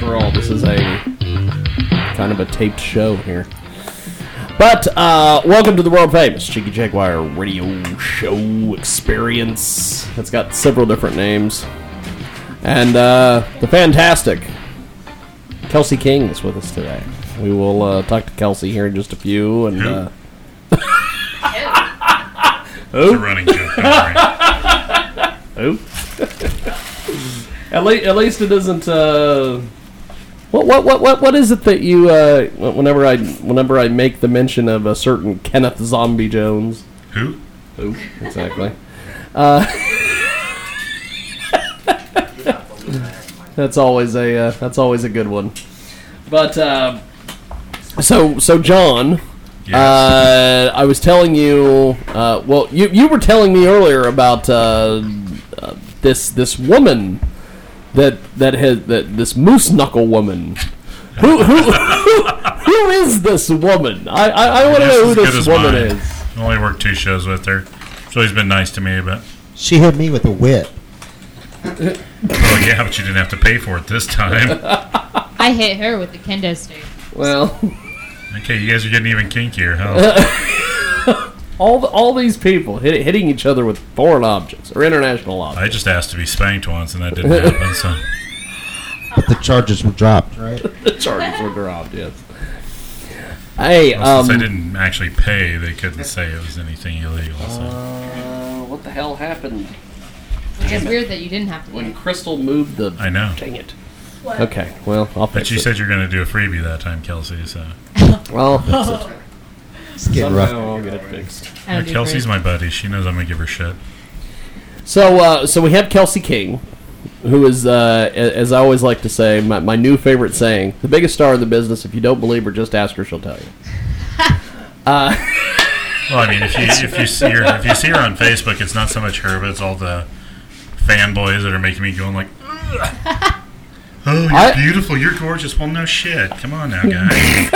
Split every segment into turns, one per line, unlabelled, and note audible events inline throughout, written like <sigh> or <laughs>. roll. This is a kind of a taped show here. But uh, welcome to the world famous Cheeky Jaguar Radio Show Experience. It's got several different names, and uh, the fantastic Kelsey King is with us today. We will uh, talk to Kelsey here in just a few, and uh,
<laughs> It's a running joke. Don't worry.
<laughs> At least, at least it isn't. Uh... What, what, what, what, what is it that you? Uh, wh- whenever I, whenever I make the mention of a certain Kenneth Zombie Jones.
Who?
Who? Exactly. Uh, <laughs> that's always a uh, that's always a good one. But uh, so so John,
Yes.
uh, I was telling you. Uh, well, you you were telling me earlier about uh, uh, this this woman that that has that this moose knuckle woman. Who <laughs> who who, who is this woman? I I, I want to
Just
know who
as good
this
as
woman
mine.
is.
I only worked two shows with her. She's always been nice to me, but
She hit me with a whip.
oh yeah, but you didn't have to pay for it this time.
<laughs>
I hit her with the kendo stick.
Well,
Okay, you guys are getting even kinkier, huh?
<laughs> all the, all these people hit, hitting each other with foreign objects or international objects.
I just asked to be spanked once, and that didn't happen. So
But the charges were
<laughs>
dropped, right?
The charges were dropped. Yes. Hey,
Well,
um,
since I didn't actually pay, they couldn't say it was anything illegal. So.
uh, what the hell happened
It's weird that you didn't have to. do
when
it.
Crystal moved the?
I know.
Dang it. Okay, well, I'll fix
But you
it.
said you're going to do a freebie that time, Kelsey.
<laughs>
So <laughs>
I'll fix <laughs> it.
It's getting rough.
Somehow I'll get it fixed.
I don't do
Kelsey's
great.
my buddy. She knows I'm going to give her shit.
So, uh, so we have Kelsey King, who is, uh, a- as I always like to say, my, my new favorite saying: the biggest star in the business. If you don't believe her, just ask her; she'll tell you. Uh, <laughs>
Well, I mean, if you if you see her if you see her on Facebook, it's not so much her, but it's all the fanboys that are making me going like, "Ugh. "Oh, you're
I-
beautiful, you're gorgeous." Well, no shit, come on now,
<laughs>
guys.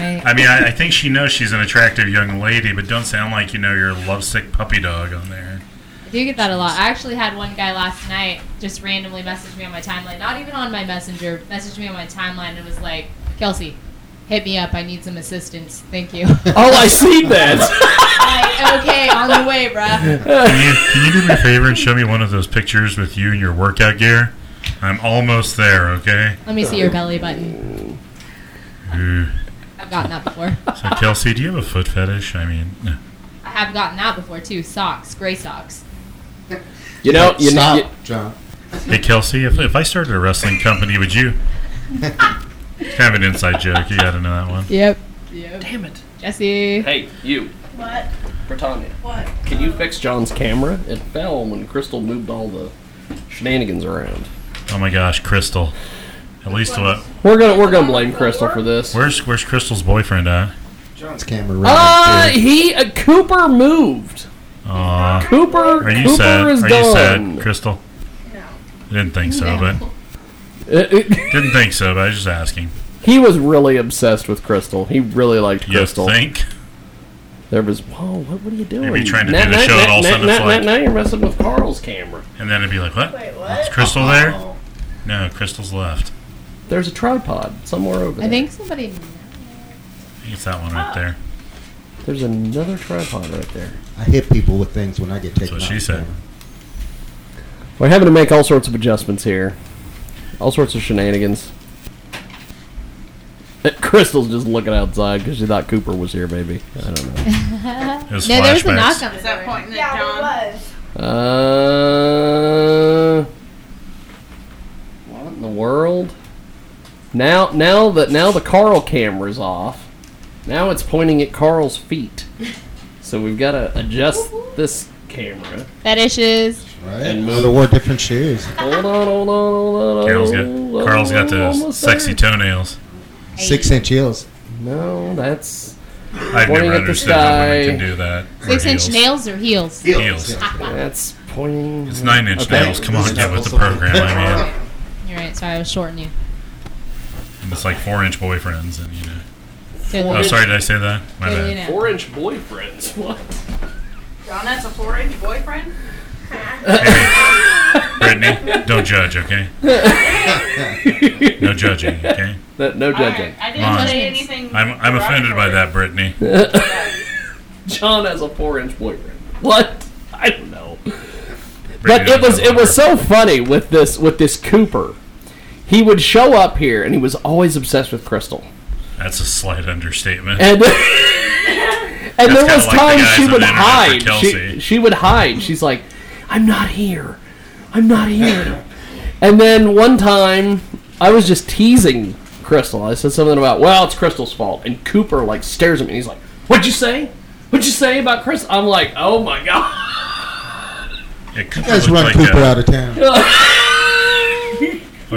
I mean, I, I think she knows she's an attractive young lady, but don't sound like you know you're a lovesick puppy dog on there.
I do get that a lot. I actually had one guy last night just randomly message me on my timeline, not even on my messenger, messaged me on my timeline and was like, Kelsey, hit me up. I need some assistance. Thank you.
Oh, I see that.
<laughs> like, okay, on the way, bruh.
Can you, can you do me a favor and show me one of those pictures with you and your workout gear? I'm almost there. Okay.
Let me see your belly button.
Ooh.
I've gotten that before.
So, Kelsey, do you have a foot fetish? I mean, no.
I have gotten that before too. Socks, gray socks.
You know, you know.
Stop,
you-
John.
Hey Kelsey, if, if I started a wrestling company, would you? It's kind of an inside joke. You got to know that one.
Yep. Yep.
Damn it.
Jesse.
Hey, you.
What?
Britannia.
What?
Can you fix John's camera? It fell when Crystal moved all the shenanigans around.
Oh my gosh, Crystal. At least what?
We're gonna we're gonna blame Crystal for this.
Where's Where's Crystal's boyfriend at?
John's camera running.
Uh,
too.
he uh, Cooper moved.
Aw.
Cooper
Uh, Are you
Cooper
sad?
is
Are you
gone.
sad, Crystal?
No.
I didn't think so, but
It- it-
didn't think so. But I was just asking.
he was really obsessed with Crystal. He really liked
You
Crystal.
think?
There was whoa, what, what are you doing?
Maybe trying to
Now-
do the
now-
show and
now-
all of a sudden
now-
it's
now-
like-
now you're messing with Carl's camera.
And then it'd be like, what?
Wait,
Is
what? Oh.
Crystal there? No, Crystal's left.
There's a tripod somewhere over there.
I think somebody.
I think it's that one
Oh.
right there.
there's another tripod right there.
I hit people with things when I get taken
what
off
she said.
camera.
We're having to make all sorts of adjustments here. All sorts of shenanigans. <laughs> Uh, Crystal's just looking outside because she thought Cooper was here, maybe. I don't know.
<laughs>
It was
No, there was a knock
flashbacks.
on the
that
door.
pointing at John?
Yeah, it was.
Uh, what in the world? Now, now that now the Carl camera's off, now it's pointing at Carl's feet. So we've got to adjust this camera.
Fetishes.
Right?
And
And
move.
wore different shoes.
Hold on, hold on, hold on.
Carl's
hold
got
on,
Carl's got those
almost there.
sexy toenails.
Six inch heels.
No, that's
I've
Pointing
never
at the
understood how women can
sky.
do that. Or
Six inch
heels.
nails or heels?
Heels.
<laughs>
that's pointing.
It's nine inch
Okay.
nails. Come on, get with the program. I mean,
You're right. Sorry, I was shorting you.
and it's like four inch boyfriends, and you know.
Good
Oh,
lord.
sorry, did I say that? My
Good, you
bad.
know.
Four-inch boyfriends. What?
John has a four inch boyfriend?
Hey, Brittany. Don't judge, okay? No judging, okay?
No, no judging.
I
Come on.
didn't say anything.
I'm, I'm offended by that, Brittany.
<laughs> John has a four-inch boyfriend. What? I don't know. But
Brittany
it was
doesn't
it was so funny with this with this Cooper. He would show up here, and he was always obsessed
<laughs>
with Crystal.
That's a slight understatement.
and <laughs> and there
kinda like
was
the
times
guys
she
on
would
the internet for
hide. She,
Kelsey.
she would hide. She's like, "I'm not here. I'm not here." and then one time, I was just teasing Crystal. I said something about, "Well, it's Crystal's fault." And Cooper like stares at me. and He's like, "What'd you say? What'd you say about Chris?" I'm like, "Oh my god." <laughs>
It
You guys run
like
Cooper
a-
out of town.
Well,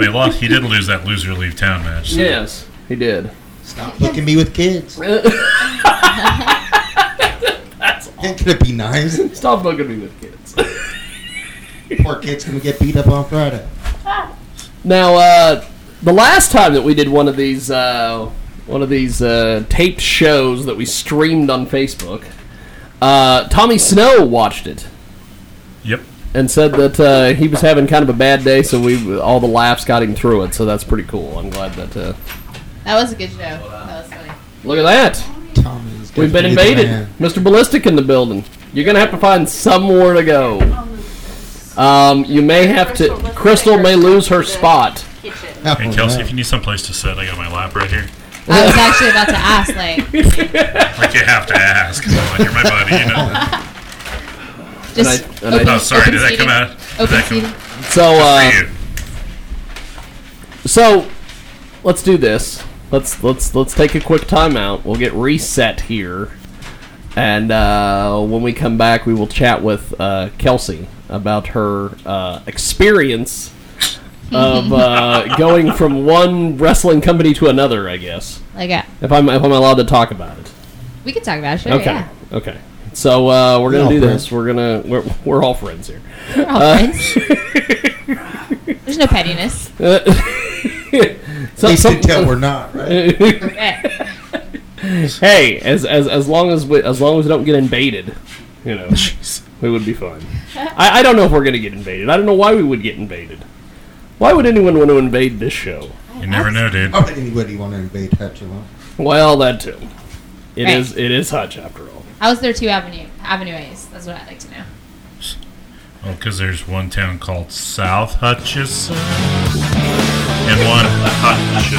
he lost. He did lose that loser leave town match. so-
Yes, he did.
Stop booking me
<laughs>
with kids. Ain't gonna be nice.
Stop booking me with kids.
Poor kid's gonna get beat up on Friday.
Now, uh, the last time that we did one of these uh, one of these uh, taped shows that we streamed on Facebook, uh, Tommy Snow watched it
Yep.
and said that uh, he was having kind of a bad day, so we all the laughs got him through it. So that's pretty cool. I'm glad that. Uh,
That was a good show. That was funny.
look at that!
Tommy's gonna
We've been
be the
invaded.
man.
Mr. Ballistic in the building. You're gonna have to find somewhere to go. Um, you may have to. Crystal may lose her spot.
Kitchen.
Apple
Hey, Kelsey,
now.
if you need someplace to sit, I got my lap right here.
I was actually about to ask,
<laughs>
like,
Like you have to ask. Like, you're my buddy, you know.
<laughs> just
And I- and I-
Oh, sorry.
open
Did that
seating.
come out? Did
Open
that come
seating.
out
So. Uh,
for you?
So, let's do this. Let's let's let's take a quick timeout. We'll get reset here, and uh, when we come back, we will chat with uh, Kelsey about her uh, experience of uh, going from one wrestling company to another. I guess
Like, yeah.
if I'm if I'm allowed to talk about it.
We could talk about it, sure.
Okay.
Yeah.
Okay. So uh, we're gonna
all
do
friends.
this. We're gonna we're, we're all friends here.
We're all
Uh,
friends. <laughs>
<laughs>
There's no pettiness.
So-
They
some-
can tell we're not, right?
Right.
hey, as, as as long as we as long as we don't get invaded, you know, we would be fine. I, I don't know if we're gonna get invaded. I don't know why we would get invaded. Why would anyone want to invade this show?
You never know, dude.
Why would anybody want to invade Hatchelon?
Well, that too. It
Right.
is it is Hutch after all.
I was there two avenue avenue A's. That's what I'd like to know.
Oh, because there's one town called South Hutchison and one Hutchison.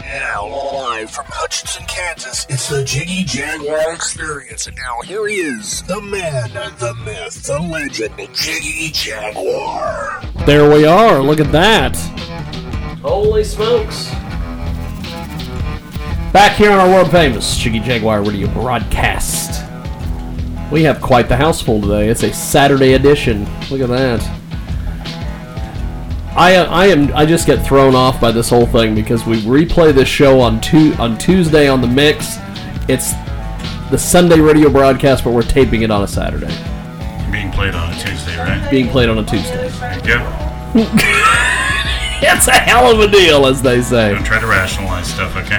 Now, live from Hutchinson, Kansas, it's the Jiggy Jaguar Experience. And now here he is, the man, the myth, the legend, Jiggy Jaguar.
There we are. Look at that. Holy smokes. Back here on our world famous Chicky Jaguar Radio broadcast. We have quite the houseful today. It's a Saturday edition. Look at that. I uh, I am I just get thrown off by this whole thing because we replay this show on two on Tuesday on the mix. It's the Sunday radio broadcast, but we're taping it on a Saturday,
Being played on a Tuesday, right?
being played on a Tuesday. <laughs>
There you go.
It's a hell of a deal, as they say.
Don't try to rationalize stuff, okay?
<laughs>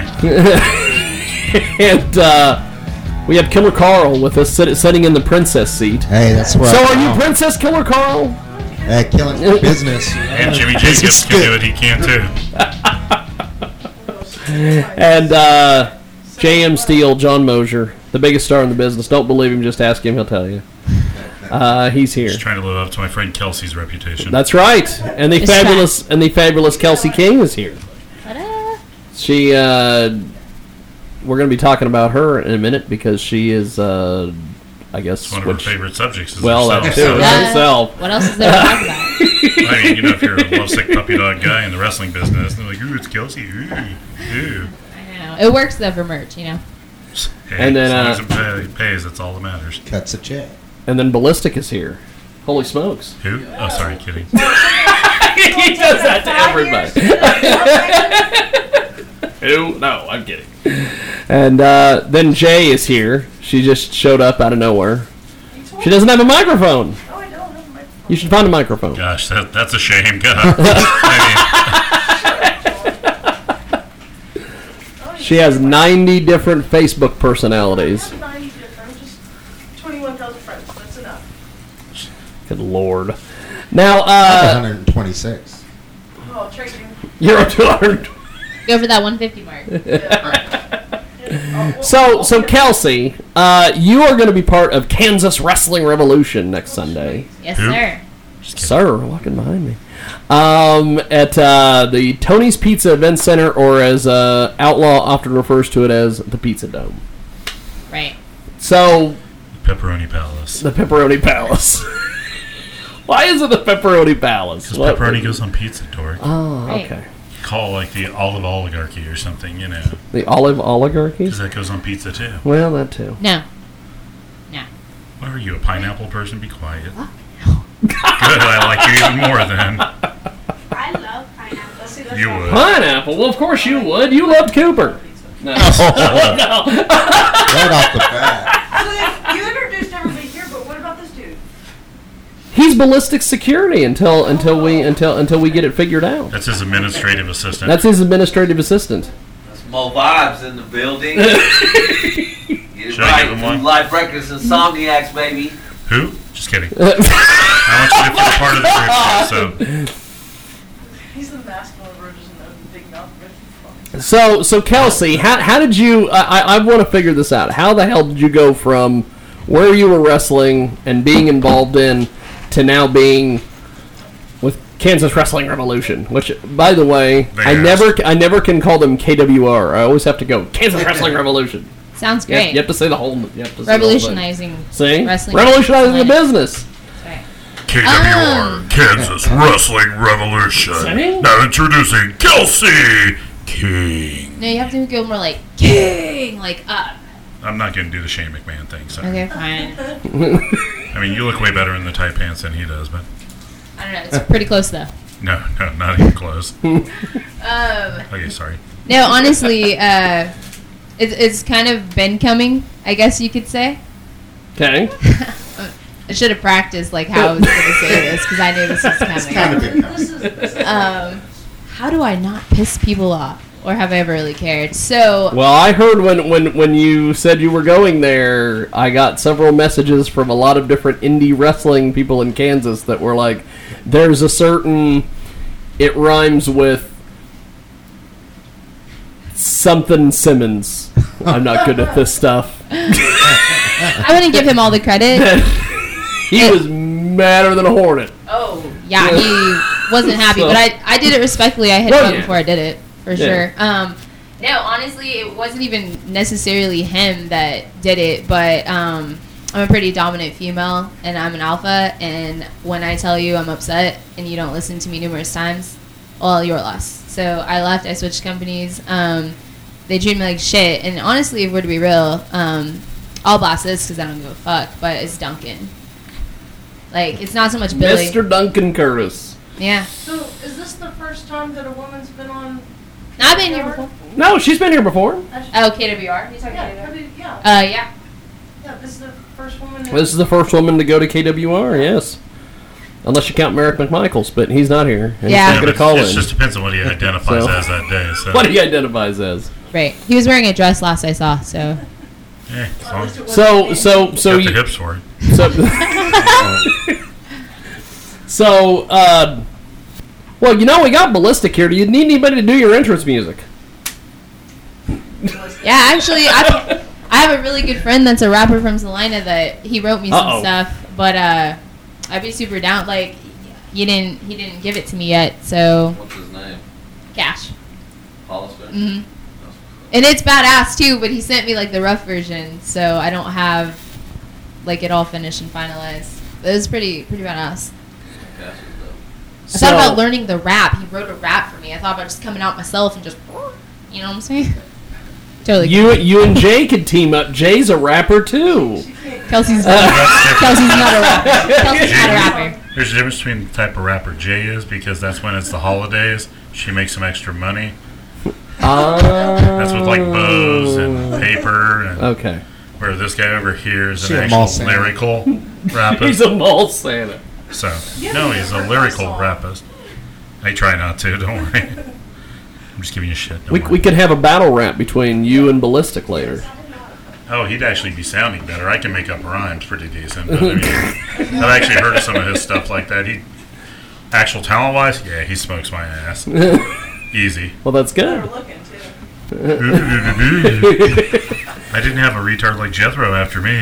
and uh, we have Killer Carl with us sit- sitting in the princess seat.
Hey, that's where
So
I
are you
belong.
Princess Killer Carl?
Hey, killing your
<laughs>
business.
And Jimmy Jacobs can do what he can too.
And uh, J.M. Steele, John Mosier, the biggest star in the business. Don't believe him, just ask him, he'll tell you. Uh, he's here.
Just trying to live up to my friend Kelsey's reputation.
That's right. And the
It's
fabulous and the fabulous Kelsey King is here. She uh we're gonna be talking about her in a minute because she is uh I guess
one of
what
her
she-
favorite subjects is
well
herself.
that's too
so-
that's herself.
What else is there to
<laughs>
talk about?
I mean, you know, if you're a lovesick puppy dog guy in the wrestling business, they're like, ooh, it's Kelsey, ooh, ooh.
I know. It works though for merch, you know.
Hey,
And then,
as
uh,
long as it pay- pays, that's all that matters.
Cuts a check.
And then Ballistic is here. Holy smokes.
Who? Oh, sorry, kidding.
he does that to everybody. Who? No, I'm kidding. And uh, then Jay is here. She just showed up out of nowhere. She doesn't have a microphone. You should find a microphone.
Gosh, that, that's a shame. <laughs>
<laughs>
God. I
She has 90 different Facebook personalities.
90 different, just 21,000 friends. That's enough.
Good lord. Now,
That was
uh,
126.
Oh, trading.
you're up to 100.
Go for that 150 mark.
So, so Kelsey, uh, you are going to be part of Kansas Wrestling Revolution next Sunday.
Yes,
Who?
sir.
Sir, walking behind me. Um, at uh, the Tony's Pizza Event Center, or as uh, Outlaw often refers to it as, the Pizza Dome.
Right.
So,
mean, Pepperoni Palace.
the Pepperoni Palace. <laughs> Why is it the Pepperoni Palace? Oh,
Because pepperoni goes on pizza, Tori.
right.
Okay.
Call like the olive oligarchy or something, you know.
The olive oligarchy?
Because that goes on pizza too.
Well, that too.
No. No.
What are you, a pineapple person? Be quiet. <laughs> Good, I like you even more then.
I love pineapple. See, that's
You
why-
would.
Pineapple? Well, of course you would. You loved Cooper. No.
Oh.
<laughs>
Right off the bat.
<laughs>
So then, you introduced everybody here, but what about this dude?
He's ballistic security until until we until until we get it figured out.
That's his administrative assistant.
That's his administrative
<laughs>
assistant.
Mo Vibes in the building. Get it
Should I give him
right.
one?
Live Breakfast Insomniacs, baby.
Who? Just kidding. I want you to feel part of the
<laughs>
group, so
He's the masculine version of Big Mouth Griffin.
So so Kelsey, how how did you? I I, I want to figure this out. How the hell did you go from where you were wrestling and being involved in to now being with Kansas Wrestling Revolution? Which, by the way, I
Yes.
never I never can call them KWR. I always have to go Kansas Wrestling Revolution.
Sounds
You have-
great.
You have to say the whole. You have to say the whole thing.
Revolutionizing
See,
wrestling.
revolutionizing the business.
Um,
KWR, Kansas Wrestling
Sorry?
Revolution. Now introducing Kelsey King.
No, you have to go more like king, like uh, up.
I'm not going to do the Shane McMahon thing, sorry.
<laughs> Okay, fine. I
I mean, you look way better in the tight pants than he does, but
don't know. It's Uh, pretty close though.
no, no, not even
<laughs>
close.
Um,
Okay, sorry.
no, honestly, uh, it, it's kind of been coming. I guess you could say.
Okay.
I should have practiced like how I was going to say this because I knew this was coming. um, how do I not piss people off, or have I ever really cared? So
Well, I heard when, when, when you said you were going there, I got several messages from a lot of different indie wrestling people in Kansas that were like, there's a certain. It rhymes with. Something Simmons. I'm not good at this stuff. <laughs>
I wouldn't give him all the credit.
He was madder than a hornet.
Oh, yeah, he wasn't happy, but I, I did it respectfully. I hit
Well,
him
yeah.
up before I did it for
Yeah.
sure. Um, no, honestly, it wasn't even necessarily him that did it, but um, I'm a pretty dominant female and I'm an alpha. And when I tell you I'm upset and you don't listen to me numerous times, well, your loss. So I left. I switched companies. Um, they treat me like shit. And honestly, if we're to be real, um, I'll blast this because I don't give a fuck. But it's Duncan. Like it's not so much Billy.
Mr. Duncan Curtis.
Yeah.
So, is this the first time that a woman's been on?
I've been here before.
No, she's been here before.
Oh, KWR. You talking
Yeah,
KWR?
I mean, yeah,
Uh, yeah.
yeah. This is the first woman. that-
This is the first woman to go to KWR, yes. Unless you count Merrick McMichaels, but he's not here. And
Yeah.
but
He's not going to call
it
in.
just depends on what he identifies
<laughs> So-
as that day. So,
<laughs> what he identifies as.
Right. He was wearing a dress last I
<laughs>
saw, so.
yeah, as long as you
So, so, so
got the
you,
hips for it.
so,
<laughs>
<laughs> so, uh, well, you know, we got ballistic here. Do you need anybody to do your entrance music?
Yeah, actually, I, I have a really good friend that's a rapper from Salina that he wrote me some
Uh-oh.
stuff, but uh, I'd be super down. Like, he didn't he didn't give it to me yet, so
What's his name?
cash.
Hollister.
hmm And it's badass too, but he sent me like the rough version, so I don't have like it all finished and finalized. It was pretty pretty badass.
Cash is dope.
I thought about learning the rap. He wrote a rap for me. I thought about just coming out myself and just, you know what I'm saying? Totally.
You, you and Jay could team up. Jay's a rapper too.
<laughs>
Kelsey's Kelsey's not a rapper. Kelsey's not a rapper.
There's a difference between the type of rapper Jay is because that's when it's the holidays. She makes some extra money.
Uh,
Ah,
That's with like bows
Oh.
and paper, and <laughs>
okay.
where this guy over here is
She
an
a
actual
mall Santa.
lyrical
<laughs>
rapper.
He's a mall Santa.
So no, he's a lyrical rapist. I try not to. <laughs> Don't worry. I'm just giving you shit. Don't
We,
worry.
we could have a battle rap between you and Ballistic later.
oh, he'd actually be sounding better. I can make up rhymes pretty decent. But, I mean, I've actually heard of some of his stuff like that. He actual talent wise, yeah, he smokes my ass. Easy.
Well, that's
They're
good.
looking too.
I didn't have a retard like Jethro after me.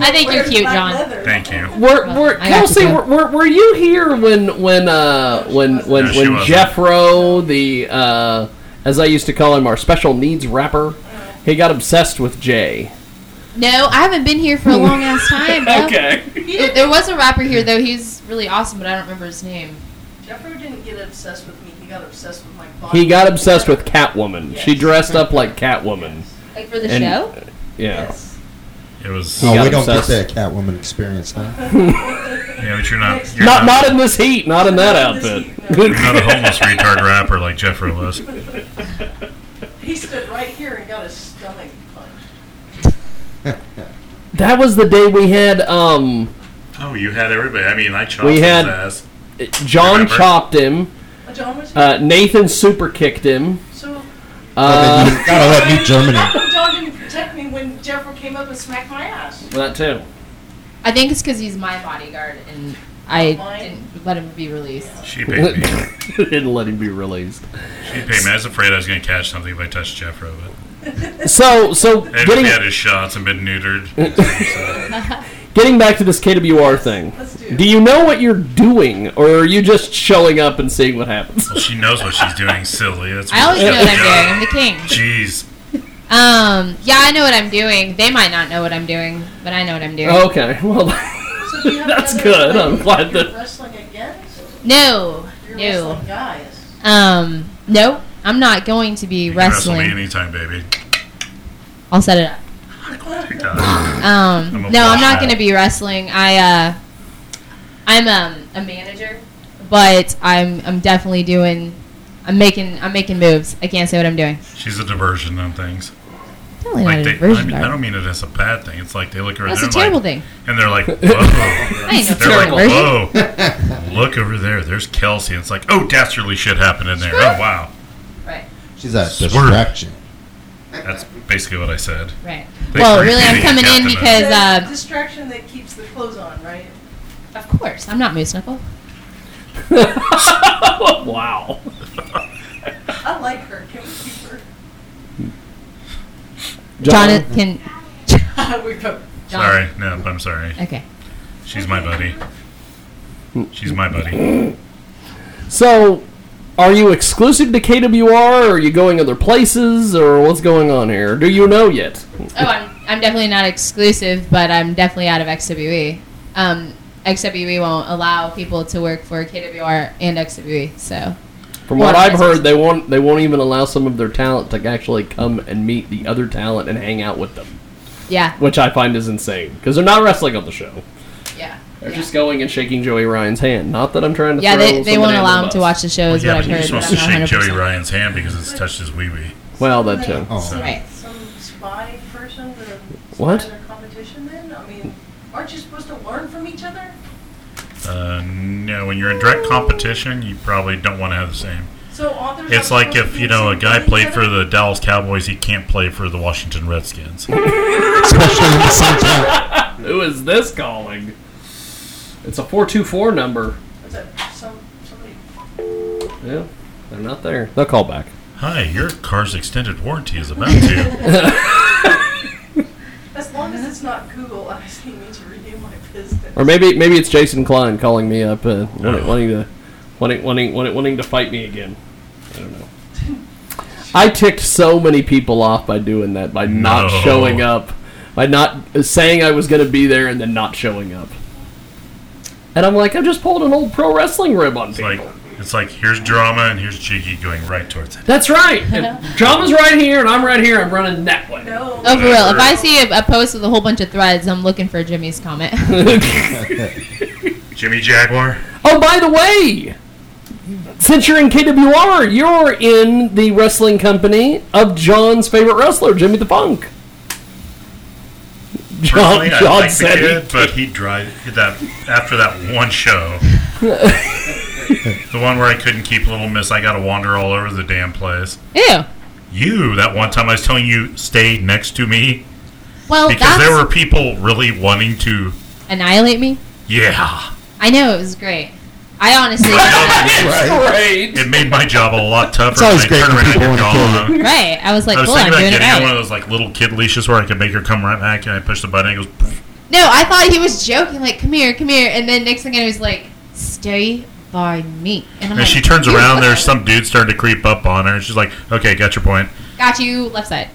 I think you're cute, John.
Thank you.
Were, were,
I got
Kelsey,
you,
were,
Dad.
were, were you here when when uh, when when
No, she
when
wasn't.
Jeffro, the uh, as I used to call him, our special needs rapper, he got obsessed with Jay.
No, I haven't been here for a long ass
<laughs>
time. bro. There- There was a rapper here though. He's really awesome, but I don't remember his name.
Jeffro didn't get obsessed with me. He got obsessed with my body.
he got obsessed with Catwoman. She
Yes.
dressed up like Catwoman.
Like for the
And-
show.
Yeah.
Yes.
It was
He
yeah,
got
Oh, we don't get
obsessed.
that Catwoman experience, <laughs> huh?
but you're not you're
Not not in this heat. Not in that
Not in this
<laughs>
outfit.
you're not a homeless retard rapper like Jeffro was.
He stood right here and got his stomach punched.
<laughs> that was the day we had um
Oh, you had everybody. I mean, I chopped
we had
his ass.
John
Remember?
chopped him.
John was-
Uh, Nathan super kicked him.
So-
Uh,
<laughs> you gotta let me Germany.
How come John didn't protect me when Jeffrey came up and smacked my ass?
That too.
I think it's because he's my bodyguard and I didn't let him be released.
She paid
<laughs>
<laughs>
me.
Didn't let him be released.
She paid me. I was afraid I was going to catch something if I touched Jeffro,
So so
but and
getting
he had his shots and been
<laughs>
neutered.
getting back to this KWR thing. Do, you know what you're doing, or are you just showing up and seeing what happens?
she knows what she's doing, silly. That's
I always
what-
know what I'm doing. I'm the king.
<laughs> Jeez.
Um, yeah, I know what I'm doing. They might not know what I'm doing, but I know what I'm doing.
Oh, Okay, well <laughs> that's good. I'm glad that
Wrestling against
No, no.
wrestling guys.
Um, no, I'm not going to be
You can wrestle me
wrestling.
anytime, baby.
I'll set it up. Um,
I'm a
no, I'm
black
not
hat.
going to be wrestling. I uh, I'm um, a manager, but I'm I'm definitely doing. I'm making I'm making moves. I can't say what I'm doing.
She's a diversion on things.
Definitely not a
they, I,
diversion,
mean, I
Barb.
don't mean it as a bad thing. It's like they look around.
That's a
and
terrible
like,
thing.
And they're
<laughs>
like, whoa.
I ain't no
they're like,
diversion. <laughs>
whoa. Look over there. There's Kelsey. And it's like, oh, dastardly shit happened in there. Oh, wow.
She's a
Swerve.
distraction.
That's basically what I said.
Right.
Thanks
well,
for
really, I'm
repeating,
coming in
Captain.
because
That
uh,
distraction that keeps the clothes on, right?
of course I'm not Moose Knuckle. <laughs>
wow.
I like her. Can we keep her?
Jonathan. <laughs>
we go.
Sorry. No, I'm sorry.
Okay.
She's my buddy. She's my buddy.
So, are you exclusive to KWR, or are you going other places, or what's going on here? Do you know yet?
Oh, I'm, I'm definitely not exclusive, but I'm definitely out of XWE. Um, XWE won't allow people to work for KWR and XWE, so
From what
Well,
I've
it's-
heard, they won't they won't even allow some of their talent to actually come and meet the other talent and hang out with them,
yeah,
which I find is insane because they're not wrestling on the show.
yeah,
They're just going and shaking Joey Ryan's hand. Not that I'm trying to.
yeah.
throw
They, they won't
somebody under
allow
the
them to
bus.
watch the show, is
yeah,
what
but
I've
you're
heard.
supposed
But
to
I'm
shake
not 100%.
Joey Ryan's hand because it's touched his wee wee.
Well, that too.
Oh.
Right.
Some spy person that are
What?
spying their competition then? I mean, aren't you supposed to learn from each other?
Uh, no, when you're in direct competition, you probably don't want to have the same.
So authors
It's
aren't
like
supposed
if,
to be
you know, a
examples
guy
of
played
each
for
other?
the Dallas Cowboys, he can't play for the Washington Redskins.
Especially in the same time.
<laughs> Who is this calling? It's a four two four number.
Is that some, somebody
Yeah, they're not there. They'll call back.
Hi, your car's extended warranty is about to.
<laughs>
As long as it's not Google asking me to renew my business.
Or maybe maybe it's Jason Klein calling me up, uh, wanting, wanting to wanting, wanting wanting wanting to fight me again. I don't know. I ticked so many people off by doing that, by not
No.
showing up, by not saying I was going to be there, and then not showing up. And I'm like, I just pulled an old pro wrestling rib on people.
like, it's like here's drama and here's Jiggy going right towards it.
That's
<laughs>
right. And drama's right here, and I'm right here. I'm running that way.
No.
Oh, for real. If I see a, a post with a whole bunch of threads, I'm looking for Jimmy's comment.
<laughs> Jimmy Jaguar.
<laughs> Oh, by the way, since you're in KWR, you're in the wrestling company of John's favorite wrestler, Jimmy the Punk. John,
Personally, I
John
like the
said
kid,
he-
but he drive that after that one show. the one where I couldn't keep Little Miss, I got to wander all over the damn place.
Ew.
You, that one time I was telling you, stay next to me
Well,
because
that's
there were people really wanting to.
<laughs> annihilate me.
Yeah,
I know it was great. I
<laughs>
honestly, <laughs>
Great.
it made my job a
<laughs>
lot tougher.
It's always
when I
great
turned
when
around
people
and
wanna
got
kill you.
on.
right? I was like,
I was
cool, I'm
thinking about
doing it
getting
right.
one of those like little kid leashes where I could make her come right back, and I push the button. And it goes.
No, I thought he was joking, like, come here, come here. And then next thing I was like, stay by me. And I'm
And
like,
she turns
"You
around.
left
There's
side.
some dude starting to creep up on her, and she's like, "Okay, got your point.
Got you, left side.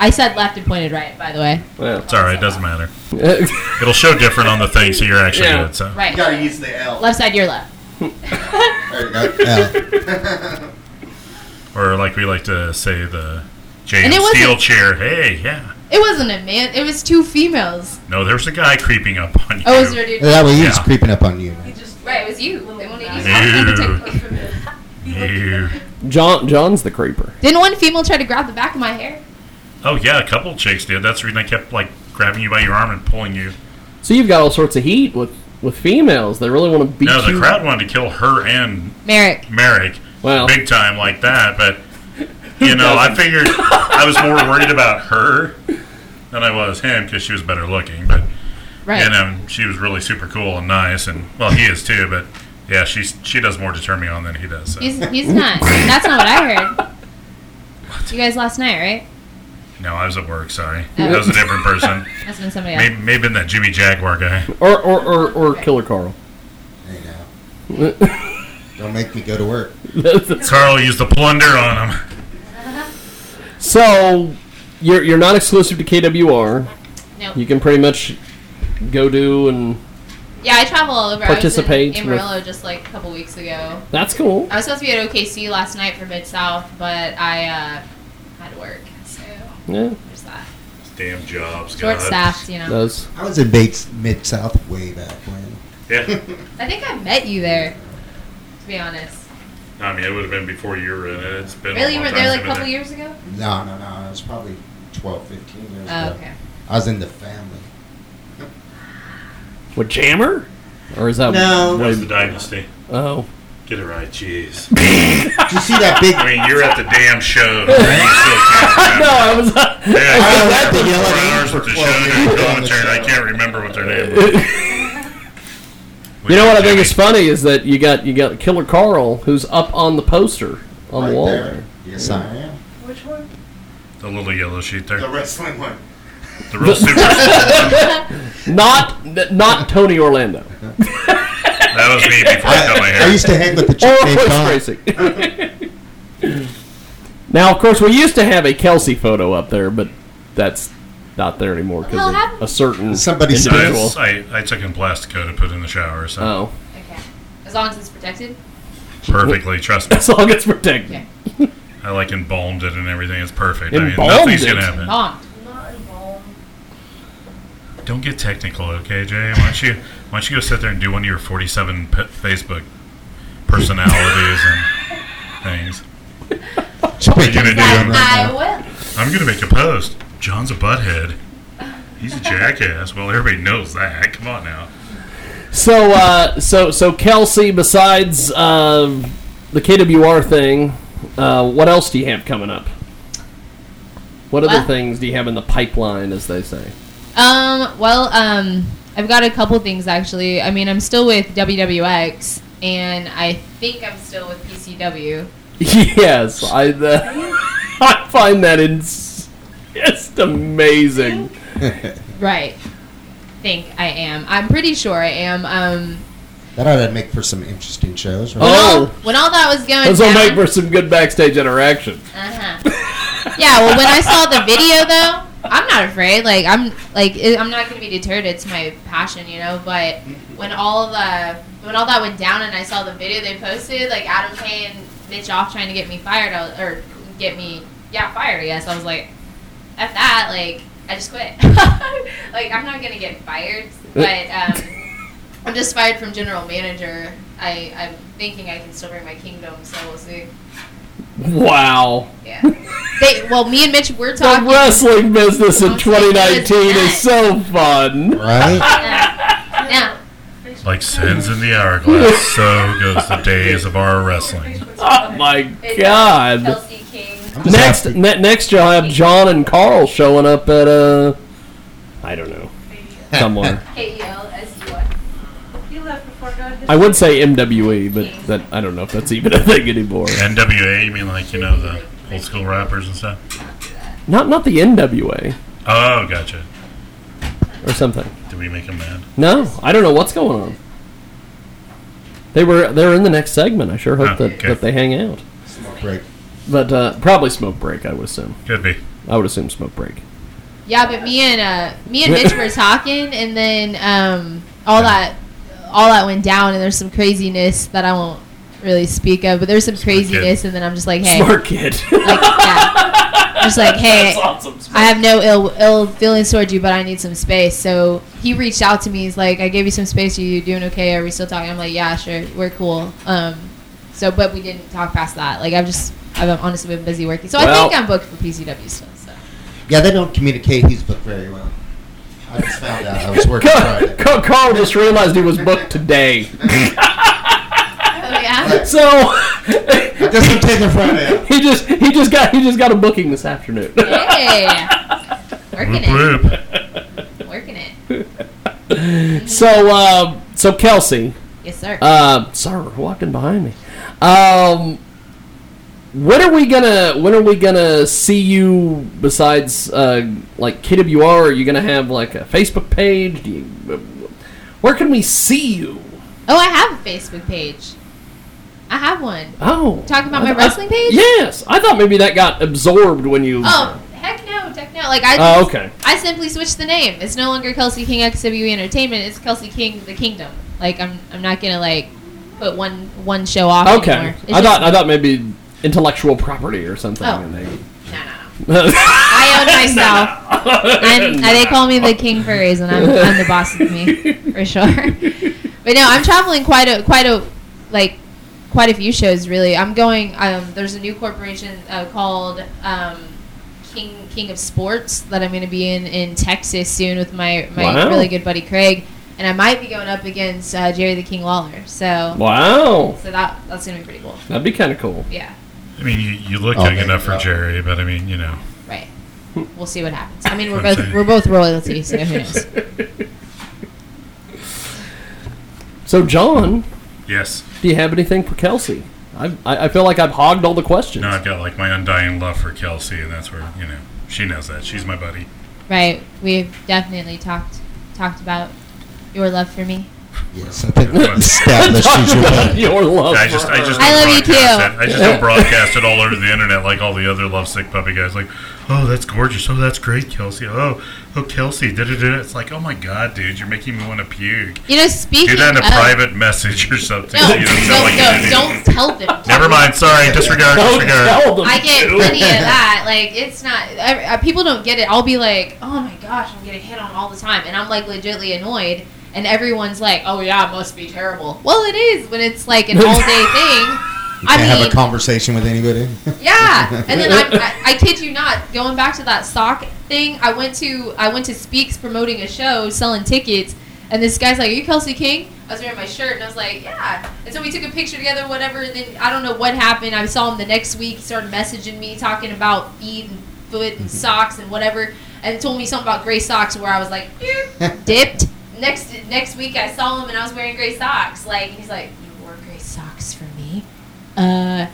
I said left and pointed right, by the way.
It's all right. It doesn't matter.
Yeah.
It'll show different on the thing, so you're actually
Yeah.
good. So
Right.
gotta use the L.
Left side,
<laughs>
you're left.
There you go. L.
<laughs> or like we like to say the J
And it wasn't-
steel chair. Hey, yeah.
It wasn't a man, it was two females.
No, there's a guy creeping up on you.
Oh, it was there a dude?
Yeah, well, he was
Yeah.
creeping up on you.
He just
Right, it was you. They wanted you.
Ew.
He looked
Ew.
John John's the creeper.
Didn't one female try to grab the back of my hair?
Oh yeah, a couple chicks did. That's the reason I kept like grabbing you by your arm and pulling you
So you've got all sorts of heat with with females. They really want to beat
No, the
you.
crowd wanted to kill her and
Merrick.
Merrick
Well.
big time like that, but you know, I figured I was more worried about her than I was him because she was better looking, but
Right.
you know, she was really super cool and nice, and well, he is too, but yeah, she's she does more to turn me on than he does. So.
He's, he's not. That's not what
<laughs>
I heard. You guys last night, right?
No, I was at work. Sorry, that was a different
<laughs>
person.
That's been somebody else.
Maybe, maybe been that Jimmy Jaguar guy.
Or or or, or Killer Carl. <laughs>
Don't make me go to work.
Carl used the plunder on him.
So you're you're not exclusive to KWR.
No.
You can pretty much go do and
Yeah, I travel all over.
Participate
I was in
with-
Amarillo just like a couple weeks ago.
that's cool.
I was supposed to be at OKC last night for Mid South, but I uh, had to work, so
Yeah.
there's that.
Damn jobs,
Short
God.
staffed, you know.
Does
I was in Bates, Mid South way back when.
Yeah,
I think I met you there, to be honest.
I mean, it would have been before you were in it. It's been a
Really, you
long
were
time
there
since
like a
I've been
couple years ago?
No, no, no. It was probably 12, 15 years
Oh,
ago.
okay.
I was in the family.
with Jammer? Or is that
No.
That was the
Way,
dynasty.
oh.
Get it right, jeez.
<laughs> Did you see that big?
I mean, you're at the damn
<laughs>
show. You still can't
<laughs> No,
remember.
I was
Yeah, I
I was at the
remember
Yellow
four
Hand
hours
for
worth of show
12 years
and
on the
commentary, and I
show.
can't remember what their name was.
You know what I think is funny is that you got you got Killer Carl who's up on the poster on
right
the wall
there.
there.
Yes, I am.
Which one?
The little yellow sheet there. The,
wrestling one.
real
<laughs>
super. that
<laughs> Not n- not Tony Orlando.
was me before I cut my
I, I
hair.
used to hang with the
Or
chick named Dawn.
horse racing. now, of course, we used to have a Kelsey photo up there, but that's not there anymore
Well,
because
have-
a certain
Somebody said-
individual.
I, I, I took in Plastico to put in the shower, so
Oh,
Okay. As long as it's protected.
perfectly.
<laughs>
Trust me.
as long as protected.
Okay.
I like embalmed it and everything. It's perfect. I mean,
Embalmed
nothing's
it?
gonna happen.
Bombed.
Not involved.
Don't get technical, okay, Jay? Why don't you why don't you go sit there and do one of your forty-seven pe- Facebook personalities and things?
Chick
You're gonna do
named
it
Dawn
I
right now.
will.
I'm gonna make a post. John's a butthead. He's a jackass. Well, everybody knows that. Come on now.
<laughs> So, uh, so, so Kelsey. Besides uh, the KWR thing, uh, what else do you have coming up? What other
Well-
things do you have in the pipeline, as they say?
Um, well, um, I've got a couple things actually. I mean, I'm still with WWX, and I think I'm still with PCW.
<laughs> Yes, I the, <laughs> I find that ins- just
<laughs>
amazing.
Right. Think I am. I'm pretty sure I am. Um,
That ought to make for some interesting shows. Right?
Oh.
well, when all that was going
This will
down,
make for some good backstage interaction.
uh-huh. yeah. Well, when I saw the video though, I'm not afraid. Like I'm like it, I'm not gonna be deterred. It's my passion, you know. But when all the when all that went down and I saw the video they posted, like Adam Payne and Mitch off trying to get me fired, I was, or get me yeah fired. I guess I was like, at that like I just quit. <laughs> like I'm not gonna get fired, but um, I'm just fired from general manager. I I'm thinking I can still bring my kingdom, so we'll see.
Wow.
Yeah. They well, me and Mitch were
The
talking.
wrestling business in
Don't say that.
2019 is so fun.
Right?
Yeah. Yeah.
Like sands in the hourglass, so goes the days of our wrestling.
<laughs> Oh my
It's
god.
Chelsea King.
I'm just
Next,
happy-
ne- next you'll have John and Carl showing up at uh, I don't
<laughs>
know, somewhere.
K E L S U Y.
He left before God hit
I would say MWE, but that I don't know if that's even a thing anymore.
NWA, you mean like you know the old school rappers and stuff?
Not not the NWA
Oh, gotcha.
or something.
Did we make him mad?
No, I don't know what's going on. They were they were in the next segment. I sure hope
Oh,
that,
okay.
that they hang out.
Break.
But uh, probably smoke break. I would assume.
Could be.
I would assume smoke break.
Yeah, but me and uh, me and Mitch were talking, and then um, all that all that went down, and there's some craziness that I won't really speak of, but there's some craziness, and then I'm just like, hey,
Smart kid. <laughs>
like, yeah. just like, hey, I have no ill ill feelings towards you, but I need some space. So he reached out to me. He's like, I gave you some space. Are you doing okay? Are we still talking? I'm like, yeah, sure, we're cool. Um, so but we didn't talk past that. Like I've just I've honestly been busy working. So I
Well-
think I'm booked for PCW still. So.
Yeah, they don't communicate his book very well. I I just found out I
<laughs>
was working Friday.
Carl, Carl just realized he was booked
<laughs>
today.
Oh yeah.
So
I guess I'm
<laughs>
taking Friday out.
he just he just got he just got a booking this afternoon. <laughs>
Hey. Working it.
Whoop, whoop.
Working
<laughs>
it.
So um so Kelsey,
Yes, sir.
uh, sorry, we're walking behind me. Um, when are we gonna when are we gonna see you besides uh like KWR? Are you gonna have like a Facebook page? Do you, where can we see you?
oh, I have a Facebook page. I have one.
Oh,
Talking about
I-
my
I-
wrestling page?
Yes, I thought maybe that got absorbed when you.
Oh, heck no, heck no. Like I.
Oh, okay.
I simply switched the name. It's no longer Kelsey King XWE Entertainment. It's Kelsey King the Kingdom. Like I'm, I'm not gonna like put one one show off.
Okay,
Anymore. It's
I
just-
thought I thought maybe intellectual property or something.
Oh.
and they-
No, no, no.
<laughs>
I own myself. I'm, uh, They call me the king for a reason. I'm, I'm the boss
<laughs>
of me for sure. But no, I'm traveling quite a quite a like quite a few shows really. I'm going. Um, there's a new corporation uh, called um, King King of Sports that I'm going to be in in Texas soon with my my
Wow.
really good buddy Craig, and I might be going up against uh, Jerry the King Lawler. So
Wow,
so that that's going to be pretty cool.
that'd be kind of cool.
Yeah.
I mean, you, you look
Oh,
young
thank
enough for
God.
Jerry, but I mean, you know.
Right. We'll see what happens. I mean, we're both we're both royalty, so
<laughs>
who knows?
So John,
Yes.
Do you have anything for Kelsey? I, I I feel like I've hogged all the questions.
No, I've got like my undying love for Kelsey, and that's where you know she knows that she's my buddy.
Right. We've definitely talked talked about your love for me.
Yes, I think we established
Talk
<laughs>
she's your
about
buddy.
your love.
I just, I just,
I
don't
love you
broadcast
too.
It. I just don't broadcast it all over the internet like all the other lovesick puppy guys. Like, oh, that's gorgeous. Oh, that's great, Kelsey. Oh, oh, Kelsey. Da da da. It's like, oh my god, dude, you're making me want to puke.
You know, speaking
Do that in a
of,
private message or something.
No,
so you don't sound like an
no, no,
idiot.
don't tell them.
Never mind. Sorry. Disregard.
Don't
Disregard.
tell them.
I get plenty of that. Like, it's not. I, I, people don't get it. I'll be like, oh my gosh, I'm getting hit on all the time, and I'm like legitly annoyed. And everyone's like, oh yeah, it must be terrible. Well, it is when it's
<laughs>
like an all day thing.
You
I
can't have
mean,
a conversation with anybody.
<laughs> Yeah, and then I'm, I, I kid you not, going back to that sock thing, I went to I went to Speaks promoting a show, selling tickets, and this guy's like, "Are you Kelsey King?" I was wearing my shirt, and I was like, "Yeah." And so we took a picture together, whatever. And then I don't know what happened. I saw him the next week. He started messaging me, talking about feet and foot and socks and whatever, and told me something about gray socks, where I was like, "Eh," dipped. Next next week, I saw him, and I was wearing gray socks. Like he's like, "You wore gray socks for me?" Uh,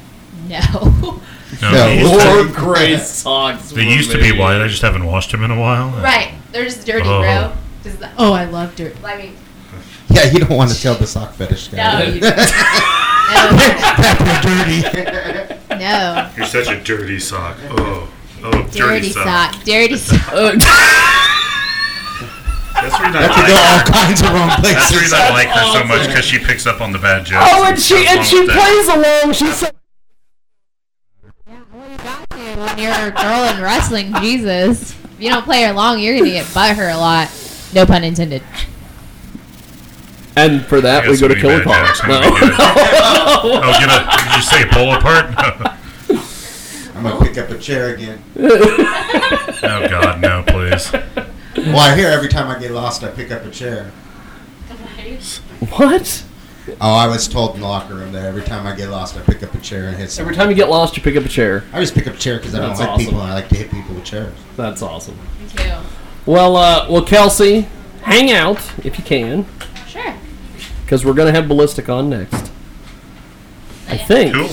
no. <laughs>
No,
No,
they used to-
Lord
gray socks.
they used to be white. I just haven't washed them in a while.
Right. They're just dirty,
Oh.
bro. Just the- oh, I love dirt. I mean,
<laughs> Yeah, you don't want to tell the sock fetish
no,
guy. <laughs>
you no,
That's dirty.
no.
You're such a dirty sock. Oh, oh, dirty,
Dirty
sock.
sock. Dirty sock.
That's
<laughs>
the reason I
That could go
like.
all kinds of wrong
That's the reason
places.
I like her so much because she picks up on the bad jokes.
Oh, and she and she
Along with
plays along. She said,
Got to when you're a girl in wrestling, Jesus. If you don't play her long, you're gonna get butt her a lot. No pun intended.
and for that
that.
we go to
Yes, bad
Killer Paul.
jokes.
No.
Oh, get a, did you say pull apart? <laughs> No.
I'm gonna pick up a chair again.
<laughs> Oh, God, no, please.
Well, I hear every time I get lost, I pick up a chair.
<laughs> What?
Oh, I was told in the locker room that every time I get lost, I pick up a chair and hit.
Every
Something.
time you get lost, you pick up a chair.
I just pick up a chair because I don't
That's
like
awesome.
people. and I like to hit people with chairs.
That's awesome.
Thank you.
<laughs> Well, uh, well, Kelsey, hang out if you can,
Sure.
because we're gonna have Ballistic on next. I think.
Cool.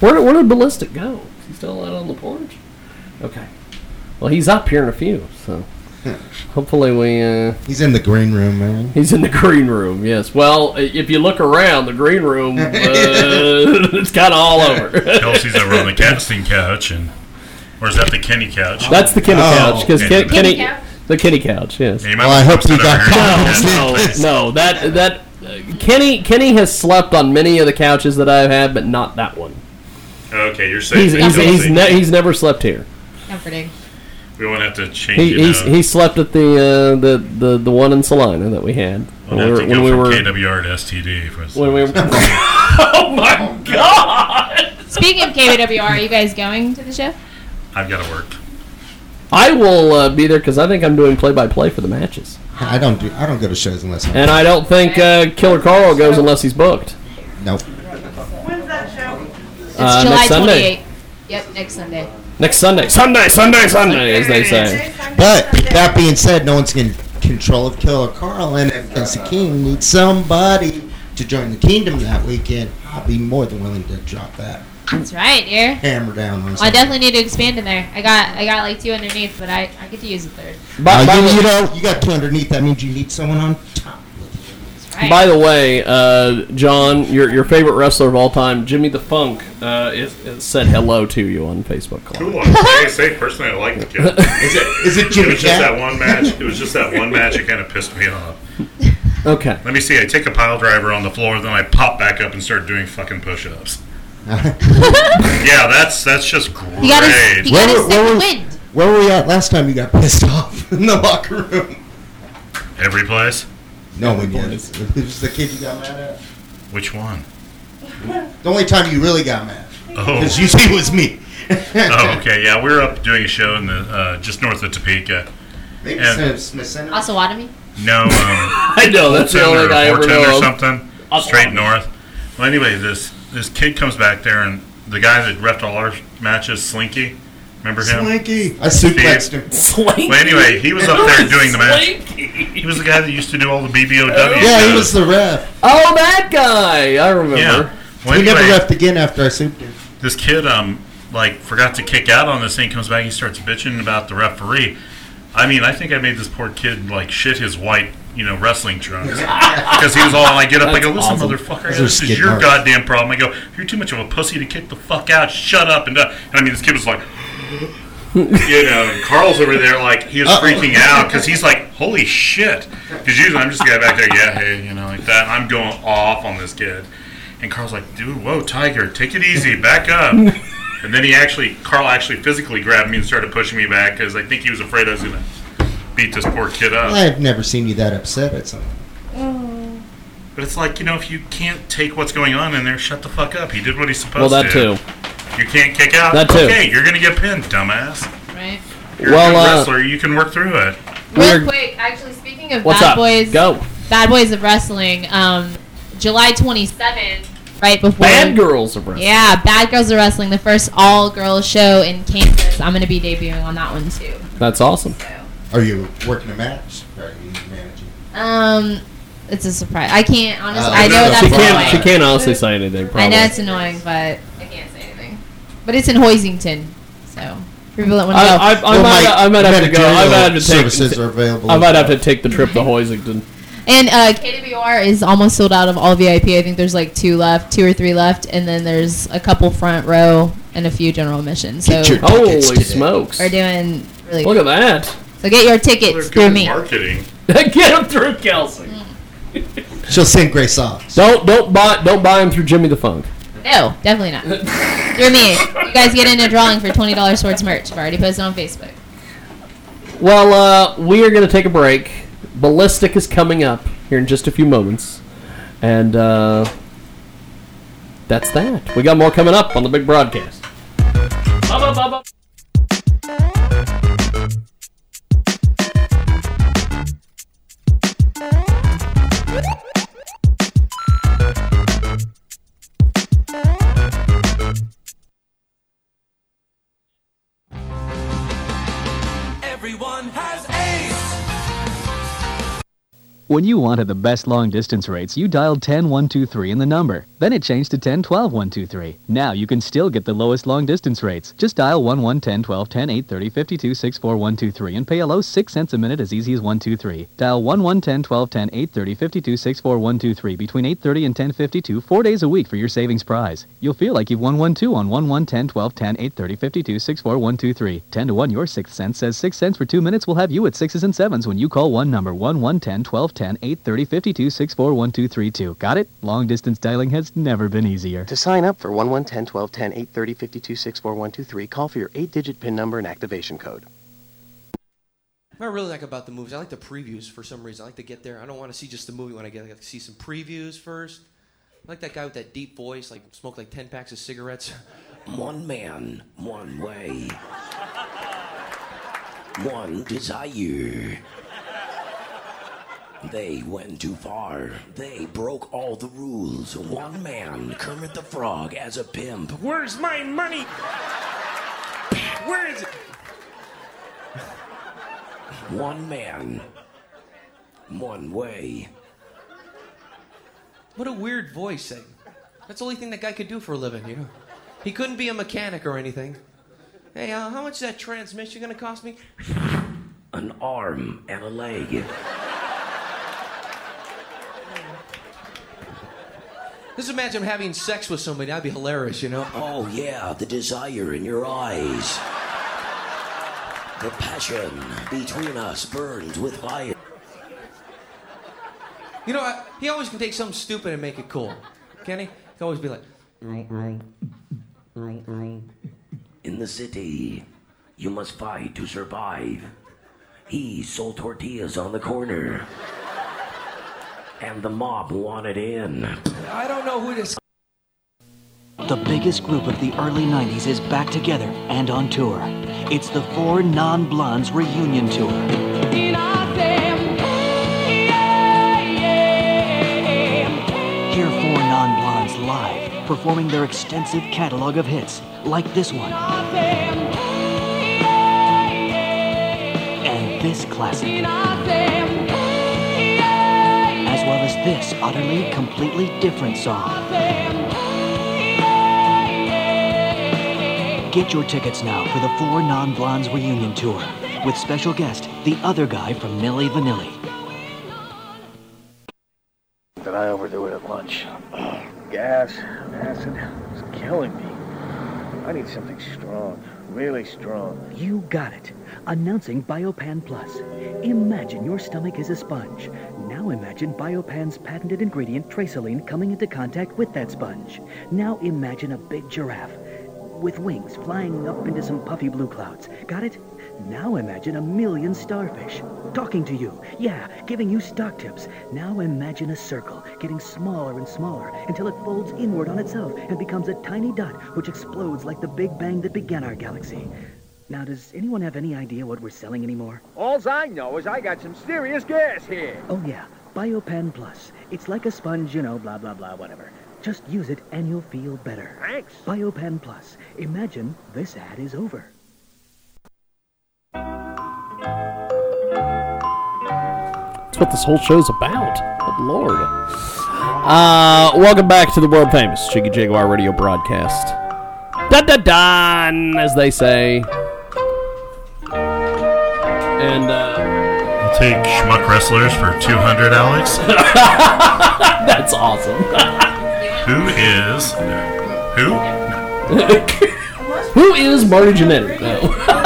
Where, where did Ballistic go? Is he still out on the porch? Okay. Well, he's up here in a few, so hopefully we. Uh,
He's in the green room, man.
he's in the green room. Yes. Well, i- if you look around, the green room, uh, <laughs> it's kind of
<laughs>
all over. <laughs>
Kelsey's over on the casting couch, and or is that the Kenny couch?
That's the Kenny
Oh.
couch because
Kenny
Kenny,
couch.
the Kenny couch. Yes.
Yeah, you might
Well, I
want to post
hope you
it
got
over here.
caught.
No, no, that that uh, Kenny Kenny has slept on many of the couches that I've had, but not that one.
Okay, you're safe.
He's
then,
he's, he's,
Kelsey.
ne- he's never slept here.
Comforting.
we won't have to change
He
it.
he's,
up.
he slept at the, uh, the the the one in Salina that we had
we'll have
when we
to
were
go
when we
from
were
KWR to STD. For
when we were. oh my god!
Speaking of KWR, are you guys going to the show?
I've got to work.
<laughs> I will uh, be there because I think I'm doing play by play for the matches.
I don't do. I don't go to shows unless. I'm
And I don't think uh, Killer Carl goes unless he's booked.
Nope.
When's that show?
It's
Uh,
July
next Sunday.
28th. Yep, next Sunday.
Next Sunday. Sunday, Sunday, Sunday, as they say.
But that being said, no one's in control of Killer Carl, and if Vince the King needs somebody to join the kingdom that weekend, I'll be more than willing to drop that
That's right, dear.
hammer down on.
Well, I definitely need to expand in there. I got I got like two underneath, but I, I get to use a third.
By, by
you,
the-
you know, you got two underneath. That means you need someone on top.
That's right.
By the way, uh, John, your your favorite wrestler of all time, Jimmy the Funk, uh, is, is said hello to you on Facebook. Live.
Cool. I say personally, I like the kid. Is it?
<laughs> Is it
It
Jimmy
was just that
Jack?
one match. It was just that one match. It kind of pissed me off.
Okay.
Let me see. I take a pile driver on the floor, then I pop back up and start doing fucking
<laughs>
push-ups. yeah, that's that's just great.
you gotta, you
Where
gotta
were- where
step
were-
wind.
Where were we at last time you got pissed <laughs> off in the locker room?
Every place.
No one did. Who's the kid you got mad at?
Which one?
<laughs> The only time you really got mad.
Oh.
Because usually it was me.
oh, okay. Yeah, we were up doing a show in the uh, just north of Topeka.
Maybe
Yeah.
Smith- Smith Center.
Osawatomie?
No. Um,
<laughs> I know that's the only
Horton
guy I
or
ever
Horton
know
or
of.
something.
Awesome.
Straight north. Well, anyway, this this kid comes back there, and the guy that ref all our matches, Slinky, remember him?
Slinky. I suplexed him.
Slinky.
Well, anyway, he was up there doing the match. He was the guy that used to do all the BBOW.
Yeah, he
shows.
was the ref.
Oh, that guy! I remember.
Yeah. Well,
We never
anyway,
left again after I souped him.
this kid um like forgot to kick out on this thing comes back he starts bitching about the referee i mean i think i made this poor kid like shit his white you know wrestling trunks because he was all like get up i go listen
awesome.
motherfucker
are
this is
skid
your
marks.
goddamn problem i go you're too much of a pussy to kick the fuck out shut up and, uh, and i mean this kid was like <laughs> you know, and Carl's over there like he was freaking out because he's like, "Holy shit!" Because usually I'm just the guy back there, yeah, hey, you know, like that. I'm going off on this kid, and Carl's like, "Dude, whoa, Tiger, take it easy, back up." and then he actually, Carl actually physically grabbed me and started pushing me back because I think he was afraid I was gonna beat this poor kid
Oh.
I
up.
have never seen you that upset at something.
But it's like, you know, if you can't take what's going on in there, shut the fuck up. He did what he's
Well,
supposed
that
to.
too.
You can't kick out.
That too.
Okay, you're gonna get pinned, dumbass.
Right.
You're
Well,
a good
uh,
wrestler. You can work through it.
Real
We're-
quick, actually, speaking of
What's
bad
up?
boys,
Go.
bad boys of wrestling. Um, July 27th, right before
Bad girls of wrestling.
Yeah, Bad Girls of Wrestling, the first all girls show in Kansas. I'm going to be debuting on that one too.
That's awesome.
Are you working a match? Or are you managing?
Um, it's a surprise. I can't honestly.
Oh.
I know
No,
that's
Uh, She
That's
can't.
annoying.
She can't honestly say anything. Probably.
I know it's annoying, but I can't say anything. But it's in Hoisington, so for people that want to
I,
go.
I, I might. I might have to go. I might have to take.
Services are available.
I might have to take the trip
<laughs>
to Hoisington.
and uh, KWR is almost sold out of all VIP. I think there's like two left, two or three left, and then there's a couple front row and a few general admissions. So
Get your-
Holy
Tickets today.
smokes!
we're doing really.
Look at that.
So get your
They're
tickets
good
through
at
me.
Marketing.
<laughs> Get him through Kelsey.
She'll sing Gray Socks.
Don't don't buy don't buy him through Jimmy the Funk.
No, definitely not. through me. You guys get in a drawing for twenty dollars towards merch. I've already posted on Facebook.
Well, uh, we are going to take a break. Ballistic is coming up here in just a few moments, and uh, that's that. We got more coming up on the big broadcast.
Everyone has ace.
When you wanted the best long distance rates, you dialed 10123 in the number. Then it changed to 1012123. Now you can still get the lowest long distance rates. Just dial 1110 1210 830 52 64123 and pay a low 6 cents a minute as easy as 123. Dial 1110 1210 830 52 64123 between 830 and 1052 4 days a week for your savings prize. You'll feel like you've won 1 2 on 1110 1210 830 52 64123. 10 to 1 your 6th sense says 6 cents for 2 minutes will have you at 6s and 7s when you call one number 1110 1210 830 52 64123. Got it? Long distance dialing has never been easier.
To sign up for 1110 1210 830 52 64123, call for your 8 digit PIN number and activation code.
What I really like about the movies, I like the previews for some reason. I like to get there. I don't want to see just the movie when I get. I like to see some previews first. I like that guy with that deep voice, like smoked like ten packs of cigarettes.
One man, one way.
one desire. They went too far. They broke all the rules. One man, Kermit the Frog, as a pimp. Where's my money? Where is it? One man, one way.
<laughs> What a weird voice. eh? That's the only thing that guy could do for a living, you know? He couldn't be a mechanic or anything. Hey, uh, how much is that transmission going to cost me?
an arm and a leg.
Just imagine him having sex with somebody. That'd be hilarious, you know?
Oh, yeah, the desire in your eyes. The passion between us burns with fire.
You know, I, he always can take something stupid and make it cool. Can he? He always be like,
In the city, you must fight to survive. He sold tortillas on the corner. And the mob wanted in.
I don't know who this.
The biggest group of the early 90s is back together and on tour. It's the Four Non Blondes reunion tour. Hear Four Non Blondes live, performing their extensive catalog of hits, like this one. And this classic. As well as this utterly, completely different song. Get your tickets now for the Four Non Blondes reunion tour with special guest, the other guy from Milli Vanilli.
Did I overdo it at
<clears throat>
lunch? Gas, acid, it's killing me. I need something strong, really strong.
You got it. Announcing Biopan Plus. Imagine your stomach is a sponge. Now imagine Biopan's patented ingredient Traceline coming into contact with that sponge. Now imagine a big giraffe with wings flying up into some puffy blue clouds. Got it? Now imagine a million starfish talking to you. Yeah, giving you stock tips. Now imagine a circle getting smaller and smaller until it folds inward on itself and becomes a tiny dot which explodes like the Big Bang that began our galaxy. Now, does anyone have any idea what we're selling anymore?
Alls I know is I got some serious gas here.
Oh, yeah, Biopan Plus. It's like a sponge, you know, blah, blah, blah, whatever. Just use it and you'll feel better. Thanks. Biopan Plus. Imagine this ad is over.
That's what this whole show's about. Good lord. Uh, welcome back to the world famous Jiggy Jaguar radio broadcast. Da da da, as they say. And uh, <laughs>
I'll take schmuck wrestlers for 200, Alex.
That's awesome. <laughs>
Who is. Who?
who is Marty Jannetty? though? <laughs>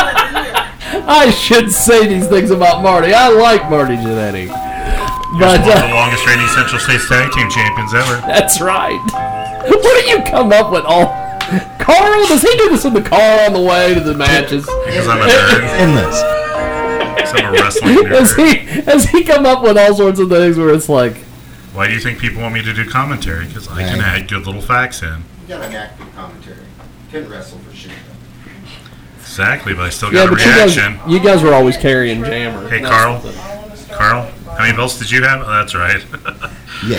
I should say these things about Marty. I like Marty Jannetty.
But, one
But
of
uh,
the longest reigning Central States Tag Team Champions ever.
<laughs> that's right. <laughs> What do you come up with all? Carl, does he do this in the car on the way to the matches?
Because I'm a nerd.
Endless.
Because I'm a
<laughs>
wrestling
Has
nerd.
he has he come up with all sorts of things where it's like
Why do you think people want me to do commentary? Because I can
Right.
add good little facts in.
You got an active commentary. Couldn't wrestle for shit.
Exactly, but I still
Yeah,
got a
but you guys
reaction.
you guys were always carrying jammer.
Hey, Carl. Carl, how many belts did you have? Oh, that's right. <laughs>
yeah.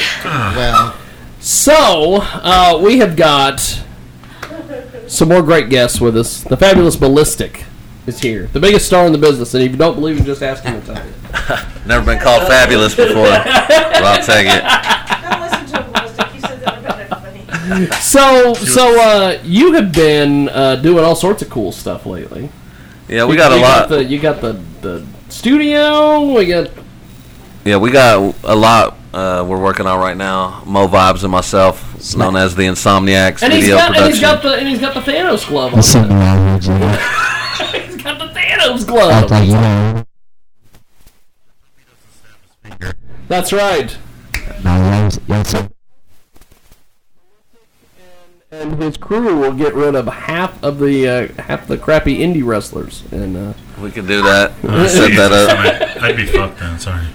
Well,
Ah. So, uh, we have got some more great guests with us. The fabulous Ballistic is here, the biggest star in the business. And if you don't believe him, just ask him to tell you.
Never been called fabulous before, but I'll take it.
<laughs>
So, so uh, you have been uh, doing all sorts of cool stuff lately.
Yeah, we
You-
got a
you
lot.
the, you got the the studio. We got
Yeah, we got a lot uh, we're working on right now. Mo Vibes and myself, known as the Insomniacs
and he's
Video
got, and he's
Production.
got the and he's got the Thanos glove. On.
that's something I would do.
<laughs> he's got the Thanos glove.
you know.
That's right. And his crew will get rid of half of the uh, half the crappy indie wrestlers. And uh,
We could do that.
Uh,
Set that up.
I'd, I'd be fucked then, sorry.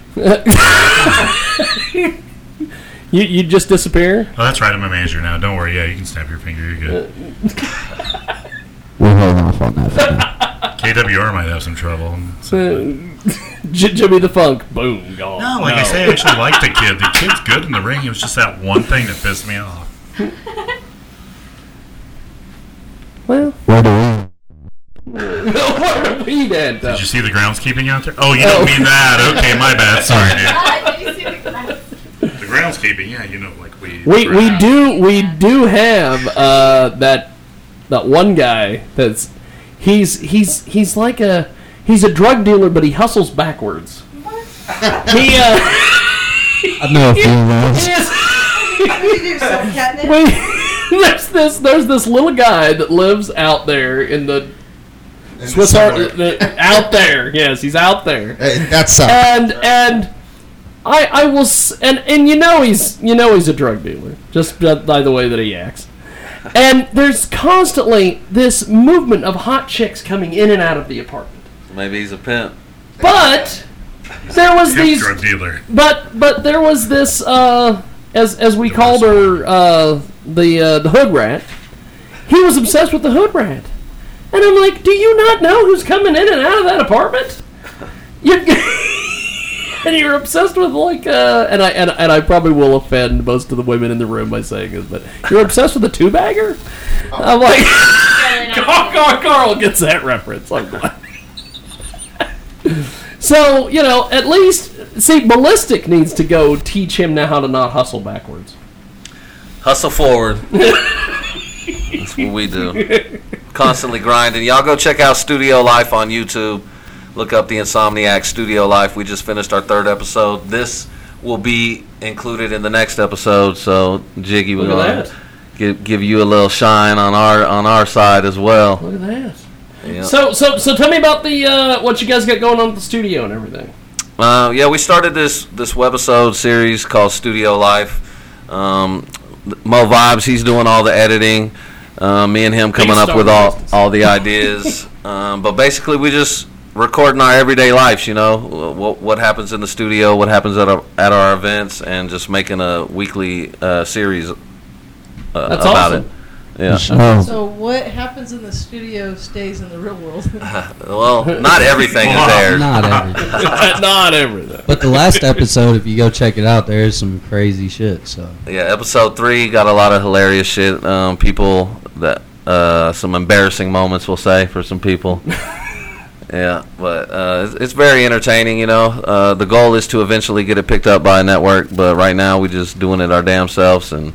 <laughs> you you just disappear.
Oh, that's right, I'm a manager now. Don't worry, yeah, you can snap your finger, you're good.
We'll hold off on that.
KWR might have some trouble.
So, <laughs> J- Jimmy the Funk, boom,
<laughs>
gone. <laughs>
No, like I say, I actually like the kid. The kid's good in the ring. It was just that one thing that pissed me off.
Well,
what are
what are we then?
Did you see the groundskeeping out there? Oh, you don't mean that. Okay, my
<laughs>
bad. Sorry, dude.
Uh,
The groundskeeping, yeah, you know, like we.
We we do we do have uh, that that one guy that's he's he's he's like a he's a drug dealer but he hustles backwards. he uh,
I know a few rounds.
Wait, <laughs> there's this there's this little guy that lives out there in the Swiss
somewhere.
Art the, out there. <laughs> Yes, he's out there.
Hey, that's something.
and and I I will s- and and you know he's you know he's a drug dealer just by- by the way that he acts. And there's constantly this movement of hot chicks coming in and out of the apartment.
Maybe he's a pimp.
But there was
Pimp
these
drug dealer.
But but there was this uh, as as we called her uh, the uh, the hood rat. He was obsessed with the hood rat, and I'm like, do you not know who's coming in and out of that apartment? You and you're obsessed with like uh, and I and, and I probably will offend most of the women in the room by saying this, but you're obsessed with a two bagger. I'm like, <laughs> Carl, Carl, Carl gets that reference. I'm glad. <laughs> So, you know, at least see Ballistic needs to go teach him now how to not hustle backwards.
Hustle
<laughs>
forward. That's what we do. Constantly grinding. Y'all go check out Studio Life on YouTube. Look up the Insomniac Studio Life. We just finished our third episode. This will be included in the next episode. So Jiggy, we're
Look at
gonna give, give you a little shine on our on our side as well.
Look at that.
Yeah.
So so so tell me about the uh, what you guys got going on at the studio and everything.
Uh, yeah, we started this this webisode series called Studio Life. Um, Mo Vibes, he's doing all the editing. Uh, me and him coming
Biggest
up with
star
all all the ideas. um, but basically, we just recording our everyday lives. You know, what what happens in the studio, what happens at our at our events, and just making a weekly uh, series uh, about
That's awesome.
it. Yeah.
<laughs> So what happens in the studio stays in the real world. <laughs>
well, not everything
<laughs>
is there.
<laughs> Not everything.
Not everything.
But the last episode, if you go check it out, there is some crazy shit. So
Yeah, episode three got a lot of hilarious shit. Um, people that uh, some embarrassing moments, we'll say, for some
<laughs>
people. yeah, but uh, it's, it's very entertaining. You know, uh, the goal is to eventually get it picked up by a network, but right now we're just doing it our damn selves and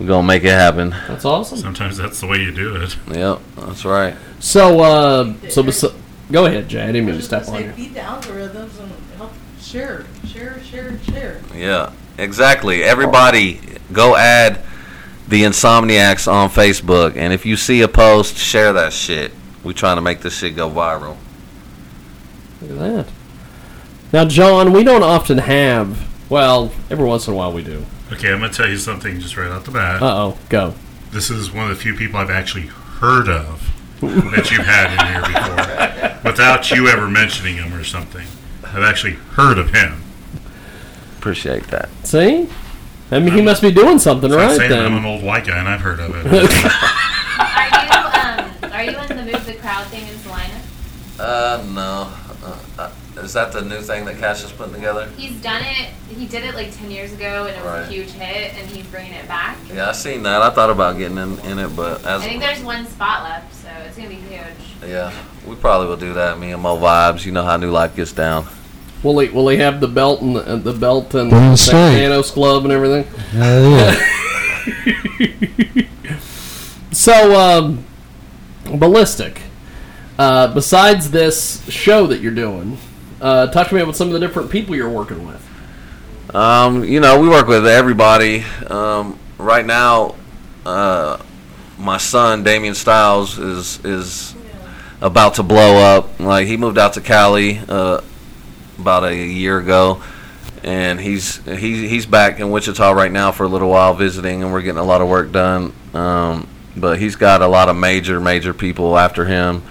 we're gonna make it happen.
That's awesome.
Sometimes that's the way you do it.
Yep, that's right.
So uh, so bes- go ahead, Jay. I didn't mean to step on
Say
you.
beat the algorithms and help share, share, share, share.
Yeah, exactly. Everybody, go add the Insomniacs on Facebook, and if you see a post, share that shit. We're trying to make this shit go viral.
Look at that. Now, John, we don't often have. Well, every once in a while we do.
Okay, I'm gonna tell you something just right off the bat.
Uh oh, go.
This is one of the few people I've actually heard of that you've had in here before, without you ever mentioning him or something. I've actually heard of him.
Appreciate that.
See, I mean, he must be doing something
So I'm
right
saying that I'm
then.
an old white guy and I've heard
<laughs>
of it.
um, Are you in the move the crowd thing in Salina?
Uh, no. Uh, uh, is that the new thing that Cash is putting together?
He's done it. He did it like ten years ago, and it was
Right.
a huge hit. And he's bringing it back.
Yeah, I seen that. I thought about getting in, in it, but
I
as
think there's one spot left, so it's gonna be huge.
yeah, we probably will do that. Me and Mo vibes. You know how New Life gets down.
Will he? Will he have the belt and the, the belt and
Damn
the
straight.
Thanos glove and everything?
Hell
<laughs>
so, um, ballistic. Uh, besides this show that you're doing, uh, talk to me about some of the different people you're working with.
Um, you know, we work with everybody. Um, right now, uh, my son Damian Styles is is about to blow up. Like he moved out to Cali uh, about a year ago, and he's he, he's back in Wichita right now for a little while visiting, and we're getting a lot of work done. Um, but he's got a lot of major major people after him.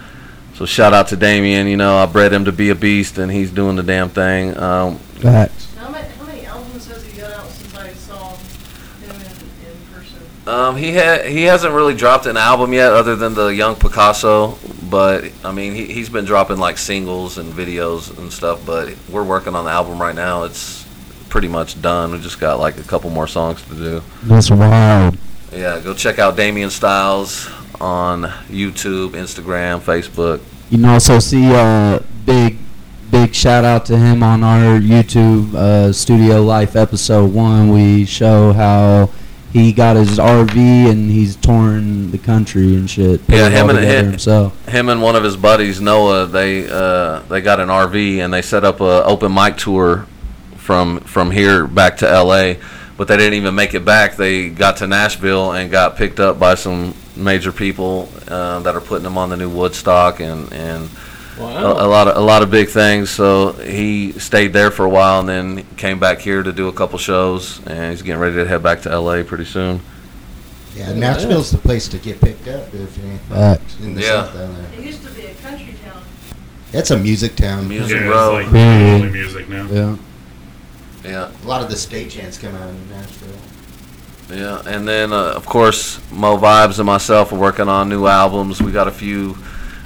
So shout out to Damian. You know, I bred him to be a beast, and he's doing the damn thing. Um,
Facts.
How many, how many albums has he got out since I saw him?
Um, he ha- he hasn't really dropped an album yet, other than the Young Picasso. But I mean, he he's been dropping like singles and videos and stuff. But we're working on the album right now. It's pretty much done. We just got like a couple more songs to do.
That's wild.
Yeah, go check out Damian Styles on YouTube, Instagram, Facebook.
You can also see uh, big, big shout out to him on our YouTube uh, Studio Life episode one. We show how he got his RV and he's touring the country and shit. put
Yeah,
it
him
all
and
together
him,
himself.
him and one of his buddies Noah. They uh, they got an RV and they set up a open mic tour from from here back to L.A. But they didn't even make it back. They got to Nashville and got picked up by some major people uh, that are putting them on the new Woodstock and and a, a lot of a lot of big things. So he stayed there for a while and then came back here to do a couple shows. And he's getting ready to head back to L.A. pretty soon.
Yeah, Nashville's the place to get picked up if you
Facts.
in the
Yeah.
south down there.
It used to be a country town.
It's a music town.
Music
Yeah, it's
row. Hmm.
like only music now.
Yeah.
Yeah.
A lot of the stagehands come out of Nashville.
Yeah, and then uh, of course Mo Vibes and myself are working on new albums. We got a few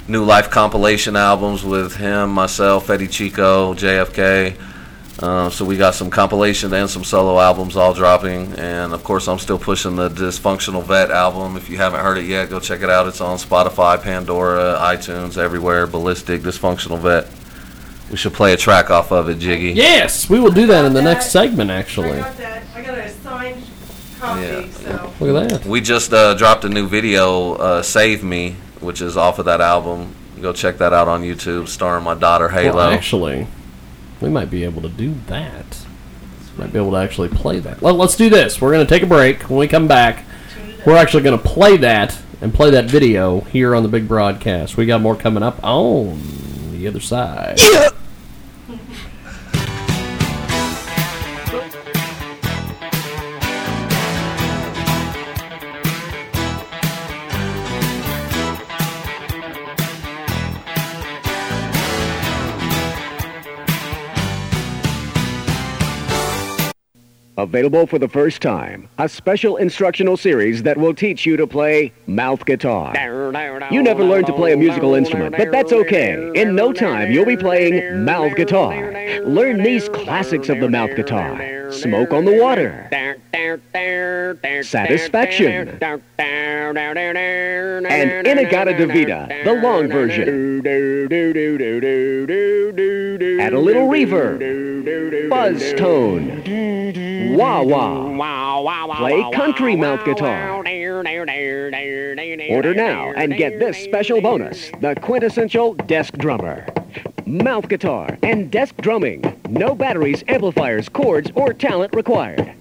new life compilation albums with him, myself, Eddie Chico, JFK. Uh, so we got some compilation and some solo albums all dropping, and of course I'm still pushing the Dysfunctional Vet album. If you haven't heard it yet, go check it out. It's on Spotify, Pandora, iTunes, everywhere. Ballistic Dysfunctional Vet. We should play a track off of it, Jiggy.
Yes, we will do that in the next segment, actually.
I got a signed copy, so.
Look at that.
We just uh, dropped a new video, uh, "Save Me," which is off of that album. Go check that out on YouTube, starring my daughter Halo.
Well, actually, we might be able to do that. Might be able to actually play that. Let, us do this. We're going to take a break. When we come back, we're actually going to play that and play that video here on the big broadcast. We got more coming up on the other side.
Available for the first time, a special instructional series that will teach you to play mouth guitar. You never learned to play a musical instrument, but that's okay. In no time, you'll be playing mouth guitar. Learn these classics of the mouth guitar. Smoke on the water. Satisfaction. And Inagata Davida, the long version. Add a little reverb. Buzz tone. Wah wah. Play country mouth guitar. Order now and get this special bonus the quintessential desk drummer. Mouth guitar and desk drumming. No batteries, amplifiers, cords, or talent required.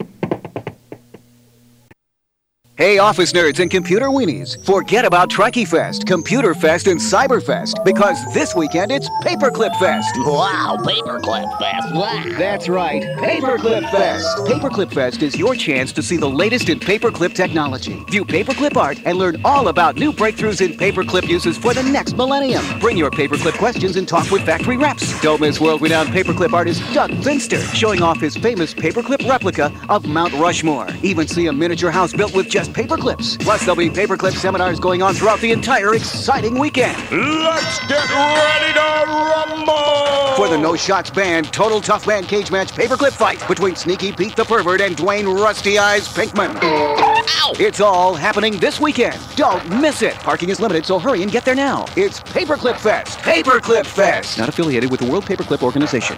Hey, office nerds and computer weenies. Forget about Trekkie Fest, Computer Fest, and Cyber Fest because this weekend it's Paperclip Fest. Wow, Paperclip Fest. Wow. That's right, Paperclip Fest. Paperclip Fest is your chance to see the latest in paperclip technology, view paperclip art, and learn all about new breakthroughs in paperclip uses for the next millennium. Bring your paperclip questions and talk with factory reps. Don't miss world-renowned paperclip artist Doug Finster showing off his famous paperclip replica of Mount Rushmore. Even see a miniature house built with just paperclips. Plus, there'll be paperclip seminars going on throughout the entire exciting weekend.
Let's get ready to rumble!
For the No Shots Band Total Tough Man Cage Match Paperclip Fight between Sneaky Pete the Pervert and Dwayne Rusty Eyes Pinkman. It's all happening this weekend. Don't miss it. Parking is limited, so hurry and get there now. It's Paperclip Fest. Paperclip Fest. Not affiliated with the World Paperclip Organization.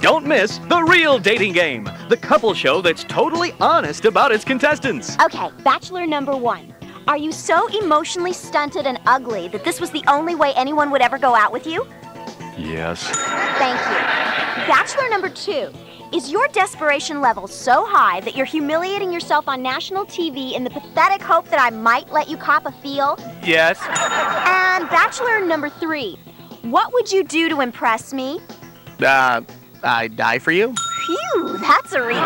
Don't miss The Real Dating Game, the couple show that's totally honest about its contestants.
Okay, bachelor number one. Are you so emotionally stunted and ugly that this was the only way anyone would ever go out with you?
Yes.
Thank you. Bachelor number two. Is your desperation level so high that you're humiliating yourself on national TV in the pathetic hope that I might let you cop a feel?
Yes.
And bachelor number three. What would you do to impress me?
Uh, I die for you?
Phew, that's a relief.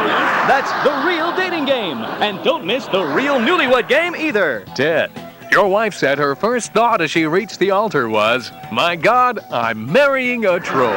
That's The Real Dating Game. And don't miss The Real Newlywed Game either.
Ted, your wife said her first thought as she reached the altar was, My God, I'm marrying a troll.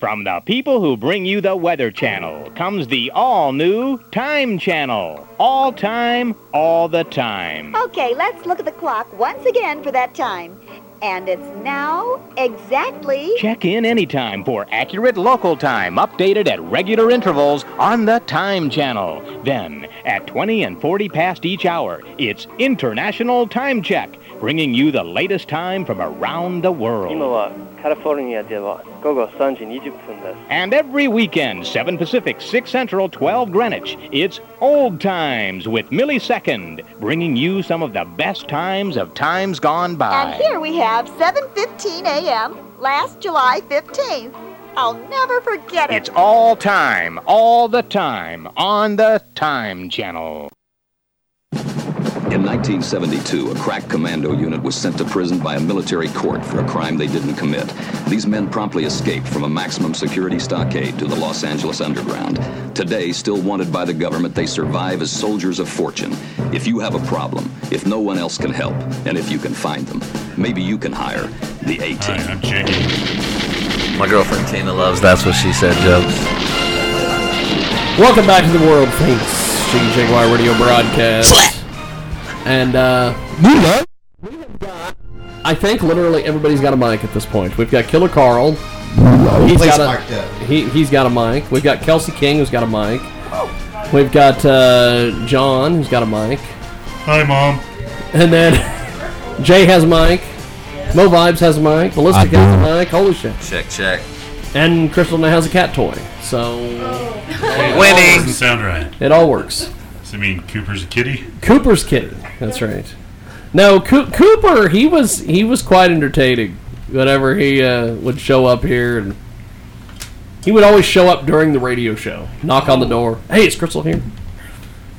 From the people who bring you the Weather Channel comes the all new Time Channel. All time, all the time.
Okay, let's look at the clock once again for that time. And it's now exactly.
Check in anytime for accurate local time updated at regular intervals on the Time Channel. Then, at 20 and 40 past each hour, it's International Time Check, bringing you the latest time from around the world.
今はカリフォルニアでは午後3時20分です。
And every weekend, 7 Pacific, 6 Central, 12 Greenwich, it's Old Times with Millie Second, bringing you some of the best times of times gone
And
by.
here we have 7:15 a.m. last July 15th. I'll never forget it.
It's all time, all the time, on the Time Channel.
In 1972, a crack commando unit was sent to prison by a military court for a crime they didn't commit. These men promptly escaped from a maximum security stockade to the Los Angeles underground. Today, still wanted by the government, they survive as soldiers of fortune. If you have a problem, if no one else can help, and if you can find them, maybe you can hire the A team.
My girlfriend Tina loves That's What She Said jokes.
Welcome back to the world famous Jiggy Jaguar Radio broadcast. And uh we have got I think literally everybody's got a mic at this point. We've got Killer Carl. He's
Please
got
mark that.
a, he, he's got a mic. We've got Kelsey King who's got a mic. We've got uh, John who's got a mic.
Hi, Mom.
And then Jay has a mic. Mo Vibes has a mic. Ballistic
I
has
do.
a mic. Holy shit.
Check, check.
And Crystal now has a cat toy. So
Hey,
Winning.
that Doesn't sound right.
it all works.
Does it mean Cooper's a kitty?
Cooper's kitty. That's right. No, Coo- Cooper. He was he was quite entertaining. Whenever he uh, would show up here, and he would always show up during the radio show. Knock on the door. Hey, is Crystal here?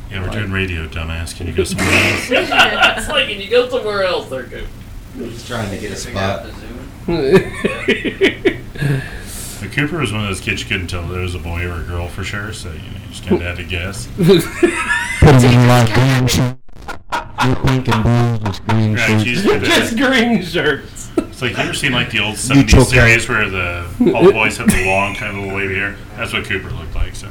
Yeah, we're doing radio, dumbass. Can you go somewhere else?
it's like if you go somewhere else, they're good.
He's trying to get
<laughs>
a spot.
The Cooper was one of those kids you couldn't tell if there was a boy or a girl for sure, so you, know, you just kind of had to
<laughs>
guess.
Put him in like green shirt. You're thinking blues with green
Right, she's
shirts.
good
<laughs>
at it.
green shirts.
It's like you ever seen like the old
choke
seventies
out.
series where the all the boys have the long kind of little wavy hair. That's what Cooper looked like. So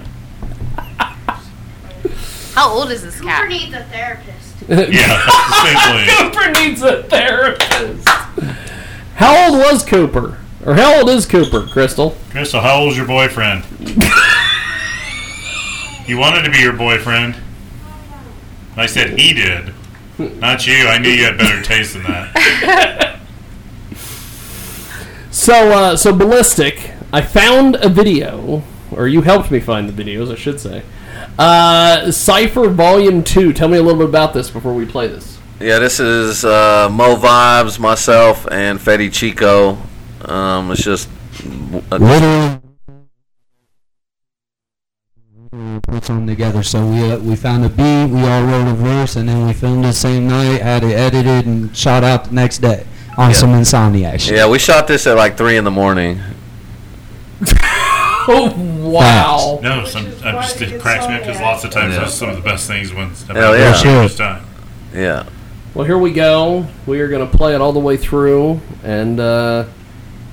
How old is this cat?
Cooper needs a therapist.
yeah,
<laughs>
same
Cooper needs a therapist. How old was Cooper? Or how old is Cooper, Crystal?
Crystal, how old's your
<laughs>
boyfriend? you wanted to be your boyfriend. And I said he did, not you. I knew you had better taste than that.
So, uh, so ballistic. I found a video, or you helped me find the videos, I should say. Uh, Cipher Volume Two. Tell me a little bit about this before we play this.
Yeah, this is uh, Mo Vibes, myself, and Fetty Chico. Um, it's just.
Literally put them together. So we uh, we found a beat, we all wrote a verse, and then we filmed the same night, had it edited, and shot out the next day on
Yeah.
some insomniac shit.
Yeah, we shot this at like 3 in the morning.
Oh wow!
No, some, I'm just, it cracks me up because lots of times
Yeah.
those are some of the best things when
Hell yeah.
first time.
Yeah.
Well, here we go. We are going to play it all the way through, and uh,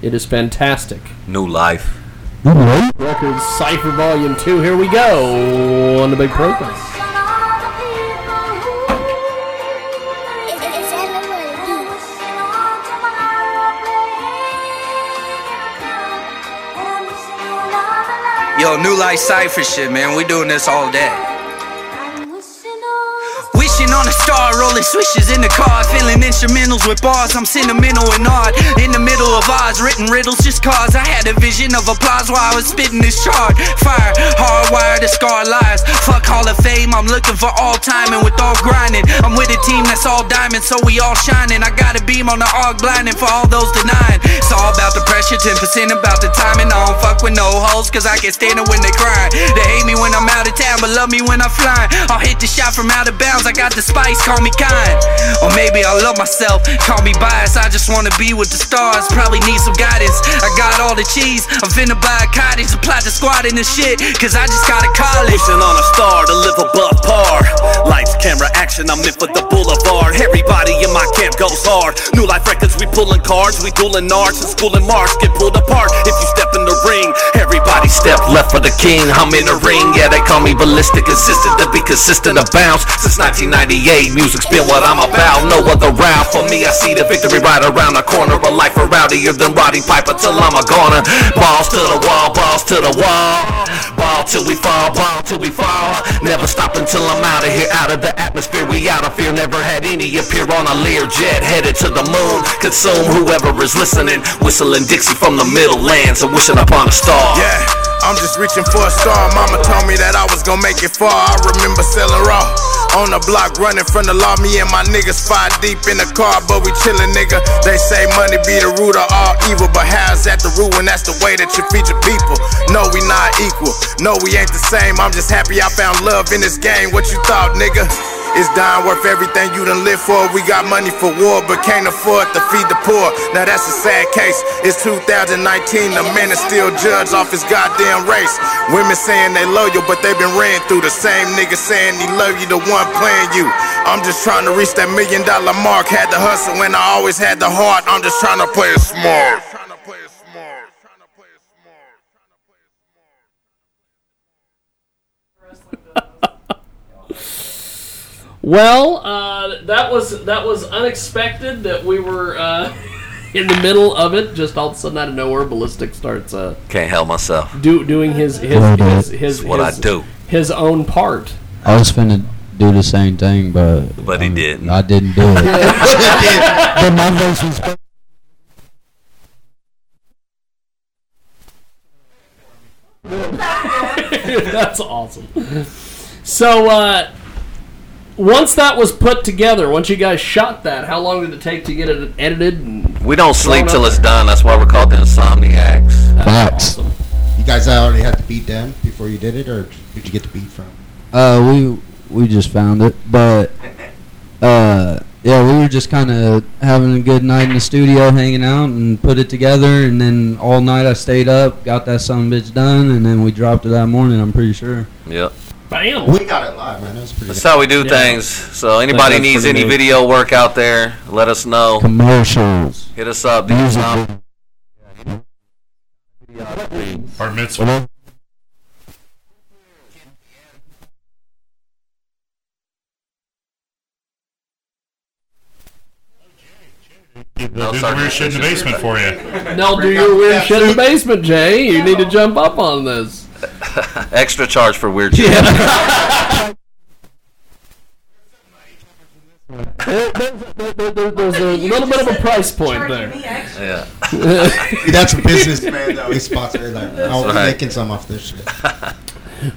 it is fantastic.
New life.
Records Cipher Volume Two. Here we go on the big program.
Yo, new life cipher shit, man. We doing this all day. Wishing on a star, rolling swishes in the car, filling instrumentals with bars. I'm sentimental and odd. In the middle of odds, written riddles just cause I had a vision of applause while I was spitting this chart. Fire, hardwired to scar lives. Fuck Hall of Fame, I'm looking for all time and with all grinding. I'm with a team that's all diamonds, so we all shining. I got a beam on the arc blinding for all those denying. It's all about the pressure, 10% about the timing. I don't fuck with no hoes, cause I can stand it when they cry. They hate me when I'm out of town, but love me when I'm flying. I'll hit the shot from out of bounds, I got the spice, call me kind. Or maybe I love myself, call me biased. I just wanna be with the stars, probably need some guidance. I got all the cheese, I'm finna buy a cottage, apply the squad and the shit, cause I just got a college.
Wishing on a star to live above par. Lights, camera, action, I'm in for the boulevard. Everybody in my camp goes hard. New life records, we pulling cards, we dueling nards. In school in March, get pulled apart if you step in the ring. Left for the king, I'm in the ring. Yeah, they call me ballistic, consistent to be consistent to bounce. Since 1998, music's been what I'm about. No other round for me. I see the victory right around the corner. A life for rowdier than Roddy Piper till I'm a goner. Balls to the wall, balls to the wall. Ball till we fall, ball till we fall. Never stop until I'm out of here, out of the atmosphere. We out of fear. Never had any appear on a Learjet headed to the moon. Consume whoever is listening. Whistling Dixie from the Middlelands and wishing upon a star.
Yeah, I'm just reaching for a star. Mama told me that I was gonna make it far. I remember selling raw. On the block, running from the law. Me and my niggas five deep in the car, but we chillin', nigga. They say money be the root of all evil, but how's that the root when that's the way that you feed your people? No, we not equal. No, we ain't the same. I'm just happy I found love in this game. What you thought, nigga? It's dying worth everything you done live for. We got money for war, but can't afford to feed the poor. Now that's a sad case. It's 2019, the man is still judged off his goddamn race. Women saying they love you, but they been ran through. The same nigga saying he love you, the one playing you. I'm just trying to reach that million dollar mark. Had the hustle and I always had the heart. I'm just trying to play it smart.
Well,
uh, that was that was unexpected that we were
<laughs>
uh, in the middle of it. Just all of a sudden, out of nowhere, ballistic starts uh,
Can't help myself.
do, doing his his
Well,
his, his,
that-
his
It's what I do.
his own part.
I was finna do the same thing, but um,
But he didn't.
I didn't do it. <laughs>
<laughs>
but my voice was.
<laughs> That's awesome. So uh, once that was put together, once you guys shot that, how long did it take to get it edited? And
<laughs> We don't sleep
thrown
till
up?
it's done. That's why we're called the Insomniacs.
Facts.
You guys already had the beat done before you did it, or did you get the beat from?
Uh, we we just found it, but uh, yeah, we were just kind of having a good night in the studio, hanging out, and put it together. And then all night I stayed up, got that son of a bitch done, and then we dropped it that morning. I'm pretty sure.
Yep.
Bam!
We got it live, man. That was pretty
That's how we do things. So anybody
that's
needs
pretty
any
neat.
video work out there, let us know.
Commercials.
Hit us up. The
Music
Insom-
Bar mitzvah. They'll do the weird shit in the basement <laughs> for you.
Now do your weird shit in the basement, Jay. You need to jump up on this.
Extra charge for weird shit. <laughs>
There- there- there- there- There's a little bit of a price point there.
Yeah.
<laughs>
That's a businessman, though. He's sponsored that. I'll be
right.
making some off this shit.
<laughs>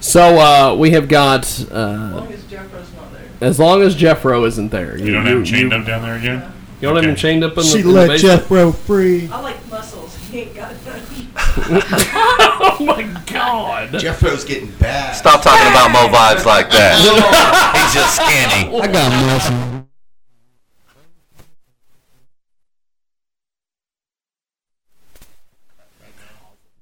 So uh, we have got. Uh, as long as Jeffro isn't there,
You don't have him chained up down there again?
You don't have him chained up in the,
She
in the
let
basement?
<laughs>
Jeffro free.
I like muscles. He ain't got none.
oh my god.
Jeffro's getting bad.
Stop talking about Mo vibes like that. He's just skinny.
I got muscle.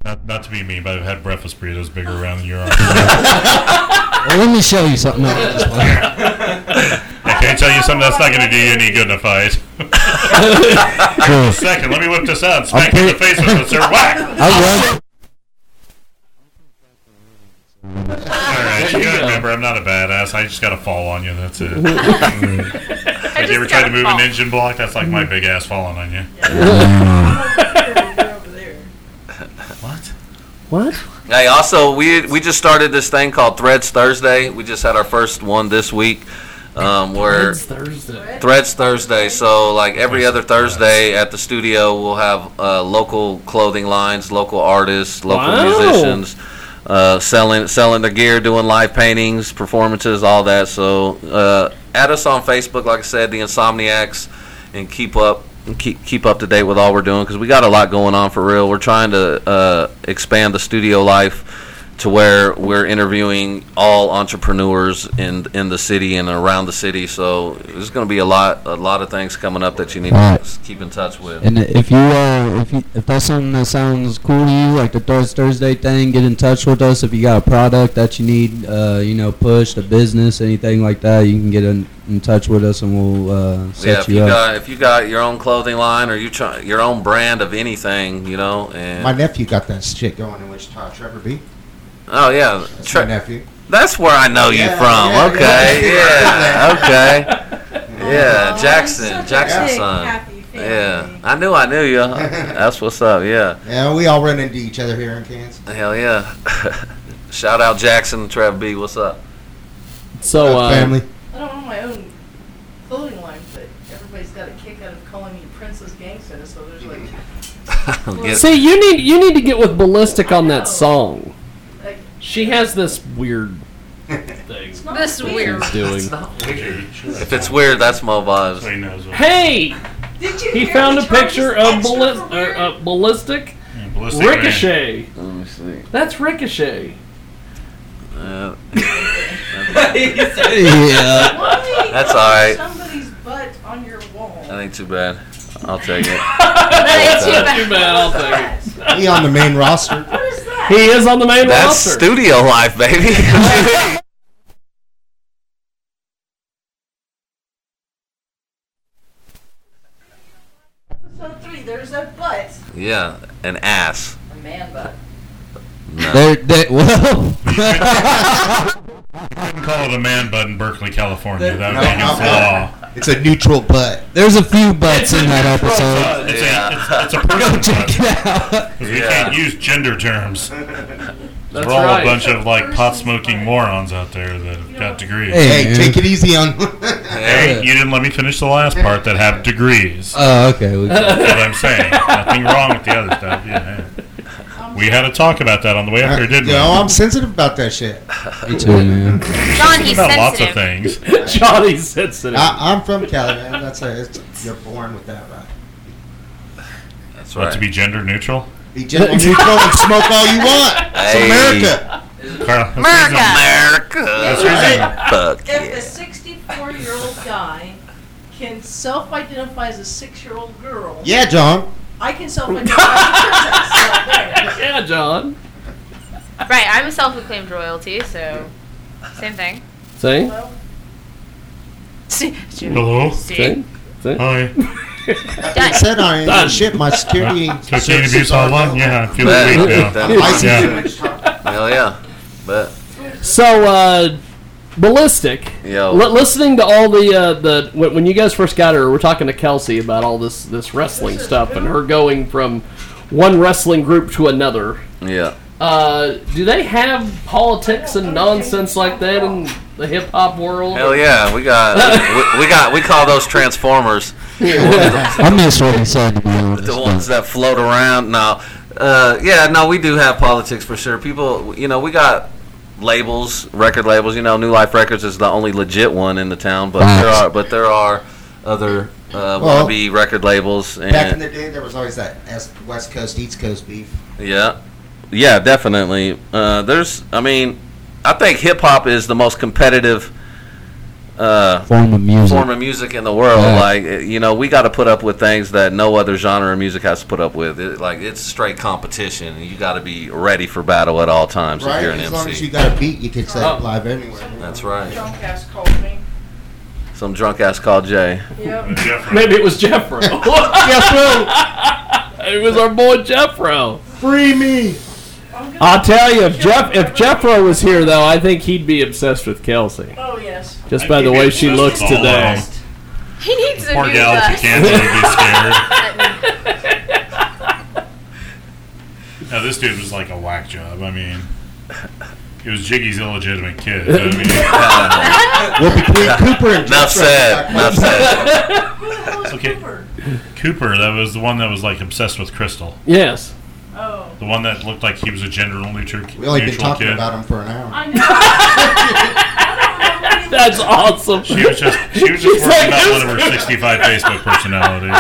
Not, not to be mean, but I've had breakfast burritos bigger around <laughs> than your arm.
Well, let me show you something. No, I'm just playing.
<laughs>
<laughs>
I can't tell you something that's not going to do you any good in a fight.
True.
Second, let me whip this out. and Smack you in the face with it, sir. Whack!
I
All right, you gotta remember, I'm not a badass. I just gotta fall on you. That's it.
<laughs>
Have you ever tried to move an engine block? That's like my big ass falling on you. <laughs> what?
What?
Hey, also we we just started this thing called Threads Thursday. We just had our first one this week. Um, where
Threads Thursday.
Threads Thursday. So like every other Thursday at the studio, we'll have uh, local clothing lines, local artists, local
Wow.
musicians uh, selling selling their gear, doing live paintings, performances, all that. So uh, add us on Facebook, like I said, the Insomniacs, and keep up and keep keep up to date with all we're doing because we got a lot going on for real. We're trying to uh, expand the studio life. To where we're interviewing all entrepreneurs in in the city and around the city, so there's going to be a lot a lot of things coming up that you need to
Right.
s- keep in touch with.
And if you uh, if you, if that's something that sounds cool to you, like the Thurs Thursday thing, get in touch with us. If you got a product that you need, uh, you know, pushed, a business, anything like that, you can get in, in touch with us, and we'll uh,
Yeah,
set
if you,
you up.
got if you got your own clothing line or you try, your own brand of anything, you know, and
My nephew got that shit going in Wichita. Trevor B.
Oh yeah,
That's my nephew.
That's where I know you
Yeah,
from.
yeah,
okay,
yeah.
yeah, okay, yeah. Jackson,
such a
Jackson's
big,
son. Yeah, I knew, I knew you. That's what's up. Yeah,
Yeah, we all run into each other here in Kansas.
hell yeah. <laughs> Shout out Jackson, Trev B. What's up?
So uh,
family.
I don't own my own clothing line, but everybody's got a kick out of calling me Princess Gangsta, so there's like,
Get-
See, you need you need to get with Ballistic on that song. She has this weird thing
This is weird.
she's doing.
If it's weird, that's Mo Vibes.
Hey,
Did you
He
hear
found
they
a
charge
picture
us
of
extra
ballis-
for
or, uh, ballistic,
Ballistic
ricochet.
Let me see.
That's
<laughs>
ricochet.
<laughs> Uh,
Why
That's all right.
Somebody's butt on your wall.
<laughs> That ain't too bad. I'll take it.
That ain't
Too bad. I'll take it.
He on the main roster.
<laughs> He is on the main
That's
roster.
studio life, baby.
Episode three, there's that butt.
yeah, an ass.
A man butt.
No.
They're, they well,
Couldn't call it a man butt in Berkeley, California. That would
No,
be against the law.
<laughs> It's a neutral butt.
there's a few butts in that episode.
It's, a,
<laughs>
it's, it's a person
check
butt.
it out.
'Cause We can't use gender terms.
<laughs>
'Cause
That's
we're all
right.
a bunch of like pot smoking morons out there that have got degrees.
Hey, take it easy on. <laughs>
Hey, you didn't let me finish the last part that have degrees.
Oh, okay. We
That's what I'm saying. Nothing wrong with the other stuff. Yeah. yeah. We had a talk about that on the way up here, didn't we?
no, I'm sensitive about
<laughs>
that shit.
Me too, man.
John, he's
about lots
sensitive.
of things.
Johnny sensitive.
I, I'm from Cali, man. That's a, it's, you're born with that, right?
That's
But to
right.
be gender neutral.
Be gentle, neutral, and smoke all you want. It's
Hey.
America.
Carl,
America.
That's right.
Fuck.
If a 64 year old guy can self identify as a 6 year old girl,
Yeah, John.
I can self identify as a princess.
Yeah, John.
<laughs> Right, I'm a self-acclaimed royalty, so same thing.
See?
Hello.
See? See?
Hi.
<laughs> I said I ain't shit. My security.
Cocaine
services
abuse
are
hotline.
available.
Yeah, I feel
Man,
weak now.
that-
Yeah.
Hell yeah. But
So, uh, ballistic.
Yo.
Li- listening to all the uh, the when, when you guys first got her, we're talking to Kelsey about all this this wrestling stuff and her going from one wrestling group to another.
yeah.
Uh, do they have politics and nonsense like that in the hip hop world?
Hell yeah. We got we, we got we call those transformers.
<laughs>
I miss what he said to be honest.
the ones that float around. No, uh, yeah, no, we do have politics for sure. People, you know, we got labels, record labels. You know, New Life Records is the only legit one in the town, but there are, but there are other uh,
Well,
wannabe record labels. And,
Back in the day, there was always that S- West Coast, East Coast beef.
Yeah, yeah, definitely. Uh, there's, I mean, I think hip hop is the most competitive uh,
Form of music.
form of music in the world.
Yeah.
Like, eh, you know, we got to put up with things that no other genre of music has to put up with. It, like, it's straight competition. You got to be ready for battle at all times
Right?
if you're an
as
MC.
long as you got a beat, you can set
Oh.
it live anywhere.
That's right.
Drunk ass called me.
Some drunk ass called Jay.
Uh,
Yep.
Jeffrey.
Maybe it was <laughs> Jeffro. It was our boy Jeffro.
Free me.
I'll tell you, if Jeff if Jeffro was here though, I think he'd be obsessed with Kelsey.
Oh, yes.
Just by the way she looks today.
He needs a
Poor
new
gal
butt.
if you can, would be
<laughs>
<laughs>
scared.
<laughs>
now this dude was like a whack job. I mean, he was Jiggy's illegitimate kid. I mean,
<laughs> Well, between Cooper and
Enough said. Enough said.
<laughs> okay, Cooper, that was the one that was like obsessed with Crystal.
Yes.
Oh.
The one that looked like he was a gender neutral,
We only been
neutral
talking
kid.
about him for an hour.
I know.
That's awesome.
She was just she was
<laughs> She's
just working
like,
out one of her
"Who's
65
Cooper?"
Facebook personalities.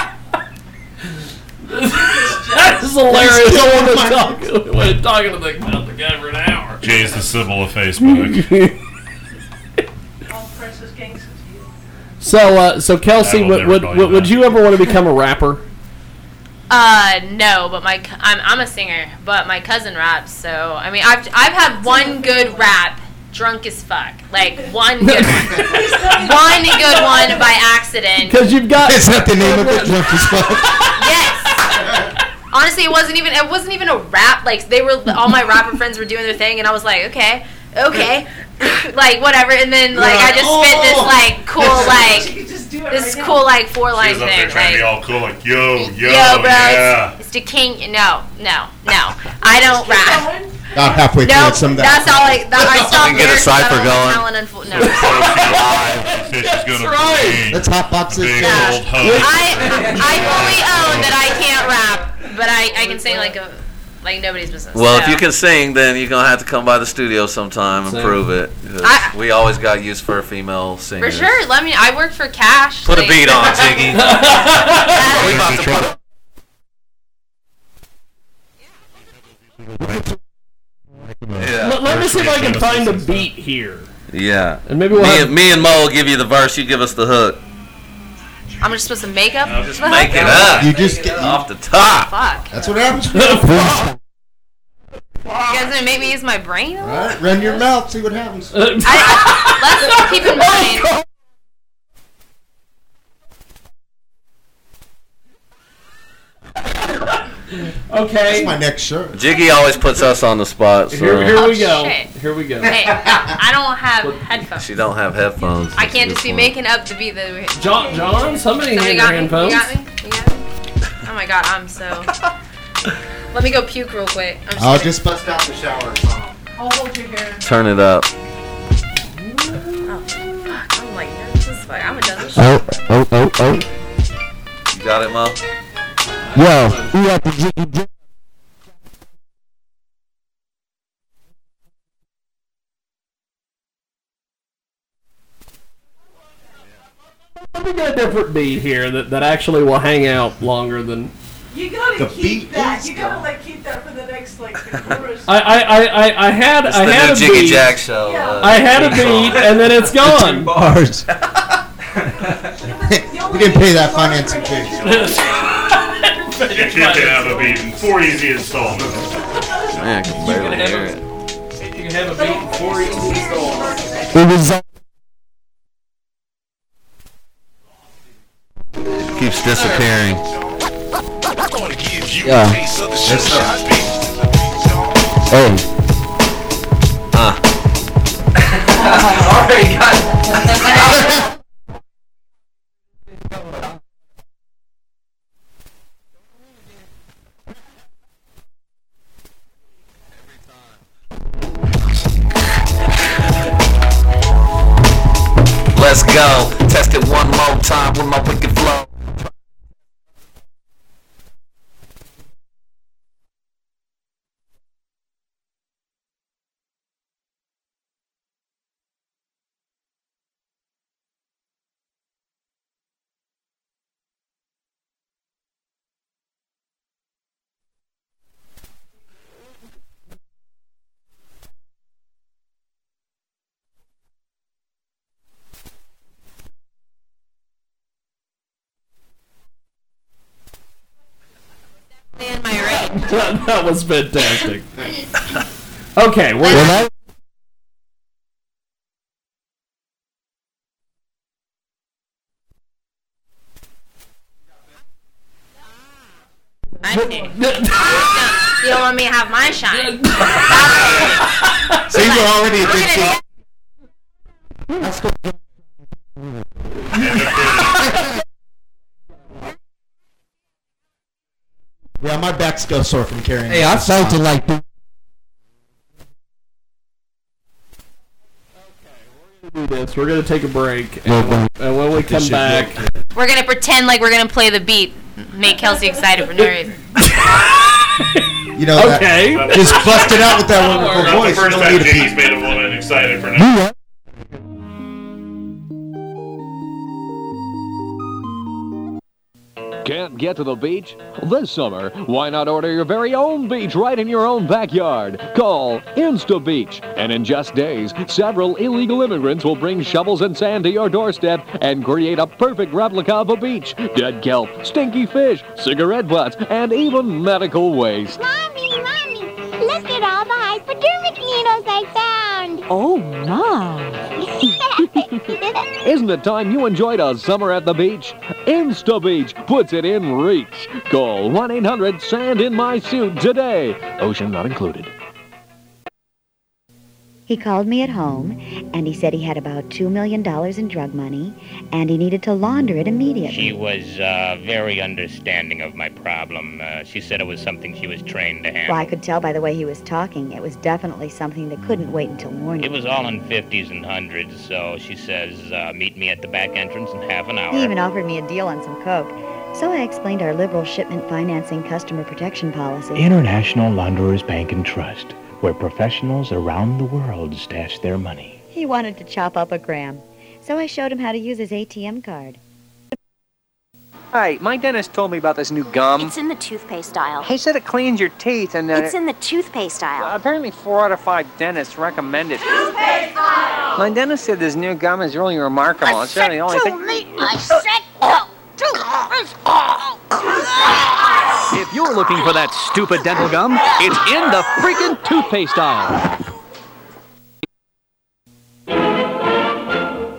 <laughs> That is hilarious. I want to talk we're talking to the, about the guy for an hour.
Jay's the Sybil of Facebook.
All Princess Gangsta to you.
So uh, so Kelsey,
That'll
would
never
would,
call
would,
you
would
that.
you ever want to become a rapper?
Uh, no, but my c- I'm I'm a singer, but my cousin raps. So I mean, I've I've had one good rap, drunk as fuck, like one good one, one good one by accident.
Because you've got <laughs>
Is that the name of it? Drunk as fuck.
Yes, honestly, it wasn't even it wasn't even a rap. Like they were all my rapper friends were doing their thing, and I was like, okay, okay, like whatever. And then like I just spit this like cool like this cool like four
She
line
was up there trying
thing.
to be
Like,
all cool, like, yo, yo,
yo, bro,
yeah.
it's, it's the king. No, no, no, I don't rap.
Not halfway through
No,
it, some of
that's all. Like
<laughs>
that, I stopped
get a
lyrics, I don't
cipher
want
going.
Talent unfo- no.
That's
right.
Let's hot box this down.
I I fully own that I can't rap, but I, I can sing like a like nobody's business.
Well, if
so.
you can sing, then you're gonna have to come by the studio sometime and
Sing.
prove it. 'cause
I-
we always got use for female singers.
For sure. Let me. I work for cash.
Put a
like-
beat on,
<laughs>
Ziggy. <laughs> we about to put. Yeah.
Let, let me see if I can find the beat here.
Yeah.
And maybe we'll
me,
have-
and, me and Mo will give you the verse. You give us the hook.
I'm just supposed to make up.
Just
<laughs>
make it up. You just get off the top.
Fuck.
That's what happens. All
You guys gonna make me use my brain? a lot?
right, run your mouth, see
<laughs>
what happens.
Let's keep
<laughs>
in
Oh,
mind.
Okay.
That's my next shirt.
Jiggy always puts us on the spot. So
Here, here we
Oh,
go.
shit.
Here we go.
Hey, I don't have headphones.
She don't have headphones.
I can't just
This
be
one.
making up to be the.
John, John, somebody hand your
got me. You
handphones.
got me. You got me. Oh my god,
<laughs>
I'm so. Let me go puke real quick. I'm just
I'll
kidding.
just
bust out the shower song.
I'll hold your hair.
Turn it up.
Oh, fuck. I'm like nervous as fuck. I'm a done this
Oh, oh, oh, oh.
You got it, Mo.
Yo, we got the jiggy jig.
Let me get a different beat here that, that actually will hang out longer than.
You gotta
The
keep
beat
that.
is
You gotta like keep that for the next like
<laughs>
the chorus.
I I, I, I, I had
It's
I
the
had
new
a
Jiggy
beat.
Jack show. uh,
I had a beat and then
<laughs>
it's gone.
Bars. we didn't pay that financing fee.
You can't get out of a beat in four easy installments.
Man, I can barely hear it.
You can have a beat in four easy installs.
It was.
uh,
Keeps disappearing.
Yeah. Oh.
Uh. Let's go. Test it one more time with my wicked flow.
<laughs> that, that was fantastic. Okay, we're.
I can't. <laughs> you don't want me to have
<laughs>
my shine.
So you were already a
We're
big
gonna
deal. Yeah, my back's go sore from carrying.
Hey, I felt it like. th-
do this. We're gonna take a break, and, and when we come back,
We're gonna pretend like we're gonna play the beat. Make Kelsey
<laughs>
excited for no reason.
You know, that-
Okay.
just busted out with that
Not
wonderful voice.
the first
Don't
time
need a
Jenny's
beat.
made a woman excited for
You
nothing.
are-
Can't get to the beach? This summer, why not order your very own beach right in your own backyard? Call Insta Beach, and in just days, several illegal immigrants will bring shovels and sand to your doorstep and create a perfect replica of a beach. Dead kelp, stinky fish, cigarette butts, and even medical waste.
uh,
Mommy, mommy, look at all the hypodermic needles I found. Oh my.
<laughs> Isn't it time you enjoyed a summer at the beach? InstaBeach puts it in reach. Call 1-800-SAND-IN-MY-SUIT today. Ocean not included.
He called me at home and he said he had about $2 million in drug money and he needed to launder it immediately.
She was uh, very understanding of my problem. Uh, she said it was something she was trained to handle.
Well, I could tell by the way he was talking, it was definitely something that couldn't wait until morning.
It was all in 50s and 100s, so she says, uh, meet me at the back entrance in half an hour.
He even offered me a deal on some coke. So I explained our liberal shipment financing customer protection policy.
International Launderers Bank and Trust, where professionals around the world stash their money.
He wanted to chop up a gram. So I showed him how to use his ATM card.
Hi, my dentist told me about this new gum.
It's in the toothpaste aisle.
He said it cleans your teeth and uh,
It's in the toothpaste aisle.
apparently four out of five dentists recommend it. My dentist said this new gum is really remarkable. it's really the only thing.
I said
If you're looking for that stupid dental gum, it's in the freaking toothpaste aisle.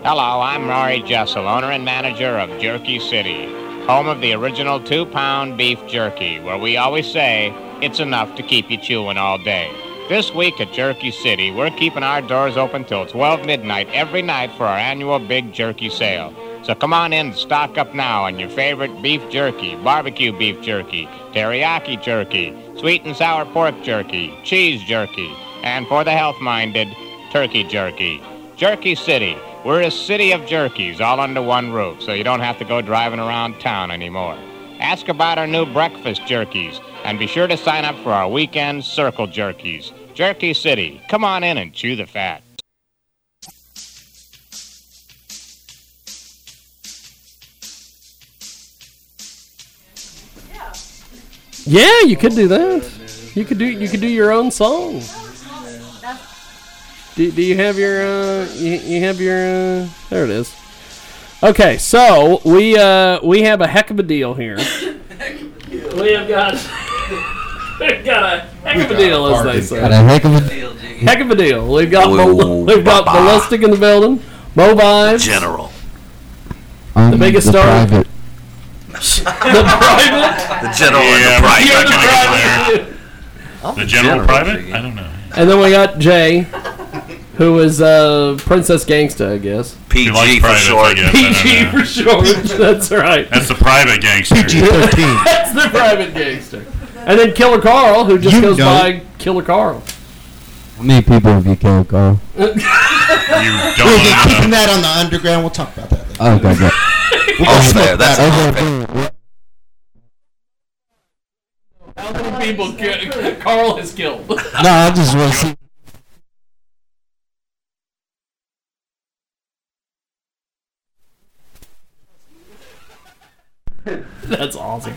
Hello, I'm Rory Jessel, owner and manager of Jerky City, home of the original two pound beef jerky, where we always say it's enough to keep you chewing all day. This week at Jerky City, we're keeping our doors open till 12 midnight every night for our annual Big Jerky Sale. So come on in and stock up now on your favorite beef jerky, barbecue beef jerky, teriyaki jerky, sweet and sour pork jerky, cheese jerky, and for the health minded, turkey jerky. Jerky City. We're a city of jerkies all under one roof, so you don't have to go driving around town anymore. Ask about our new breakfast jerkies, and be sure to sign up for our weekend circle jerkies. Jerky City. Come on in and chew the fat.
Yeah, you could do that. You could do you could do your own song. Do, do you have your uh you, you have your uh there it is. Okay, so we uh we have a heck of a deal here.
We
<laughs>
have got, we've got a heck of a deal, as they say.
Got a heck of a deal, Heck of a deal. We've got Mo- we've got Ballistic in the building, Movive, General, the biggest
the
star,
private.
the private,
The general and the Yeah, private.
You're
I
the
think
private.
The general private? I don't know.
And then we got Jay, who is uh, Princess Gangsta, I guess.
PG like for short.
PG for short. <laughs> That's right.
That's the private gangster.
<laughs> That's the private gangster. And then Killer Carl, who just
You
goes
know.
by Killer Carl.
How many people have you killed, Carl?
<laughs> We'll be keeping that on the underground. We'll talk about that.
Oh, okay, good.
Off
there,
Oh, that's
How
<laughs>
many people ki- Carl has killed? no,
No, I just want to see.
That's awesome.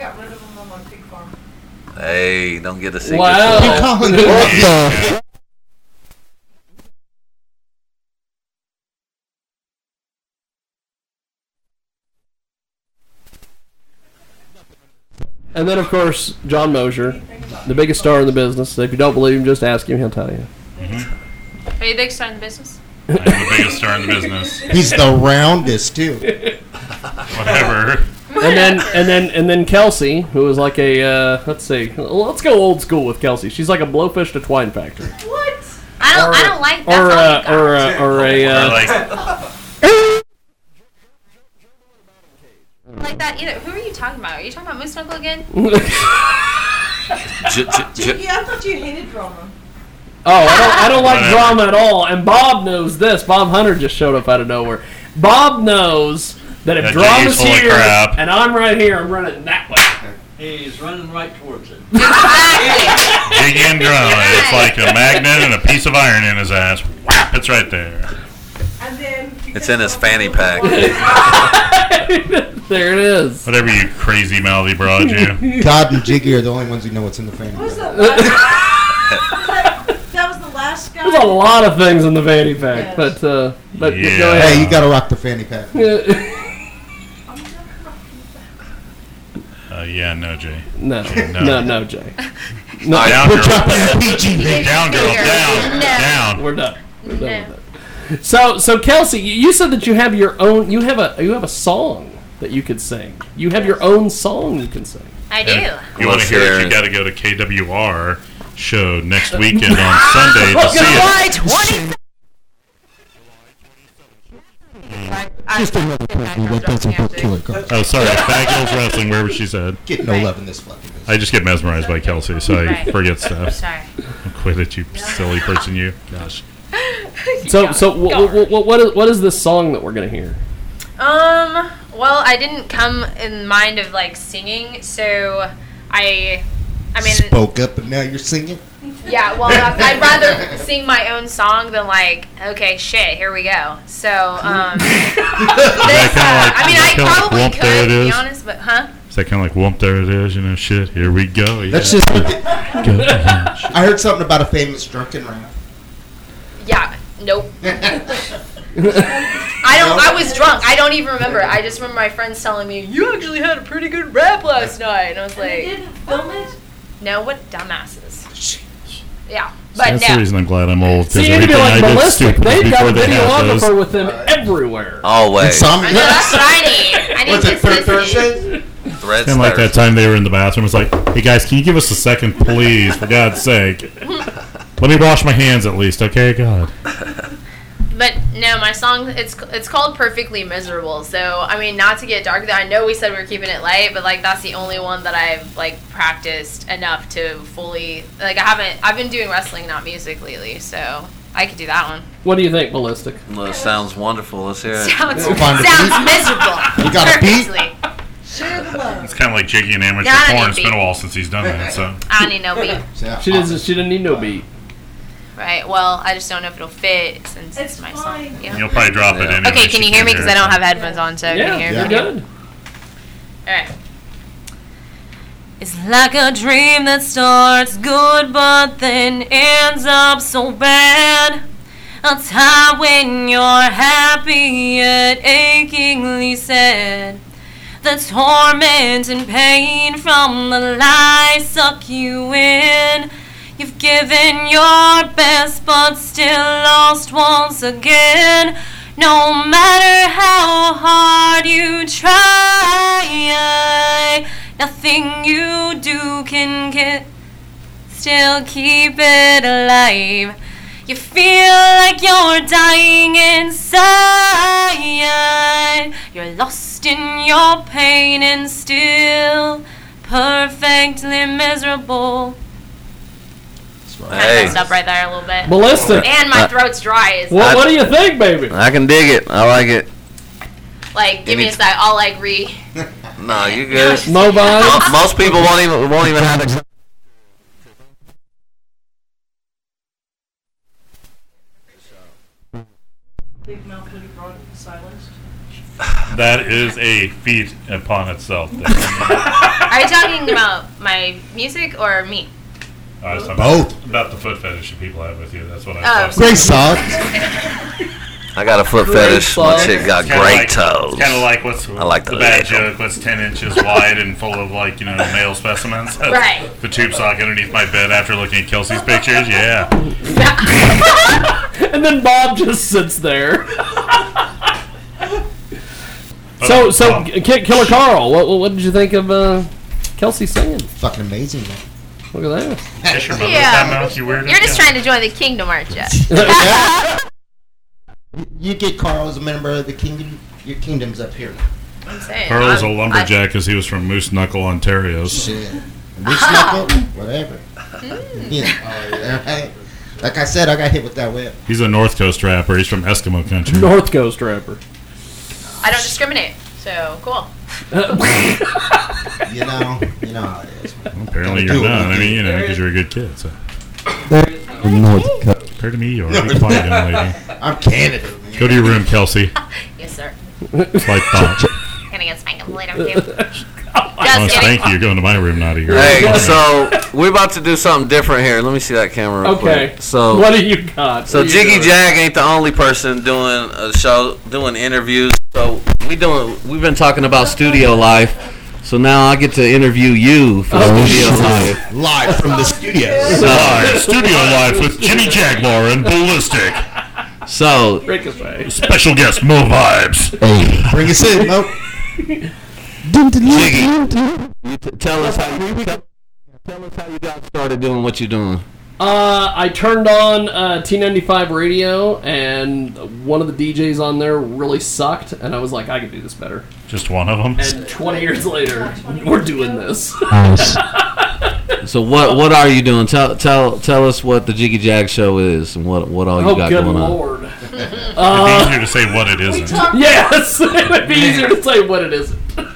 Hey, don't get a secret.
Wow.
sauce.
You calling <laughs> it- What And then, of course, John Mosher, the biggest star in the business. If you don't believe him, just ask him; he'll tell you.
Are you the biggest star in the business?
I'm the biggest star in the business.
He's the roundest too.
Whatever.
and then and then and then Kelsey, who was like a uh, let's see, let's go old school with Kelsey. She's like a blowfish to twine factor,
What? I don't. I don't like that.
or uh, or uh, or a uh,
Or
<laughs>
like that either. Who are you talking about? Are you talking about Moose Knuckle again?
J- j- j-
Yeah, I thought you hated drama.
Oh, I don't, I don't like
Whatever.
drama at all. And Bob knows this. Bob Hunter just showed up out of nowhere. Bob knows that if
Yeah, Jay's
drama's
full of
here
crap.
and I'm right here, I'm running that way.
He's running right towards it.
Dig in drama. It's like a magnet and a piece of iron in his ass. Whap, it's right there.
It's in his fanny pack.
<laughs> there it is.
Whatever you crazy mouthy broad you.
<laughs> Todd and Jiggy are the only ones who know what's in the family.
Who's that last- That was the last guy.
<laughs> There's a lot of things in the fanny pack, but uh, but but go ahead.
Hey, you gotta rock the fanny pack.
Uh, yeah, no, Jay.
No,
Jay,
no, no, Jay.
Down, girl.
We're
Down, girl. Down.
We're done. We're done with it. So so Kelsey, you you said that you have your own. You have a you have a song that you could sing. You have your own song you can sing.
I do. <laughs>
You want to hear it? You got to go to KWR show
<laughs>
next weekend on Sunday to see it.
July 20.
Just another person that doesn't put killer cards.
Oh, sorry. Fangirls Wrestling, wherever she said.
Get no love in this fucking
I just get mesmerized by Kelsey, so I
Right.
forget stuff.
Sorry.
Quit it, you silly person, you. Gosh.
So so what what, what, what, is, what is this song that we're gonna hear?
Um. Well, I didn't come in mind of like singing, so I. I mean,
spoke up, and now you're singing.
yeah. Well, I'd I'd rather sing my own song than like, okay, shit, here we go. So, um,
Is that
I mean, I
kinda like- is that kinda like
probably
Whoop,
could,
there it
to be
is?
honest, but huh?
Is that kind of like, whoop, there it is, you know, shit, here we go. Yeah.
That's just.
Go.
<laughs> I heard something about a famous drunken rap.
Yeah. Nope. I don't. I was drunk. I don't even remember. I just remember my friends telling me you actually had a pretty good rap last night, and I was like, didn't film it? No, what dumbasses? Yeah, but
That's
no.
the reason I'm glad I'm old. 'cause
See, you'd be
everything
like
I did
ballistic.
stupid
They've got
before
a
they had those.
videographer with them everywhere.
Always.
I know that's what I need. I need
it,
consistency.
Threads
And like
there.
that time they were in the bathroom, it's like, hey guys, can you give us a second, please, for
<laughs>
God's sake? Let me wash my hands at least, okay? God.
But no, my song it's it's called Perfectly Miserable. So I mean, not to get dark. I know we said we were keeping it light, but like that's the only one that I've like practiced enough to fully like I haven't. I've been doing wrestling, not music lately, so I could do that one. <laughs>
What do you think, ballistic?
Well, it sounds wonderful. Let's hear it.
Sounds,
Find a
sounds miserable.
You got a beat?
Perfectly.
It's kind of like Jiggy and amateur
Not
porn.
an
It's been a
EP.
while since he's done that,
<laughs>
so.
I don't need no beat.
She doesn't. She didn't need no beat.
Right. Well, I just don't know if it'll fit since it's, my song. Yeah.
You'll probably drop it anyway.
Okay, can
She
you hear me?
can't
Because I don't have headphones on, so
Yeah,
can you hear me?
you're good.
All right. It's like a dream that starts good but then ends up so bad. A time when you're happy yet achingly sad. The torment and pain from the lies suck you in. You've given your best but still lost once again. No matter how hard you try, nothing you do can get still keep it alive. You feel like you're dying inside. You're lost in your pain and still perfectly miserable. I messed up right there a little bit.
Melissa.
And my throat's dry. as
uh, What- what do you
think, baby?
I can dig it. I like it.
Like, give me a
Any-
sec. I'll like re.
No, you good.
Mobile.
Mo- Most people won't even won't even have a
Big mouth would have brought it to silence.
That is a feat upon itself.
<laughs> Are you talking about my music or me?
I was talking
Both.
About the foot fetish that people have with you. That's what I
Oh,
was
sorry. Great
sock.
<laughs>
I got a foot
Great
fetish. My
sock.
chick got
It's kinda
great
like-
toes.
It's kind of like what's
I like
the
to
bad
lick 'em.
joke. What's ten
<laughs>
inches wide and full of like you know male specimens. <laughs> That's
Right.
The tube sock underneath my bed after looking
<laughs>
at Kelsey's pictures. Yeah.
and then Bob just
<laughs>
sits there. so so K- Killer Carl, what, what did you think of uh, Kelsey singing?
Fucking amazing. Man.
Look at that.
Kiss your mother with
Yeah.
that mouth, you weirdo.
You're just trying to join the kingdom, aren't you?
You get Carl as a member of the kingdom. Your kingdom's up here. now.
I'm saying.
Carl is a
I'm-
lumberjack because he was from Moose Knuckle, Ontario.
Rich knuckle, whatever. Yeah. Alright. Like I said, I got hit with that whip.
He's a North Coast rapper. He's from Eskimo country.
North Coast rapper.
I don't discriminate, so
<laughs>
cool.
You know, you know how it is.
Apparently you're not. I mean, you know, because you're a good kid. So. Compared
<laughs>
to me, you are. Be quiet, young lady.
I'm Canada. Man.
Go to your room, Kelsey.
<laughs> Yes, sir.
It's like that.
<laughs>
Gonna get spanked later, too.
<laughs>
Just
Oh,
kidding.
thank you. You're going to my room, not to yours.
Hey, so we're about to do something different here. Let me see that camera. Real
Okay.
Quick. So
What do you got?
So
What do you
Jiggy
got?
Jag ain't the only person doing a show, doing interviews. So we doing. We've been talking about studio life. So now I get to interview you for
Oh,
studio life.
Live from the studio.
So-
Live studio life with Jimmy Jaguar and Ballistic.
So
Ricochet.
Special guest Mo Vibes.
Bring us in, Mo.
Jiggy, you t- tell us how you tell, tell us how you got started doing what you're doing.
Uh, I turned on uh, T95 radio, and one of the DJs on there really sucked, and I was like, I can do this better.
Just one of them.
And 20 years later, we're doing this. <laughs>
So
Uh,
what what are you doing? Tell tell tell us what the Jiggy Jag show is and what what all you
oh,
got
good
going on.
lord.
<laughs>
It'd
Uh,
be easier to say what it isn't.
yes, <laughs> it would be easier to say what it isn't.
<laughs>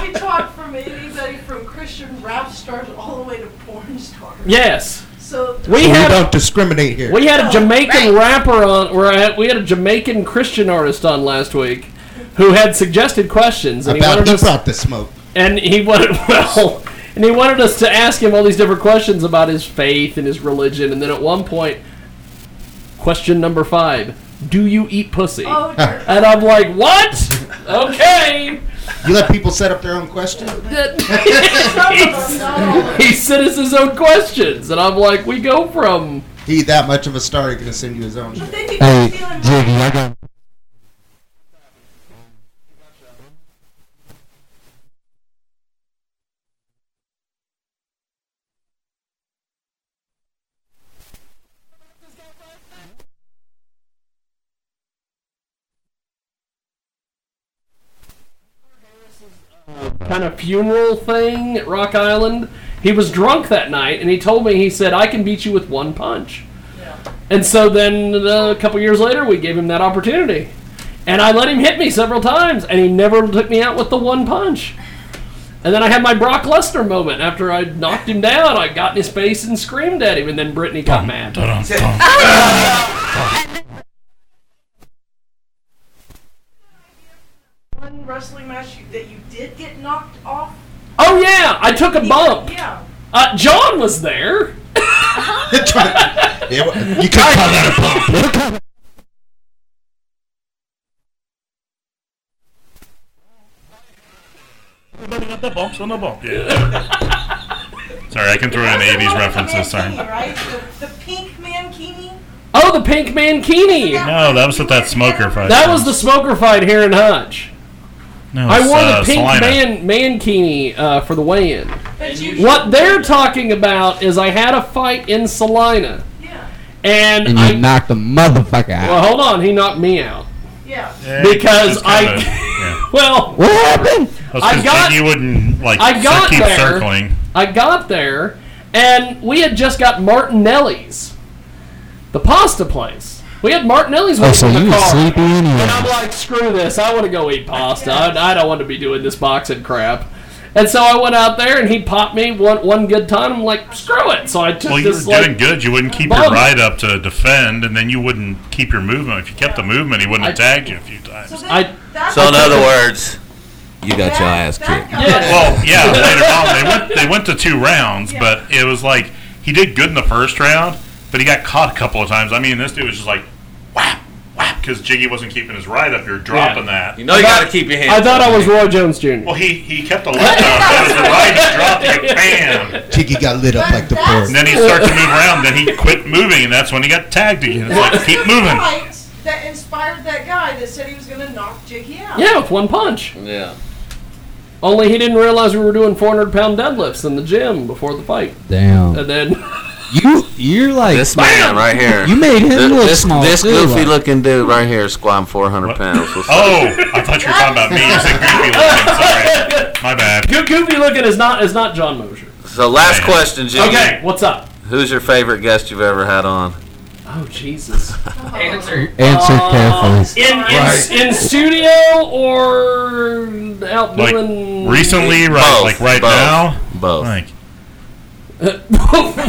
We talk from anybody from Christian rap stars all the way to porn stars.
Yes.
So
We
we
have-
don't discriminate here.
We
Oh,
had a Jamaican rapper on, or a- we had a Jamaican Christian artist on last week who had suggested questions. And he
about
wanted
he
us,
brought the smoke.
and he wanted <laughs> well, and he wanted us to ask him all these different questions about his faith and his religion, and then at one point, question number five: Do you eat pussy?
<laughs>
Oh, dear.
and I'm like, what? Okay.
You let people set up their own
<laughs>
question.
<laughs>
he sent us his own questions, and I'm like, we go from
He that much of a star, he gonna send you his own.
Hey,
Jiggy, I got.
kind of funeral thing at Rock Island. He was drunk that night, and he told me he said, "I can beat you with one punch." And so then uh, a couple years later, we gave him that opportunity, and I let him hit me several times, and he never took me out with the one punch. And then I had my Brock Lesnar moment after I knocked him down. I got in his face and screamed at him, and then Brittany got mad.
One wrestling match you, that you did get knocked off.
Oh yeah, I took a bump.
Yeah.
Uh, John was there. <laughs>
You could call that a bump.
Everybody got the bumps on the bump, yeah. Sorry, I can throw in an 80s reference this time.
Right? The, the pink mankini.
Oh, the pink mankini.
No, that was at that smoker fight.
That was the smoker fight here in Hutch.
No,
I
it's,
wore
uh,
the pink
Salina.
man mankini uh, for the weigh-in.
you-
What they're talking about is I had a fight in Salina,
And
and,
you
I
knocked the motherfucker out.
well, hold on, he knocked me out.
Yeah.
Because
it's
I,
kinda-
<laughs> well,
what happened?
That's
I
'cause
got
Jiggy wouldn't like
I got
keep
there.
circling.
I got there, and we had just got Martinelli's, the pasta place. We had Martinelli's
Oh,
waiting
so
in
you
the
were
car.
sleepy anyway.
And I'm like, screw this. I want to go eat pasta. I, I don't want to be doing this boxing crap. And so I went out there, and he popped me one one good time. I'm like, screw it. So I took
Well, you were
this
doing
like
good. You wouldn't keep your
bump.
ride up to defend, and then you wouldn't keep your movement. If you kept the movement, he wouldn't have tagged you a few times.
I,
So in other words, you got your ass kicked.
Well, yeah,
<laughs>
later on they went they went to two rounds, but it was like he did good in the first round, but he got caught a couple of times. I mean, this dude was just like whap whap because Jiggy wasn't keeping his right up. You're dropping that.
You know you got to keep your hands.
I thought I was Roy Jones Jr.
Well, he he kept the left
<laughs>
up. That was the right he dropped. He got bam.
Jiggy got lit up like the pork.
And then he started to move around. Then he quit moving, and that's when he got tagged again. It's like keep
<laughs>
moving.
Fight that inspired that guy that said he was gonna knock Jiggy out.
yeah with one punch.
Yeah.
Only he didn't realize we were doing 400 pound deadlifts in the gym before the fight.
Damn.
And then
You you're like
This man right here.
You made him
Th-
look
this,
small
This
too,
goofy
like-
looking dude right here is squatting 400
<laughs>
pounds. What's up?
Oh, I thought you were talking about me. You said goofy looking. Sorry, my bad.
Go- <laughs> Goofy looking is not is not John Mosher.
So last question, Jimmy.
Okay, what's up?
Who's your favorite guest you've ever had on?
Oh Jesus!
Answer.
Answer
Uh,
carefully.
Uh, In in,
Right.
in studio or out
Like
doing
recently, right?
Both,
like right
both,
now?
Both.
Like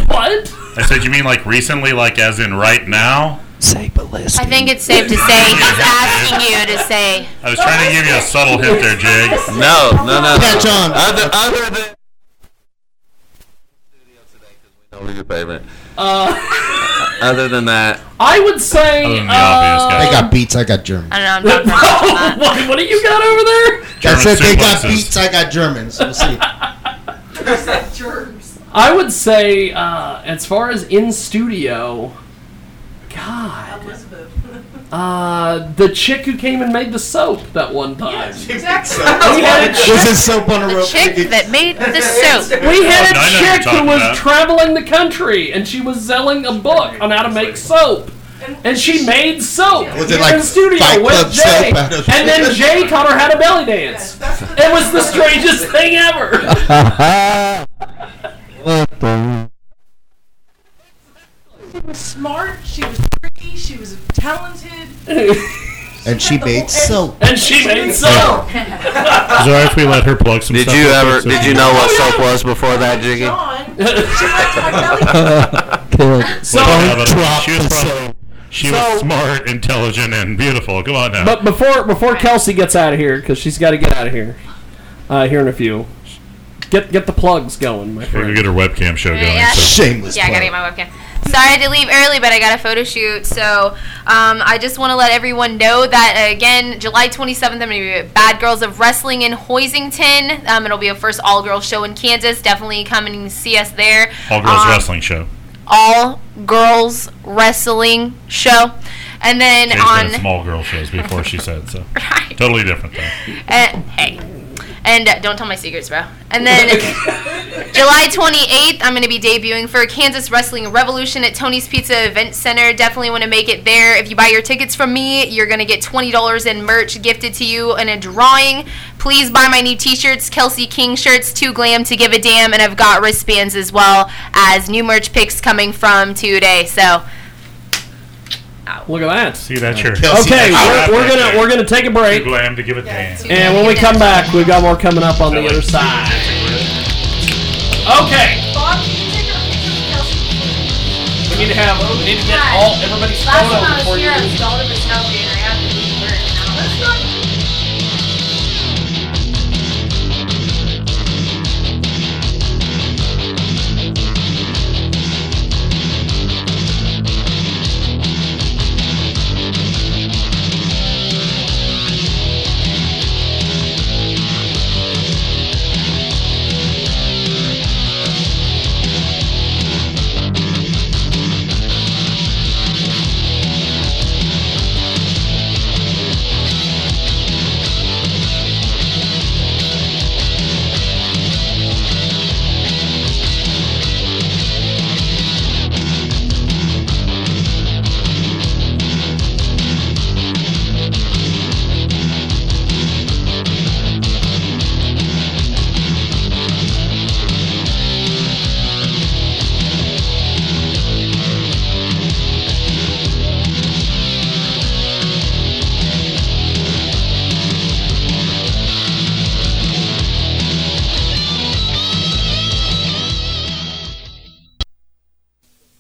what?
I said, you mean like recently, like as in right now?
Say
I think it's safe to say he's asking you to say.
I was trying to give you a subtle hint there, Jig.
No, no, no.
Yeah, John.
Other, other than. Who's your favorite?
Uh,
Other than that,
I would say.
than the
Uh,
I got beats. I got Germans.
I don't know.
<laughs> Oh
I'm not
what, <laughs> what do you got over there?
I said they got
suplexes.
beats. I got Germans. We'll see.
I would say uh, as far as in studio. God.
Elizabeth.
Uh, the chick who came and made the soap that one time.
exactly.
We had a chick-
chick that made the soap.
We had a
Oh, I know
you're
chick who
talking
was
about.
traveling the country, and she was selling a book on how to make soap. And she made soap
Was it
here
like
in the studio
Fight Club
with Jay.
soap out of-
And
<laughs>
then Jay taught her how to belly dance. It was the strangest thing ever.
what the?
She was smart. She was pretty. She was talented.
And she made soap.
And she made soap.
Is it alright if we let her plug some
Did
stuff
you
real
ever?
quick?
Did you know what
Oh,
soap was before that, Jiggy?
<laughs> So,
Don't drop
she was, prob- she was
So-
smart, intelligent, and beautiful. Come on now.
But before before Kelsey gets out of here, because she's got to get out of here uh, here in a few, get get the plugs going, my
We're gonna
friend.
get her webcam show going.
Yeah.
so-
Yeah, I gotta get my webcam. Sorry I had to leave early, but I got a photo shoot. So um, I just want to let everyone know that uh, again, July 27th, I'm gonna be at Bad Girls of Wrestling in Hoisington. Um, it'll be a first all girl show in Kansas. Definitely come and see us there.
All girls
Um,
wrestling show.
All girls wrestling show, and then
Jay's
on.
been at small girl shows before she said
<laughs>
so. Totally different though.
And, hey. And uh, don't tell my secrets, bro. And then July 28th, I'm going to be debuting for Kansas Wrestling Revolution at Tony's Pizza Event Center. Definitely want to make it there. If you buy your tickets from me, you're going to get $20 in merch gifted to you in a drawing. Please buy my new t shirts, Kelsey King shirts, Too Glam to Give a Damn, and I've got wristbands as well as new merch picks coming from today. So,
Look at that.
See that shirt.
Okay, we're, we're gonna we're gonna take a break,
glam to give a damn.
and when we come back, we've got more coming up on the other side. Okay. We need to have we need to get all everybody's
Last time
photo
I
before
was
you.
here, I was all over tailgate. I had to leave work. and I was like-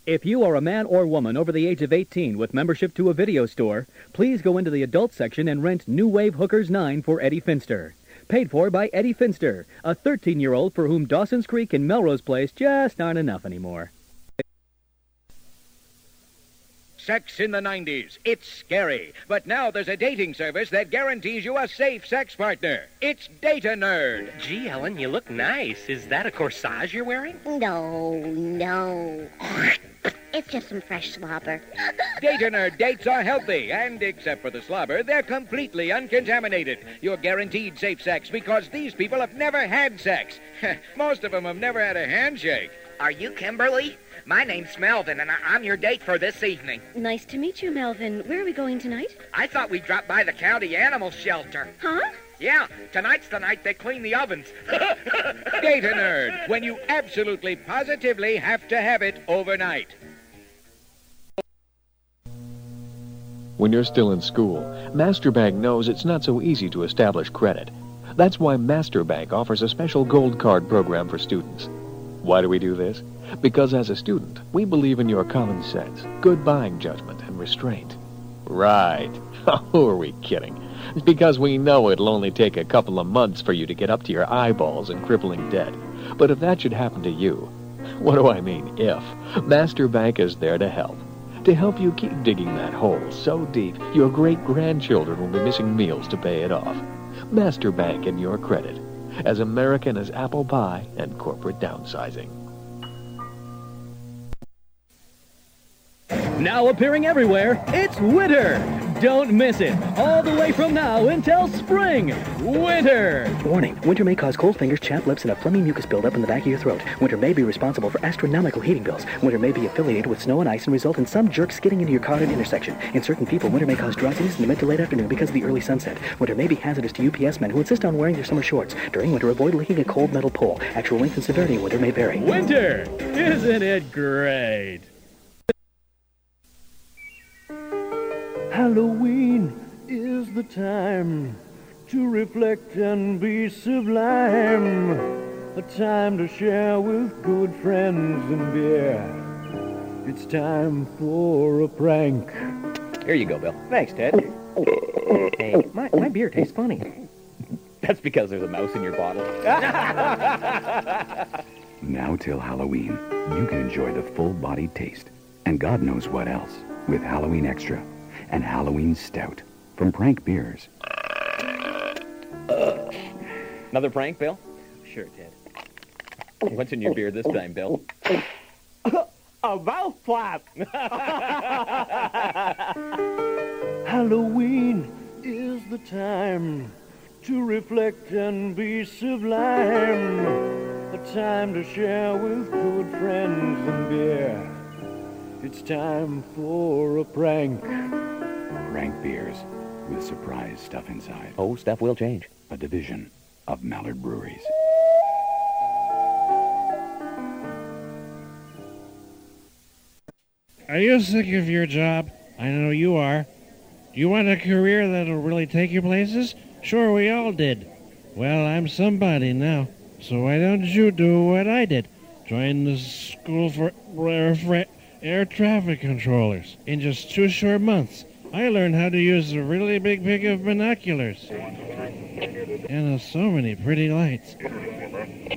If you are a man or woman over the age of 18 with membership to a video store, please go into the adult section and rent New Wave Hookers 9 for Eddie Finster. Paid for by Eddie Finster, a 13-year-old for whom Dawson's Creek and Melrose Place just aren't enough anymore.
Sex in the 90s. It's scary. But now there's a dating service that guarantees you a safe sex partner. It's Data Nerd. Gee, Ellen, you look nice. Is that a corsage you're wearing?
No, no. It's just some fresh slobber.
Data Nerd dates are healthy, and except for the slobber, they're completely uncontaminated. You're guaranteed safe sex because these people have never had sex. <laughs> Most of them have never had a handshake. Are you Kimberly? My name's Melvin, and I- I'm your date for this evening.
Nice to meet you, Melvin. Where are we going tonight?
I thought we'd drop by the county animal shelter.
Huh?
Yeah, tonight's the night they clean the ovens. <laughs> Data nerd, when you absolutely positively have to have it overnight.
When you're still in school, MasterBank knows it's not so easy to establish credit. That's why MasterBank offers a special gold card program for students. Why do we do this? Because as a student, we believe in your common sense, good buying judgment, and restraint. Right. <laughs> Who are we kidding? It's because we know it'll only take a couple of months for you to get up to your eyeballs in crippling debt. But if that should happen to you, what do I mean if? MasterBank is there to help to help you keep digging that hole so deep your great grandchildren will be missing meals to pay it off. Master Bank and your credit, as American as apple pie and corporate downsizing.
Now appearing everywhere, it's Witter. Don't miss it. All the way from now until spring, winter. <laughs>
Warning, winter may cause cold fingers, chapped lips, and a phlegmy mucus buildup in the back of your throat. Winter may be responsible for astronomical heating bills. Winter may be affiliated with snow and ice and result in some jerks skidding into your car at an intersection. In certain people, winter may cause drowsiness in the mid to late afternoon because of the early sunset. Winter may be hazardous to UPS men who insist on wearing their summer shorts. During winter, avoid licking a cold metal pole. Actual length and severity of winter may vary.
Winter, isn't it great?
Halloween is the time to reflect and be sublime. A time to share with good friends and beer. It's time for a prank.
Here you go, Bill. Thanks, Ted. Hey, my, my beer tastes funny. <laughs> That's because there's a mouse in your bottle.
Now till Halloween, you can enjoy the full-bodied taste and God knows what else with Halloween Extra and Halloween Stout from Prank Beers.
Another prank, Bill? Sure, Ted. What's in your beer this time, Bill?
A mouth flap! <laughs> Halloween is the time to reflect and be sublime. A time to share with good friends and beer. It's time for a prank.
Prank Beers with surprise stuff inside. Oh, stuff will change. A division of Mallard Breweries.
Are you sick of your job? I know you are. Do you want a career that'll really take you places? Sure, we all did. Well, I'm somebody now, so why don't you do what I did? Join the school for air, fra- air traffic controllers. In just two short months, I learned how to use a really big pick of binoculars. And uh, so many pretty lights.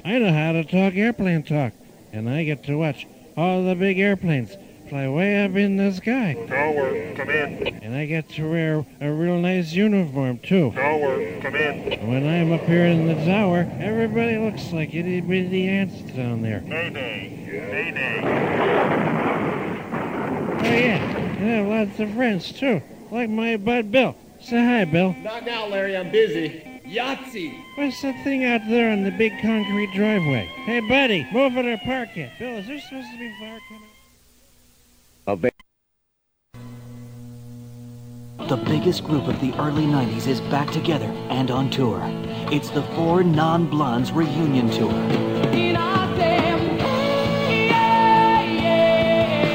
I know how to talk airplane talk, and I get to watch all the big airplanes fly way up in the sky.
Tower, come in.
And I get to wear a real nice uniform, too.
Tower, come in.
When I'm up here in the tower, everybody looks like itty bitty ants down there.
Mayday, mayday.
Oh, yeah, and I have lots of friends, too, like my bud Bill. Say hi, Bill.
Not now, Larry. I'm busy. Yahtzee.
What's that thing out there on the big concrete driveway? Hey, buddy, move it or park it. Bill, is there supposed to be fire coming?
The biggest group of the early 90s is back together and on tour. It's the Four Non Blondes reunion tour.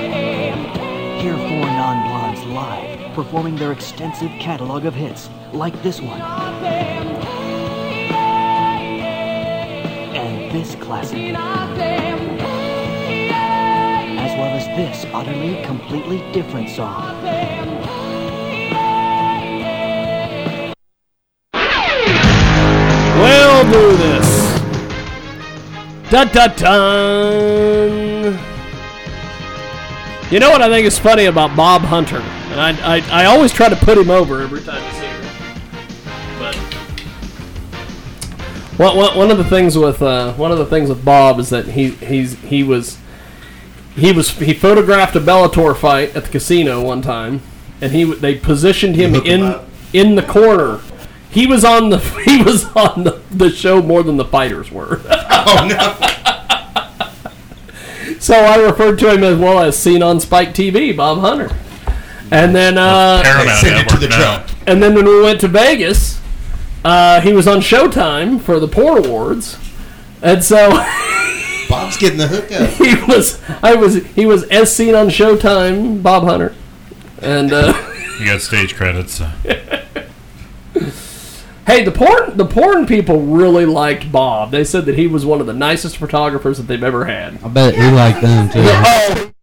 Hear Four Non Blondes live, performing their extensive catalog of hits, like this one. And this classic. As well as this utterly, completely different song.
We'll do this. Dun dun dun. You know what I think is funny about Bob Hunter, and I, I, I always try to put him over every time I see him. But One, one, one of the things with uh, one of the things with Bob is that he he's he was
he was he photographed a Bellator fight at the casino one time, and he they positioned him in in the corner. He was on the <laughs> he was on the, the show more than the fighters were. <laughs> so I referred to him as well as seen on Spike TV, Bob Hunter. And then uh,
Paramount Send it to Network, the no. drone.
And then when we went to Vegas, uh, he was on Showtime for the Porn Awards, and so. <laughs>
Bob's getting the hookup.
he was I was he was as seen on Showtime, Bob Hunter, and uh,
You got stage credits. so.
hey, the porn the porn people really liked Bob. They said that he was one of the nicest photographers that they've ever had.
I bet he liked them too.
Oh. <laughs>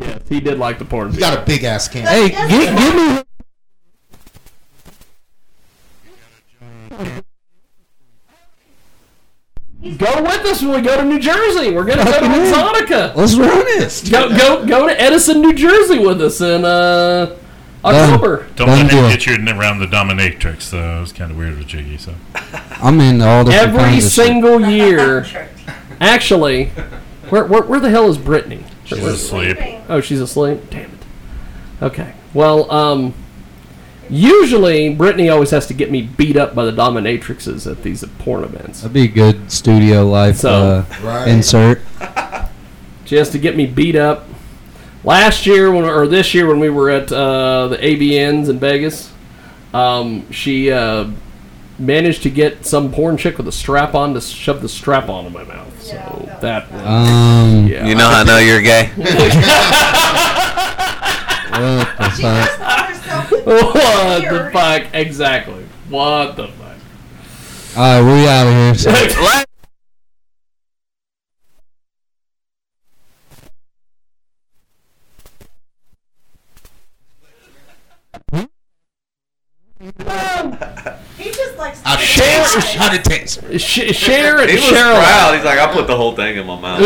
Yes, he did like the porn.
He's got a big ass can.
Hey, give, give me
Go with us when we go to New Jersey. We're gonna go to Exotica.
Let's run this.
Go go go to Edison, New Jersey with us in uh, October.
Don't let him get you in around the dominatrix, though. It was kind of weird with Jiggy, so.
I'm in all different
Every
kinds of shit.
single year, actually, where, where where the hell is Brittany?
She's asleep.
Oh, she's asleep. Damn it. Okay. Well, um, usually Brittany always has to get me beat up by the dominatrixes at these porn events.
That'd be a good studio life
So-
uh,
Right.
insert.
She has to get me beat up. Last year, when or this year, when we were at uh, the ABNs in Vegas, um, she uh, managed to get some porn chick with a strap on to shove the strap on in my mouth. So that was-
Um,
Yeah.
You know how I know you're gay?
what the fuck?
<laughs> what the fuck? Exactly. What the fuck?
All right, we out of here. So.
<laughs>
He just likes
I
share-
shot a taser.
Sh- share
He was
Cheryl.
proud. He's like, I put the whole thing in my
<laughs>
mouth.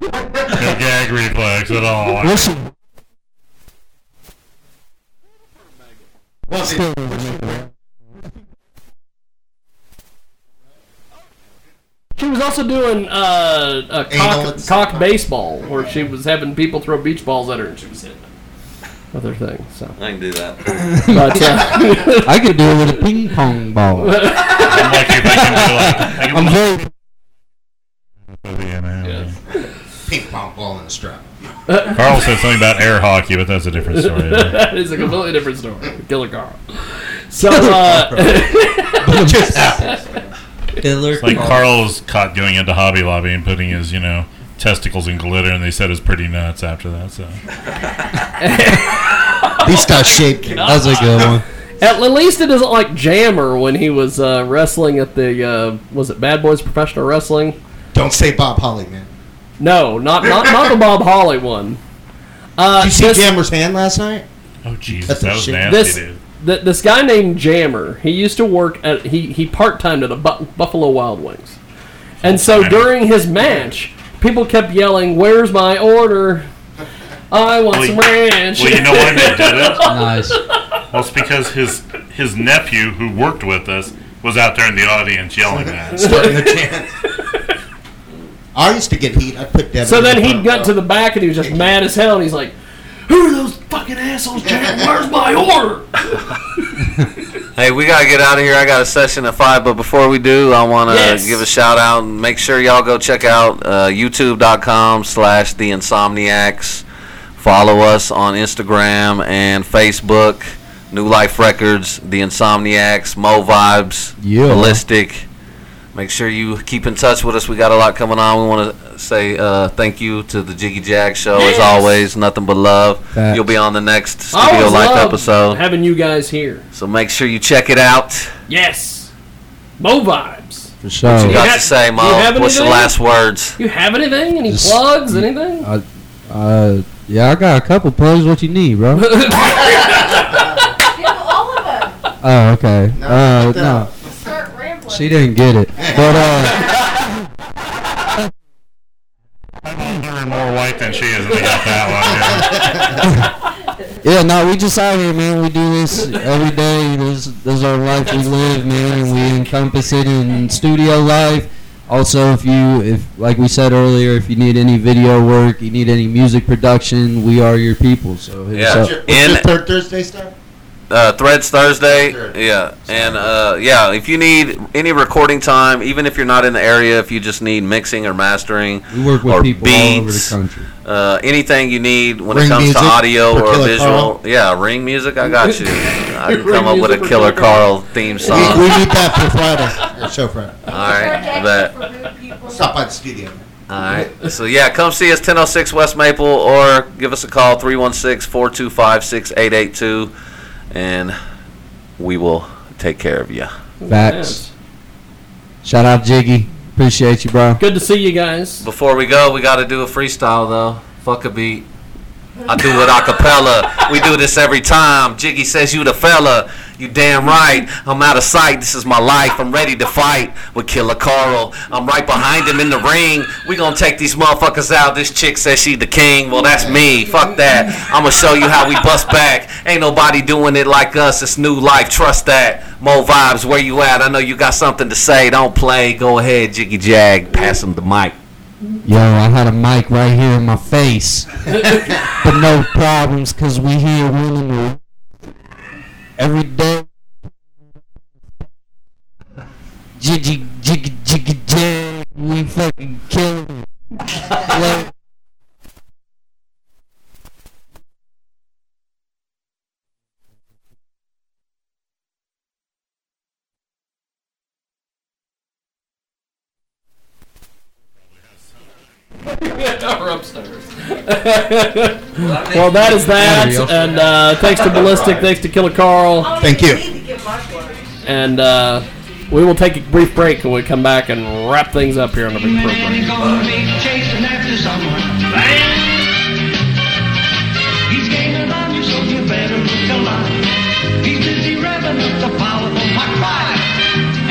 No gag reflex at all.
Listen.
Was
it? She was also doing uh, a cock, cock baseball, where she was having people throw beach balls at her, and she was hitting them. Other thing, so.
I can do that.
But, <laughs> uh,
I could do it with a ping pong
<laughs>
ball.
I'm
lucky if I can do it.
I'm very.
Ping pong ball in the strap.
Carl said something about air hockey, but that's a different story.
<laughs> that is a completely different story. Killer Carl. So,
<laughs>
uh, <laughs>
Just apples.
It's like Carl was caught going into Hobby Lobby and putting his, you know, testicles in glitter, and they said it was pretty nuts after that. So
These got shaped.
That was a good one.
At least it isn't like Jammer when he was uh, wrestling at the uh, was it Bad Boys Professional Wrestling?
Don't say Bob Holly, man.
No, not not not the Bob Holly one. Uh,
Did you see
this-
Jammer's hand last night?
Oh Jesus, <laughs>
<laughs>
That's
that
a
was
shame.
nasty,
this
dude.
th- this guy named Jammer. He used to work at he he part timed at a bu- Buffalo Wild Wings, and so during his match, people kept yelling, "Where's my order? I want
Well,
some
you-
ranch."
Well, you know why
<laughs>
they did it.
Nice.
Well, it's because his his nephew, who worked with us, was out there in the audience yelling that.
Starting
<laughs>
the chant. I used to get heat. I put Devin.
So
in
then
the
he
front
got
row.
to the back and he was just mad as hell and he's like, Who are those fucking assholes, Jack? Where's my order?
Hey, we gotta get out of here. I got a session at five, but before we do, I want to
Yes.
give a shout out and make sure y'all go check out uh, YouTube.com/slash The Insomniacs. Follow us on Instagram and Facebook. New Life Records, The Insomniacs, Mo Vibes,
Yeah.
Ballistic. Make sure you keep in touch with us. We got a lot coming on. We want to say uh, thank you to the Jiggy Jag Show as always. Nothing but love.
Facts.
You'll be on the next
I
Studio
always
Life
love
episode.
Having you guys here.
So make sure you check it out.
Yes. Mo vibes.
For sure.
What you got
ha-
to say,
do you
Mom?
have
What's the
anything?
last words?
You have anything? Any
Just-
plugs? Anything?
I, uh, yeah, I got a couple plugs. What you need,
<laughs>
bro? Oh, okay.
No,
Uh,
shut
no.
up. Start rambling.
She didn't get it. But, uh,
You're more white than she is, and they got that
<laughs>
one. yeah.
<laughs> yeah, no, we just out here, man. We do this every day. This, this is our life we live, man, and we encompass it in studio life. Also, if you, if like we said earlier, if you need any video work, you need any music production, we are your people. So hit us
Yeah.
up.
Sure.
What's
In-
your third Thursday stuff?
Uh, Threads Thursday. Yeah. And uh, yeah, if you need any recording time, even if you're not in the area, if you just need mixing or mastering,
We work with
or
people all over the
beats,
country.
Uh, anything you need when it
Ring
comes to
music
audio
for
or
Killer
visual. Yeah, ring music, I got
<laughs>
you. I can
Ring
come up with a
music for
Killer
Killer Karl.
Carl theme
We,
song.
we need that for Friday. Or show Friday.
All right, but
Stop by the studio.
all right. So yeah, come see us 1006 West Maple or give us a call 316-425-6882 and we will take care of you.
Facts. Shout out Jiggy. Appreciate you, bro.
Good to see you guys.
Before we go, we got to do a freestyle though. Fuck a beat. I do it a cappella. We do this every time. Jiggy says you the fella. You damn right. I'm out of sight. This is my life. I'm ready to fight with Killer Carl. I'm right behind him in the ring. We gonna take these motherfuckers out. This chick says she the king. Well, that's me. Fuck that. I'ma show you how we bust back. Ain't nobody doing it like us. It's new life. Trust that. Mo vibes. Where you at? I know you got something to say. Don't play. Go ahead, Jiggy Jag. Pass him the mic.
Yo, I had a mic right here in my face. but no
<laughs>
problems, because we here winning the- every day. Jiggy, jiggy, jiggy, jig. We fucking killing it. Like-
<laughs>
Or upstairs.
well, that is that. And uh, thanks to Ballistic. Thanks to Killer Carl.
Thank you.
And uh, we will take a brief break and we come back and wrap things up here on the big program.
He's gaining on you, so you better look alive. He's busy revving up the power of my pride.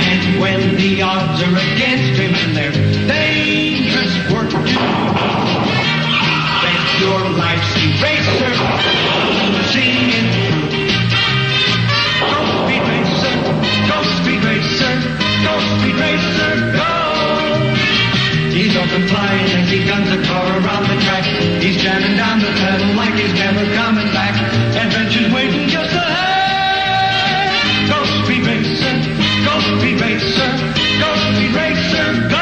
And when the odds are against him and they're dangerous work to do, bet your life's eraser. Sing it through. Go speed racer, go speed racer, go speed racer, go. He's up and flying as he guns a car around the track. He's jamming down the pedal like he's never coming back. Adventure's waiting just ahead. Go speed racer, go speed racer, go speed racer, go!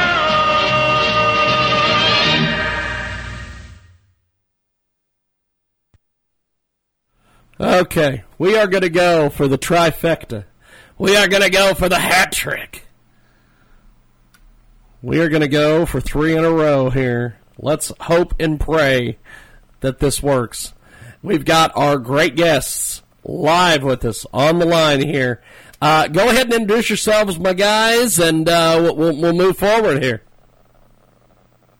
Okay, we are going to go for the trifecta. We are going to go for the hat trick. We are going to go for three in a row here. Let's hope and pray that this works. We've got our great guests live with us on the line here. Uh, go ahead and introduce yourselves, my guys, and uh, we'll- we'll, we'll move forward here.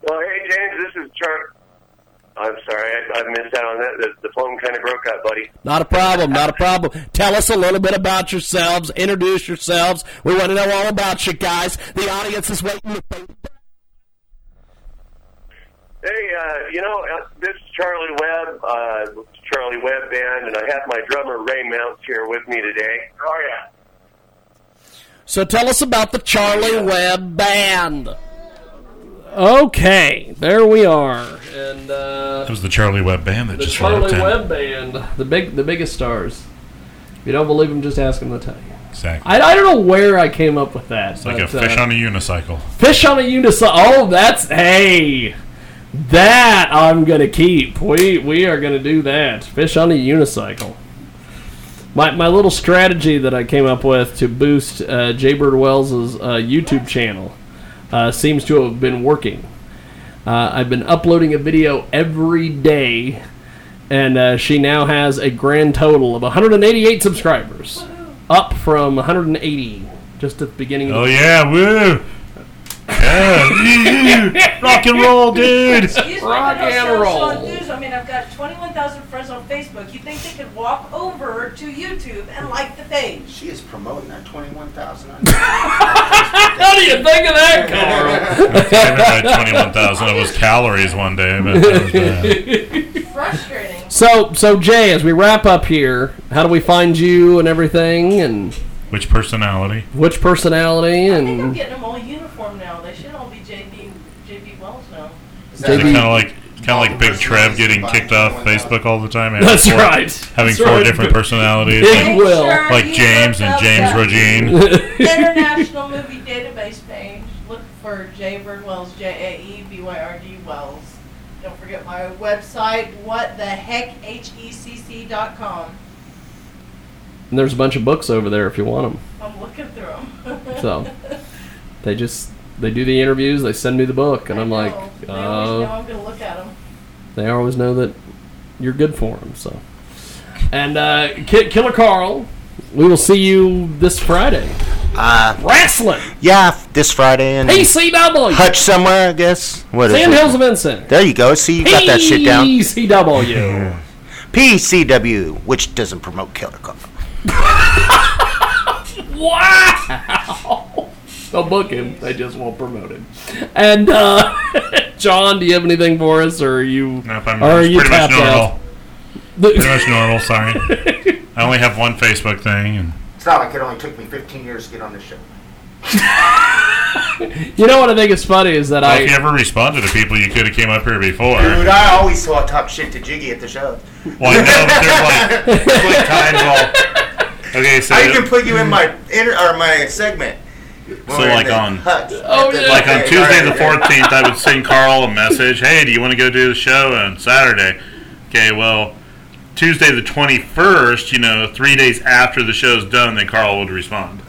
Well, hey, James, this is Charlie. I'm sorry, I, I missed out on that. The, the phone kind of broke up, buddy.
Not a problem, not a problem. Tell us a little bit about yourselves. Introduce yourselves. We want to know all about you guys. The audience is waiting to
Hey, uh, you know, uh, this is Charlie Webb, uh, Charlie Webb Band, and I have my drummer Ray Mounts here with me today. Oh, yeah.
So tell us about the Charlie Webb Band.
Okay, there we are.
And uh,
That was the Charlie Webb band that
the
just
Charlie
walked in.
Webb band, the big, the biggest stars. If you don't believe them, just ask them to tell you.
Exactly.
I, I don't know where I came up with that.
It's like a
uh,
fish on a unicycle.
Fish on a unicycle. Oh, that's hey, that I'm gonna keep. We we are gonna do that. Fish on a unicycle. My my little strategy that I came up with to boost uh, Jaybird Wells's uh, YouTube channel uh, seems to have been working. Uh, I've been uploading a video every day, and uh, she now has a grand total of 188 subscribers, up from 180 just at the beginning.
Oh, yeah, woo! Yeah, rock and roll, dude!
Excuse me,
Rock
but no
and
sales
roll.
on news. I mean, I've got 21,000 friends on Facebook. You think they could walk over to YouTube and like the page? She is promoting that 21,000.
<laughs> How do you think of that, Carl?
I had 21,000 of those calories one day, but that was bad.
So, so Jay, as we wrap up here, how do we find you and everything, and
Which personality?
which personality,
I'm
and
getting them all uniform now. They should all be JB, JB Wells now.
Is it kind of like kind of like Big Trev getting kicked off Facebook all the time? having
That's
four-
right.
Having
That's
four
right.
different personalities.
It
like,
will.
Like James and James Regine.
International Movie Database page. Look for J Bird Wells, J A E B Y R D Wells. Don't forget my website, E whattheheckhecc.com.
and there's a bunch of books over there if you want
<laughs>
them.
I'm looking through them. <laughs>
So they just they do the interviews, they send me the book, and I'm like,
they always know
oh,
I'm going to look at them.
they always know that you're good for them. So, and uh, Ki- Killer Carl, we will see you this Friday.
Uh,
Wrestling.
Yeah, f- this Friday in
PCW.
Hutch somewhere, I guess. What is
Sand
it?
Hills Event Center.
There you go. See, you got that shit down. <laughs>
PCW.
PCW, which doesn't promote Killer Car.
Wow! <laughs> They'll book him. They just won't promote him. And uh, <laughs> John, do you have anything for us, or are you?
Nope, I'm
or <laughs> are
Um, it's
you
pretty much
tapped
normal.
out?
pretty much normal, sorry.
<laughs>
I only have one Facebook thing. and
It's not like it only took me 15 years to get on this show.
You know what I think is funny is that
Well,
I.
if you ever responded to people, you could have came up here before.
Dude, I always saw talk shit to Jiggy at the show.
Well, I know, but there's like, there's
<laughs>
like times all. Okay, so
I even put you in my inter- or my segment.
So like on-
oh
like on Tuesday the fourteenth, I would send Carl a message. Hey, do you want to go do the show on Saturday? Okay, well, Tuesday the twenty first, you know, three days after the show's done, then Carl would respond.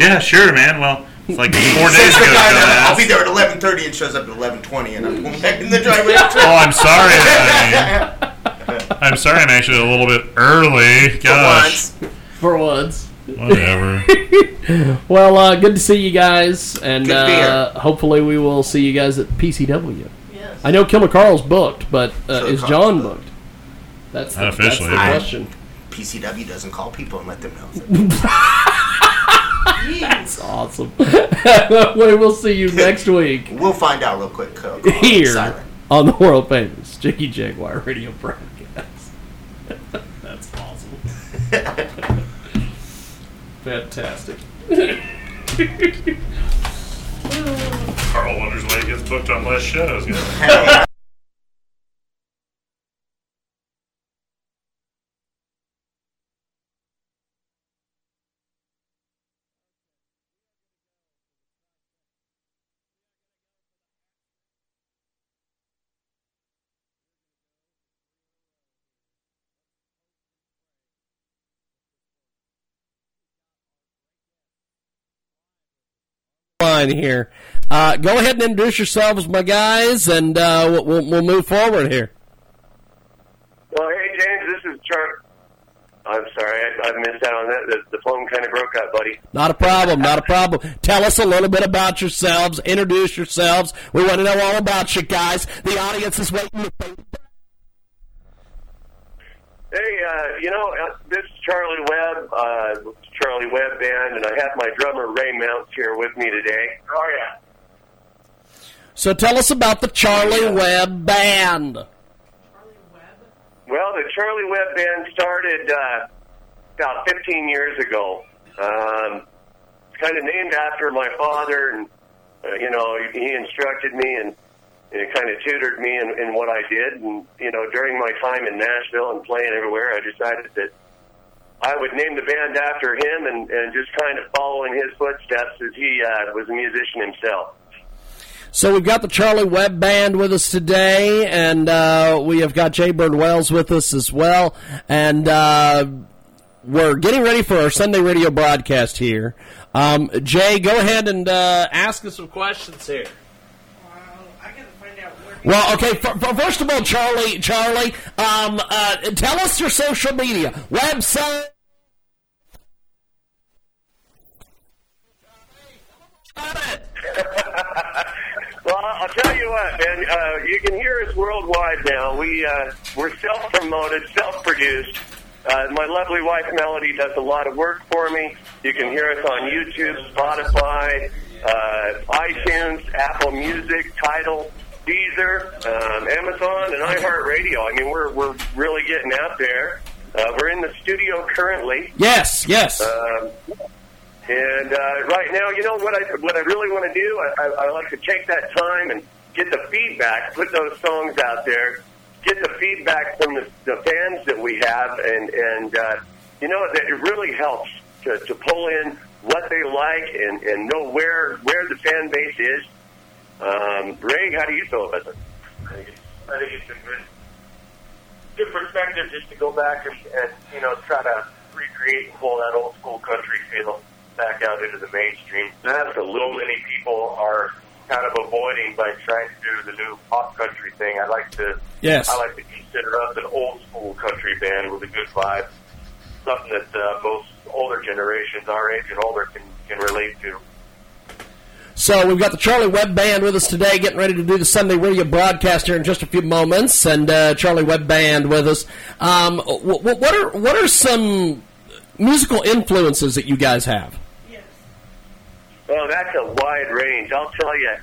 Yeah, sure, man. Well, it's like four days
Says the
ago.
guy that- I'll
dumbass.
be there at eleven thirty and shows up at eleven twenty and I'm going back in the
<laughs>
driveway.
Oh, I'm sorry. I
<laughs>
I'm sorry, I'm actually a little bit early. Gosh,
For once.
whatever.
well, uh, good to see you guys, and
Good to be
uh, hopefully we will see you guys at PCW. I know Killer Carl's booked, but uh, is John booked? That's the,
Unofficially,
that's
yeah.
the question.
PCW doesn't call people and let them know.
<laughs> That's awesome. we will see you next week.
We'll find out real quick. Carl.
Here
Silent.
on the world famous Jiggy Jaguar Radio broadcast. That's awesome. <laughs> Fantastic. <laughs>
Carl wonders why he gets booked on less shows.
Line here. Uh, go ahead and introduce yourselves, my guys, and uh, we'll- we'll, we'll move forward here.
Well, hey, James, this is Char. I'm sorry, I, I missed out on that. The, the phone kind of broke up, buddy.
Not a problem. Not a problem. Tell us a little bit about yourselves. Introduce yourselves. We want to know all about you guys. The audience is waiting. To-
Hey, uh, you know, uh, this is Charlie Webb, uh, Charlie Webb Band, and I have my drummer Ray Mounts here with me today. Oh, yeah.
so tell us about the Charlie Webb Band.
Well, the Charlie Webb Band started uh, about 15 years ago. Um, it's kind of named after my father, and uh, you know, he instructed me and, and kind of tutored me in, in what I did. And you know, during my time in Nashville and playing everywhere, I decided that I would name the band after him, and, and just kind of following his footsteps as he uh, was a musician himself.
So we've got the Charlie Webb Band with us today, and uh, we have got Jay Bird Wells with us as well. And uh, we're getting ready for our Sunday radio broadcast here. Um, Jay, go ahead and uh, ask us some questions here. Well, okay. fir- fir- first of all, Charlie, Charlie, um, uh, tell us your social media website. <laughs>
Well, I'll tell you what, man. Uh, you can hear us worldwide now. We uh, we're self-promoted, self-produced. Uh, my lovely wife Melody does a lot of work for me. You can hear us on YouTube, Spotify, uh, iTunes, Apple Music, Tidal, Deezer, um, Amazon, and iHeartRadio. I mean, we're we're really getting out there. Uh, we're in the studio currently.
Yes, yes.
Um, and uh, right now, you know what I what I really want to do. I, I, I like to take that time and get the feedback, put those songs out there, get the feedback from the, the fans that we have, and and uh, you know that it really helps to, to pull in what they like and, and know where where the fan base is. Um, Ray, how do you feel about this?
I think it's, I think it's a good, good perspective just to go back and, and you know try to recreate and pull that old school country feel back out into the mainstream.
Absolutely.
So many people are kind of avoiding by trying to do the new pop country thing. I like to
Yes.
I like to consider us an old school country band with a good vibe, something that uh, most older generations, our age and older, can can relate to.
So we've got the Charlie Webb Band with us today, getting ready to do the Sunday radio broadcast here in just a few moments, and uh, Charlie Webb Band with us. Um, w- w- what are what are some musical influences that you guys have?
Well, that's a wide range. I'll tell you,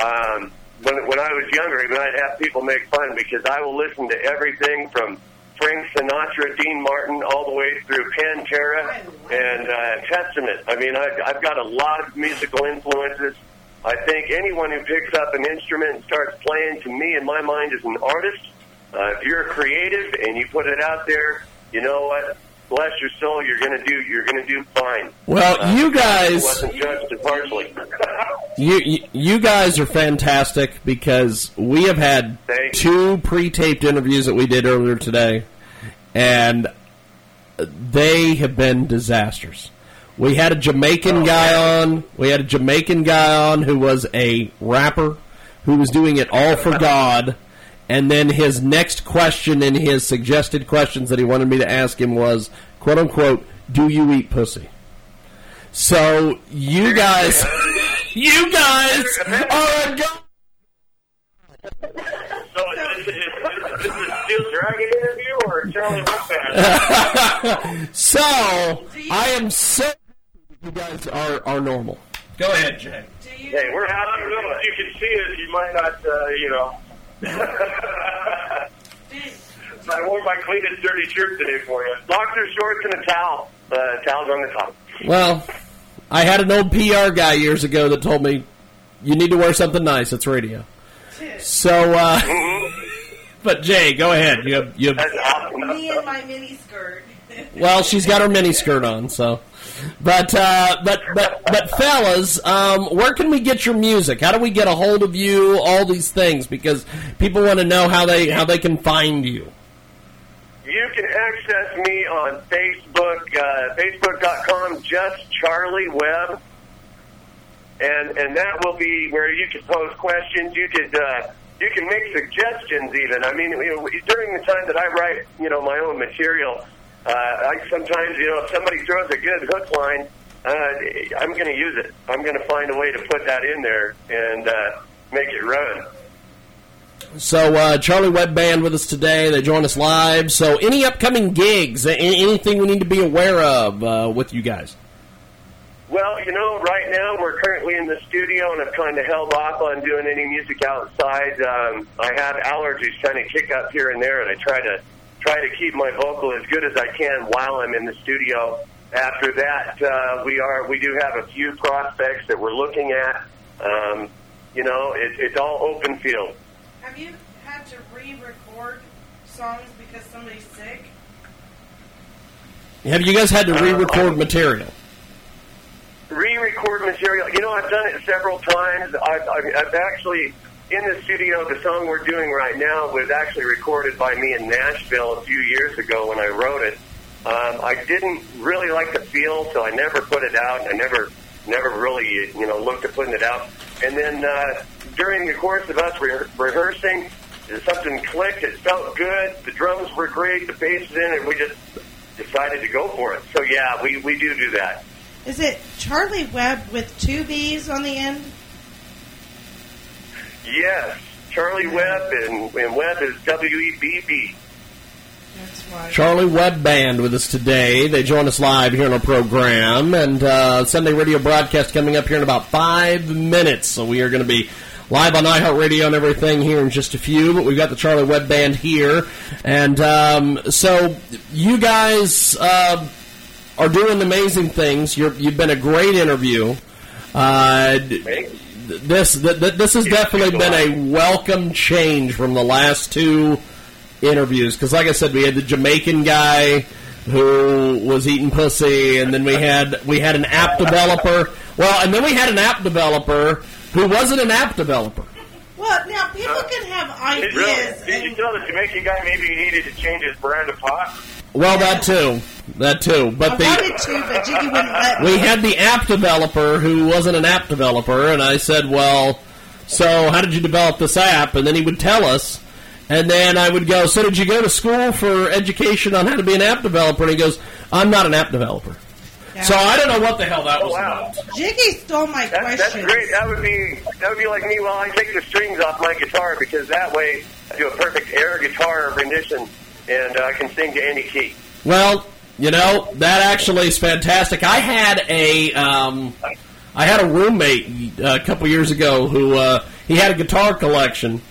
um, when, when I was younger, even I'd have people make fun because I will listen to everything from Frank Sinatra, Dean Martin, all the way through Pantera and uh, Testament. I mean, I've, I've got a lot of musical influences. I think anyone who picks up an instrument and starts playing, to me, in my mind, is an artist. Uh, if you're creative and you put it out there, you know what? Bless your soul, you're gonna do. You're gonna do fine.
Well,
Uh,
you guys-
wasn't judged harshly.
You, you you guys are fantastic because we have had two pre-taped interviews that we did earlier today, and they have been disasters. We had a Jamaican guy on. We had a Jamaican guy on who was a rapper who was doing it all for God. And then his next question in his suggested questions that he wanted me to ask him was, "quote unquote," do you eat pussy? So you guys, you guys are a go-
So is this, is, is this a Steel Dragon interview or a Charlie Wolfman?
so I am so. You guys are are normal.
Go ahead, Jay. Hey, we're happy. If you can see us, you might not, uh, you know. <laughs> I wore my cleanest dirty shirt today for you. Boxer shorts and a towel. Uh, towel's on the top.
Well, I had an old PR guy years ago that told me you need to wear something nice. It's radio. So, uh, <laughs> but Jay, go ahead. You have you have.
Me and my mini skirt.
Well, she's got her mini skirt on, so. But uh, but but but fellas, um, where can we get your music? How do we get a hold of you? All these things because people want to know how they how they can find you.
You can access me on Facebook, uh, facebook.com, just Charlie Webb. And, and that will be where you can pose questions. You could, uh, you can make suggestions even. I mean, you know, during the time that I write, you know, my own material, uh, I sometimes, you know, if somebody throws a good hook line, uh, I'm going to use it. I'm going to find a way to put that in there and, uh, make it run.
So uh, Charlie Webb Band with us today. They join us live. So any upcoming gigs, a- any- anything we need to be aware of uh, with you guys?
Well, you know, right now we're currently in the studio, and I've kind of held off on doing any music outside. Um, I have allergies kind of kick up here and there, and I try to try to keep my vocal as good as I can while I'm in the studio. After that, uh, we are we do have a few prospects that we're looking at. Um, you know, it, it's all open field.
Have you had to re-record songs because somebody's sick?
Have you guys had to re-record material?
re-record material. You know, I've done it several times. I've, I've, I've actually in the studio. The song we're doing right now was actually recorded by me in Nashville a few years ago when I wrote it. Um, I didn't really like the feel, so I never put it out. I never, never really, you know, looked at putting it out. And then uh, during the course of us re- rehearsing, something clicked. It felt good. The drums were great. The bass was in, and we just decided to go for it. So yeah, we, we do do that.
Is it Charlie Webb with two B's on the end?
Yes, Charlie Webb, and, and Webb is W E B B.
Charlie Webb Band with us today. They join us live here on our program, and uh, Sunday radio broadcast coming up here in about five minutes. So we are going to be live on iHeartRadio and everything here in just a few. But we've got the Charlie Webb Band here, and um, so you guys uh, are doing amazing things. You're, you've been a great interview. Uh, d- this th- th- this has definitely been a welcome change from the last two interviews because, like I said, we had the Jamaican guy who was eating pussy, and then we had we had an app developer. Well, and then we had an app developer who wasn't an app developer.
Well, now people can have ideas.
Really? Did Uh, you tell the Jamaican guy maybe he needed to change his brand of pot?
Well, that too, that too. But
I
the
wanted to, but Jiggy wouldn't let me.
we had the app developer who wasn't an app developer, and I said, "Well, so how did you develop this app?" And then he would tell us, and then I would go, "So did you go to school for education on how to be an app developer?" And he goes, "I'm not an app developer." So I don't know what the hell that was about.
Jiggy stole my
That, that's great. That would be that would be like me. Well, I take the strings off my guitar because that way I do a perfect air guitar rendition, and uh, I can sing to any key.
Well, you know that actually is fantastic. I had a um, I had a roommate uh, a couple years ago who uh, he had a guitar collection,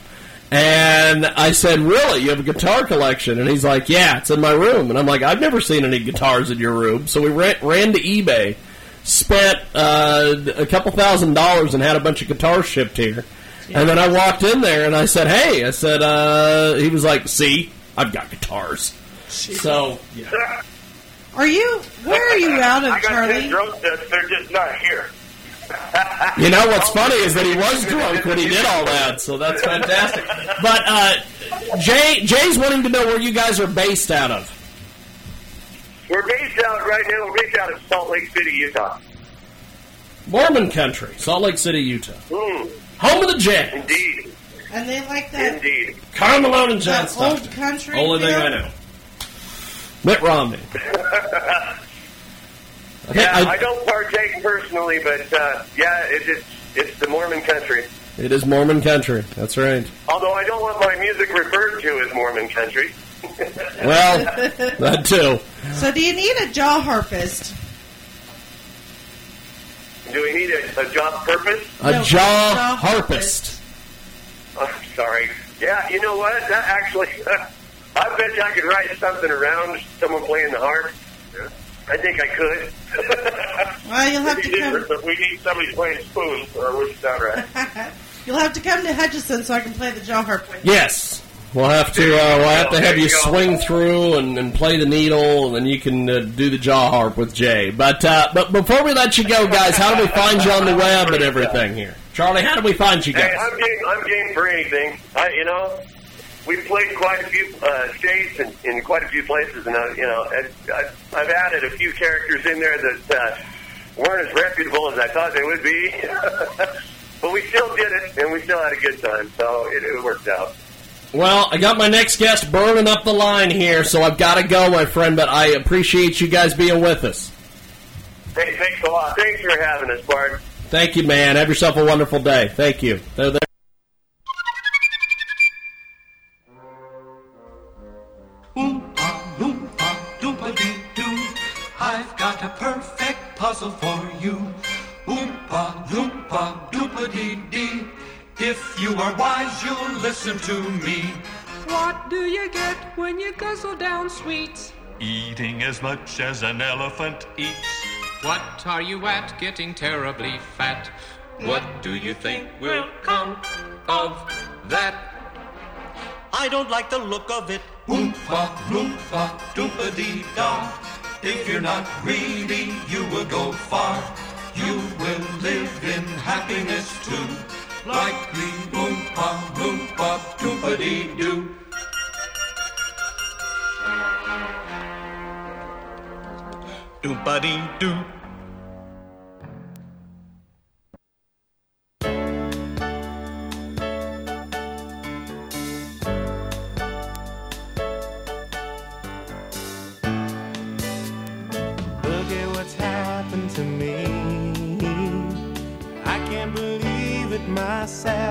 And I said, "Really? You have a guitar collection?" And he's like, "Yeah, it's in my room." And I'm like, "I've never seen any guitars in your room." So we ran, ran to eBay, spent uh, a couple thousand dollars, and had a bunch of guitars shipped here. And then I walked in there and I said, "Hey," I said. Uh, he was like, "See, I've got guitars." So
yeah.
Are you? Where are you out
I
of,
got
Charlie?
ten drunk tests. They're just not here.
You know what's funny is that he was drunk when he did all that, so that's fantastic. But uh, Jay Jay's wanting to know where you guys are based out of.
We're based out right now. We're based out of Salt Lake City, Utah. <laughs>
Mormon country, Salt Lake City, Utah.
Mm,
Home of the jazz.
indeed,
And they like that
indeed.
Carl Malone and John
that old
Stockton.
country.
Only thing
feel?
I know. Mitt Romney.
yeah, I, don't partake personally, but uh, yeah, it's just, it's the Mormon country.
It is Mormon country. That's right.
Although I don't want my music referred to as Mormon country.
Well, that too.
<laughs> So do you need a jaw harpist?
Do we need a, a job purpose?
A jaw harpist.
I'm Oh, sorry. Yeah, you know what? That actually, <laughs> I bet you I could write something around someone playing the harp. I think I could. <laughs>
Well, you'll have to come.
But we need somebody playing spoon, or we should not right.
You'll have to come to Hutchinson so I can play the jaw harp. with
Yes. We'll have to uh, we'll have to have you swing through and, and play the needle, and then you can uh, do the jaw harp with Jay. But uh, but before we let you go, guys, how do we find you on the web and everything here, Charlie? How do we find you
Hey,
guys?
I'm game. I'm game for anything. I, you know, we've played quite a few uh, states and in quite a few places, and I, you know, and I, I've added a few characters in there that uh, weren't as reputable as I thought they would be, <laughs> but we still did it, and we still had a good time, so it, it worked out.
Well, I got my next guest burning up the line here, so I've got to go, my friend. But I appreciate you guys being with us.
Hey, thanks a lot. Thanks for having us, Bart.
Thank you, man. Have yourself a wonderful day. Thank you. There, there.
Oompa-dee-doo, I've got a perfect puzzle for you. Oompa loompa doopa-dee-dee. If you are wise, you'll listen to me.
What do you get when you guzzle down sweets?
Eating as much as an elephant eats.
What are you at? Getting terribly fat.
What do you think will come of that? I don't like the look of it. Oompa loompa doopa dee da. If you're not greedy, you will go far. You will live in happiness too. Like the oompa loompa doopa dee doo. Doopa dee doo.
Look at what's happened to me. I can't believe it myself.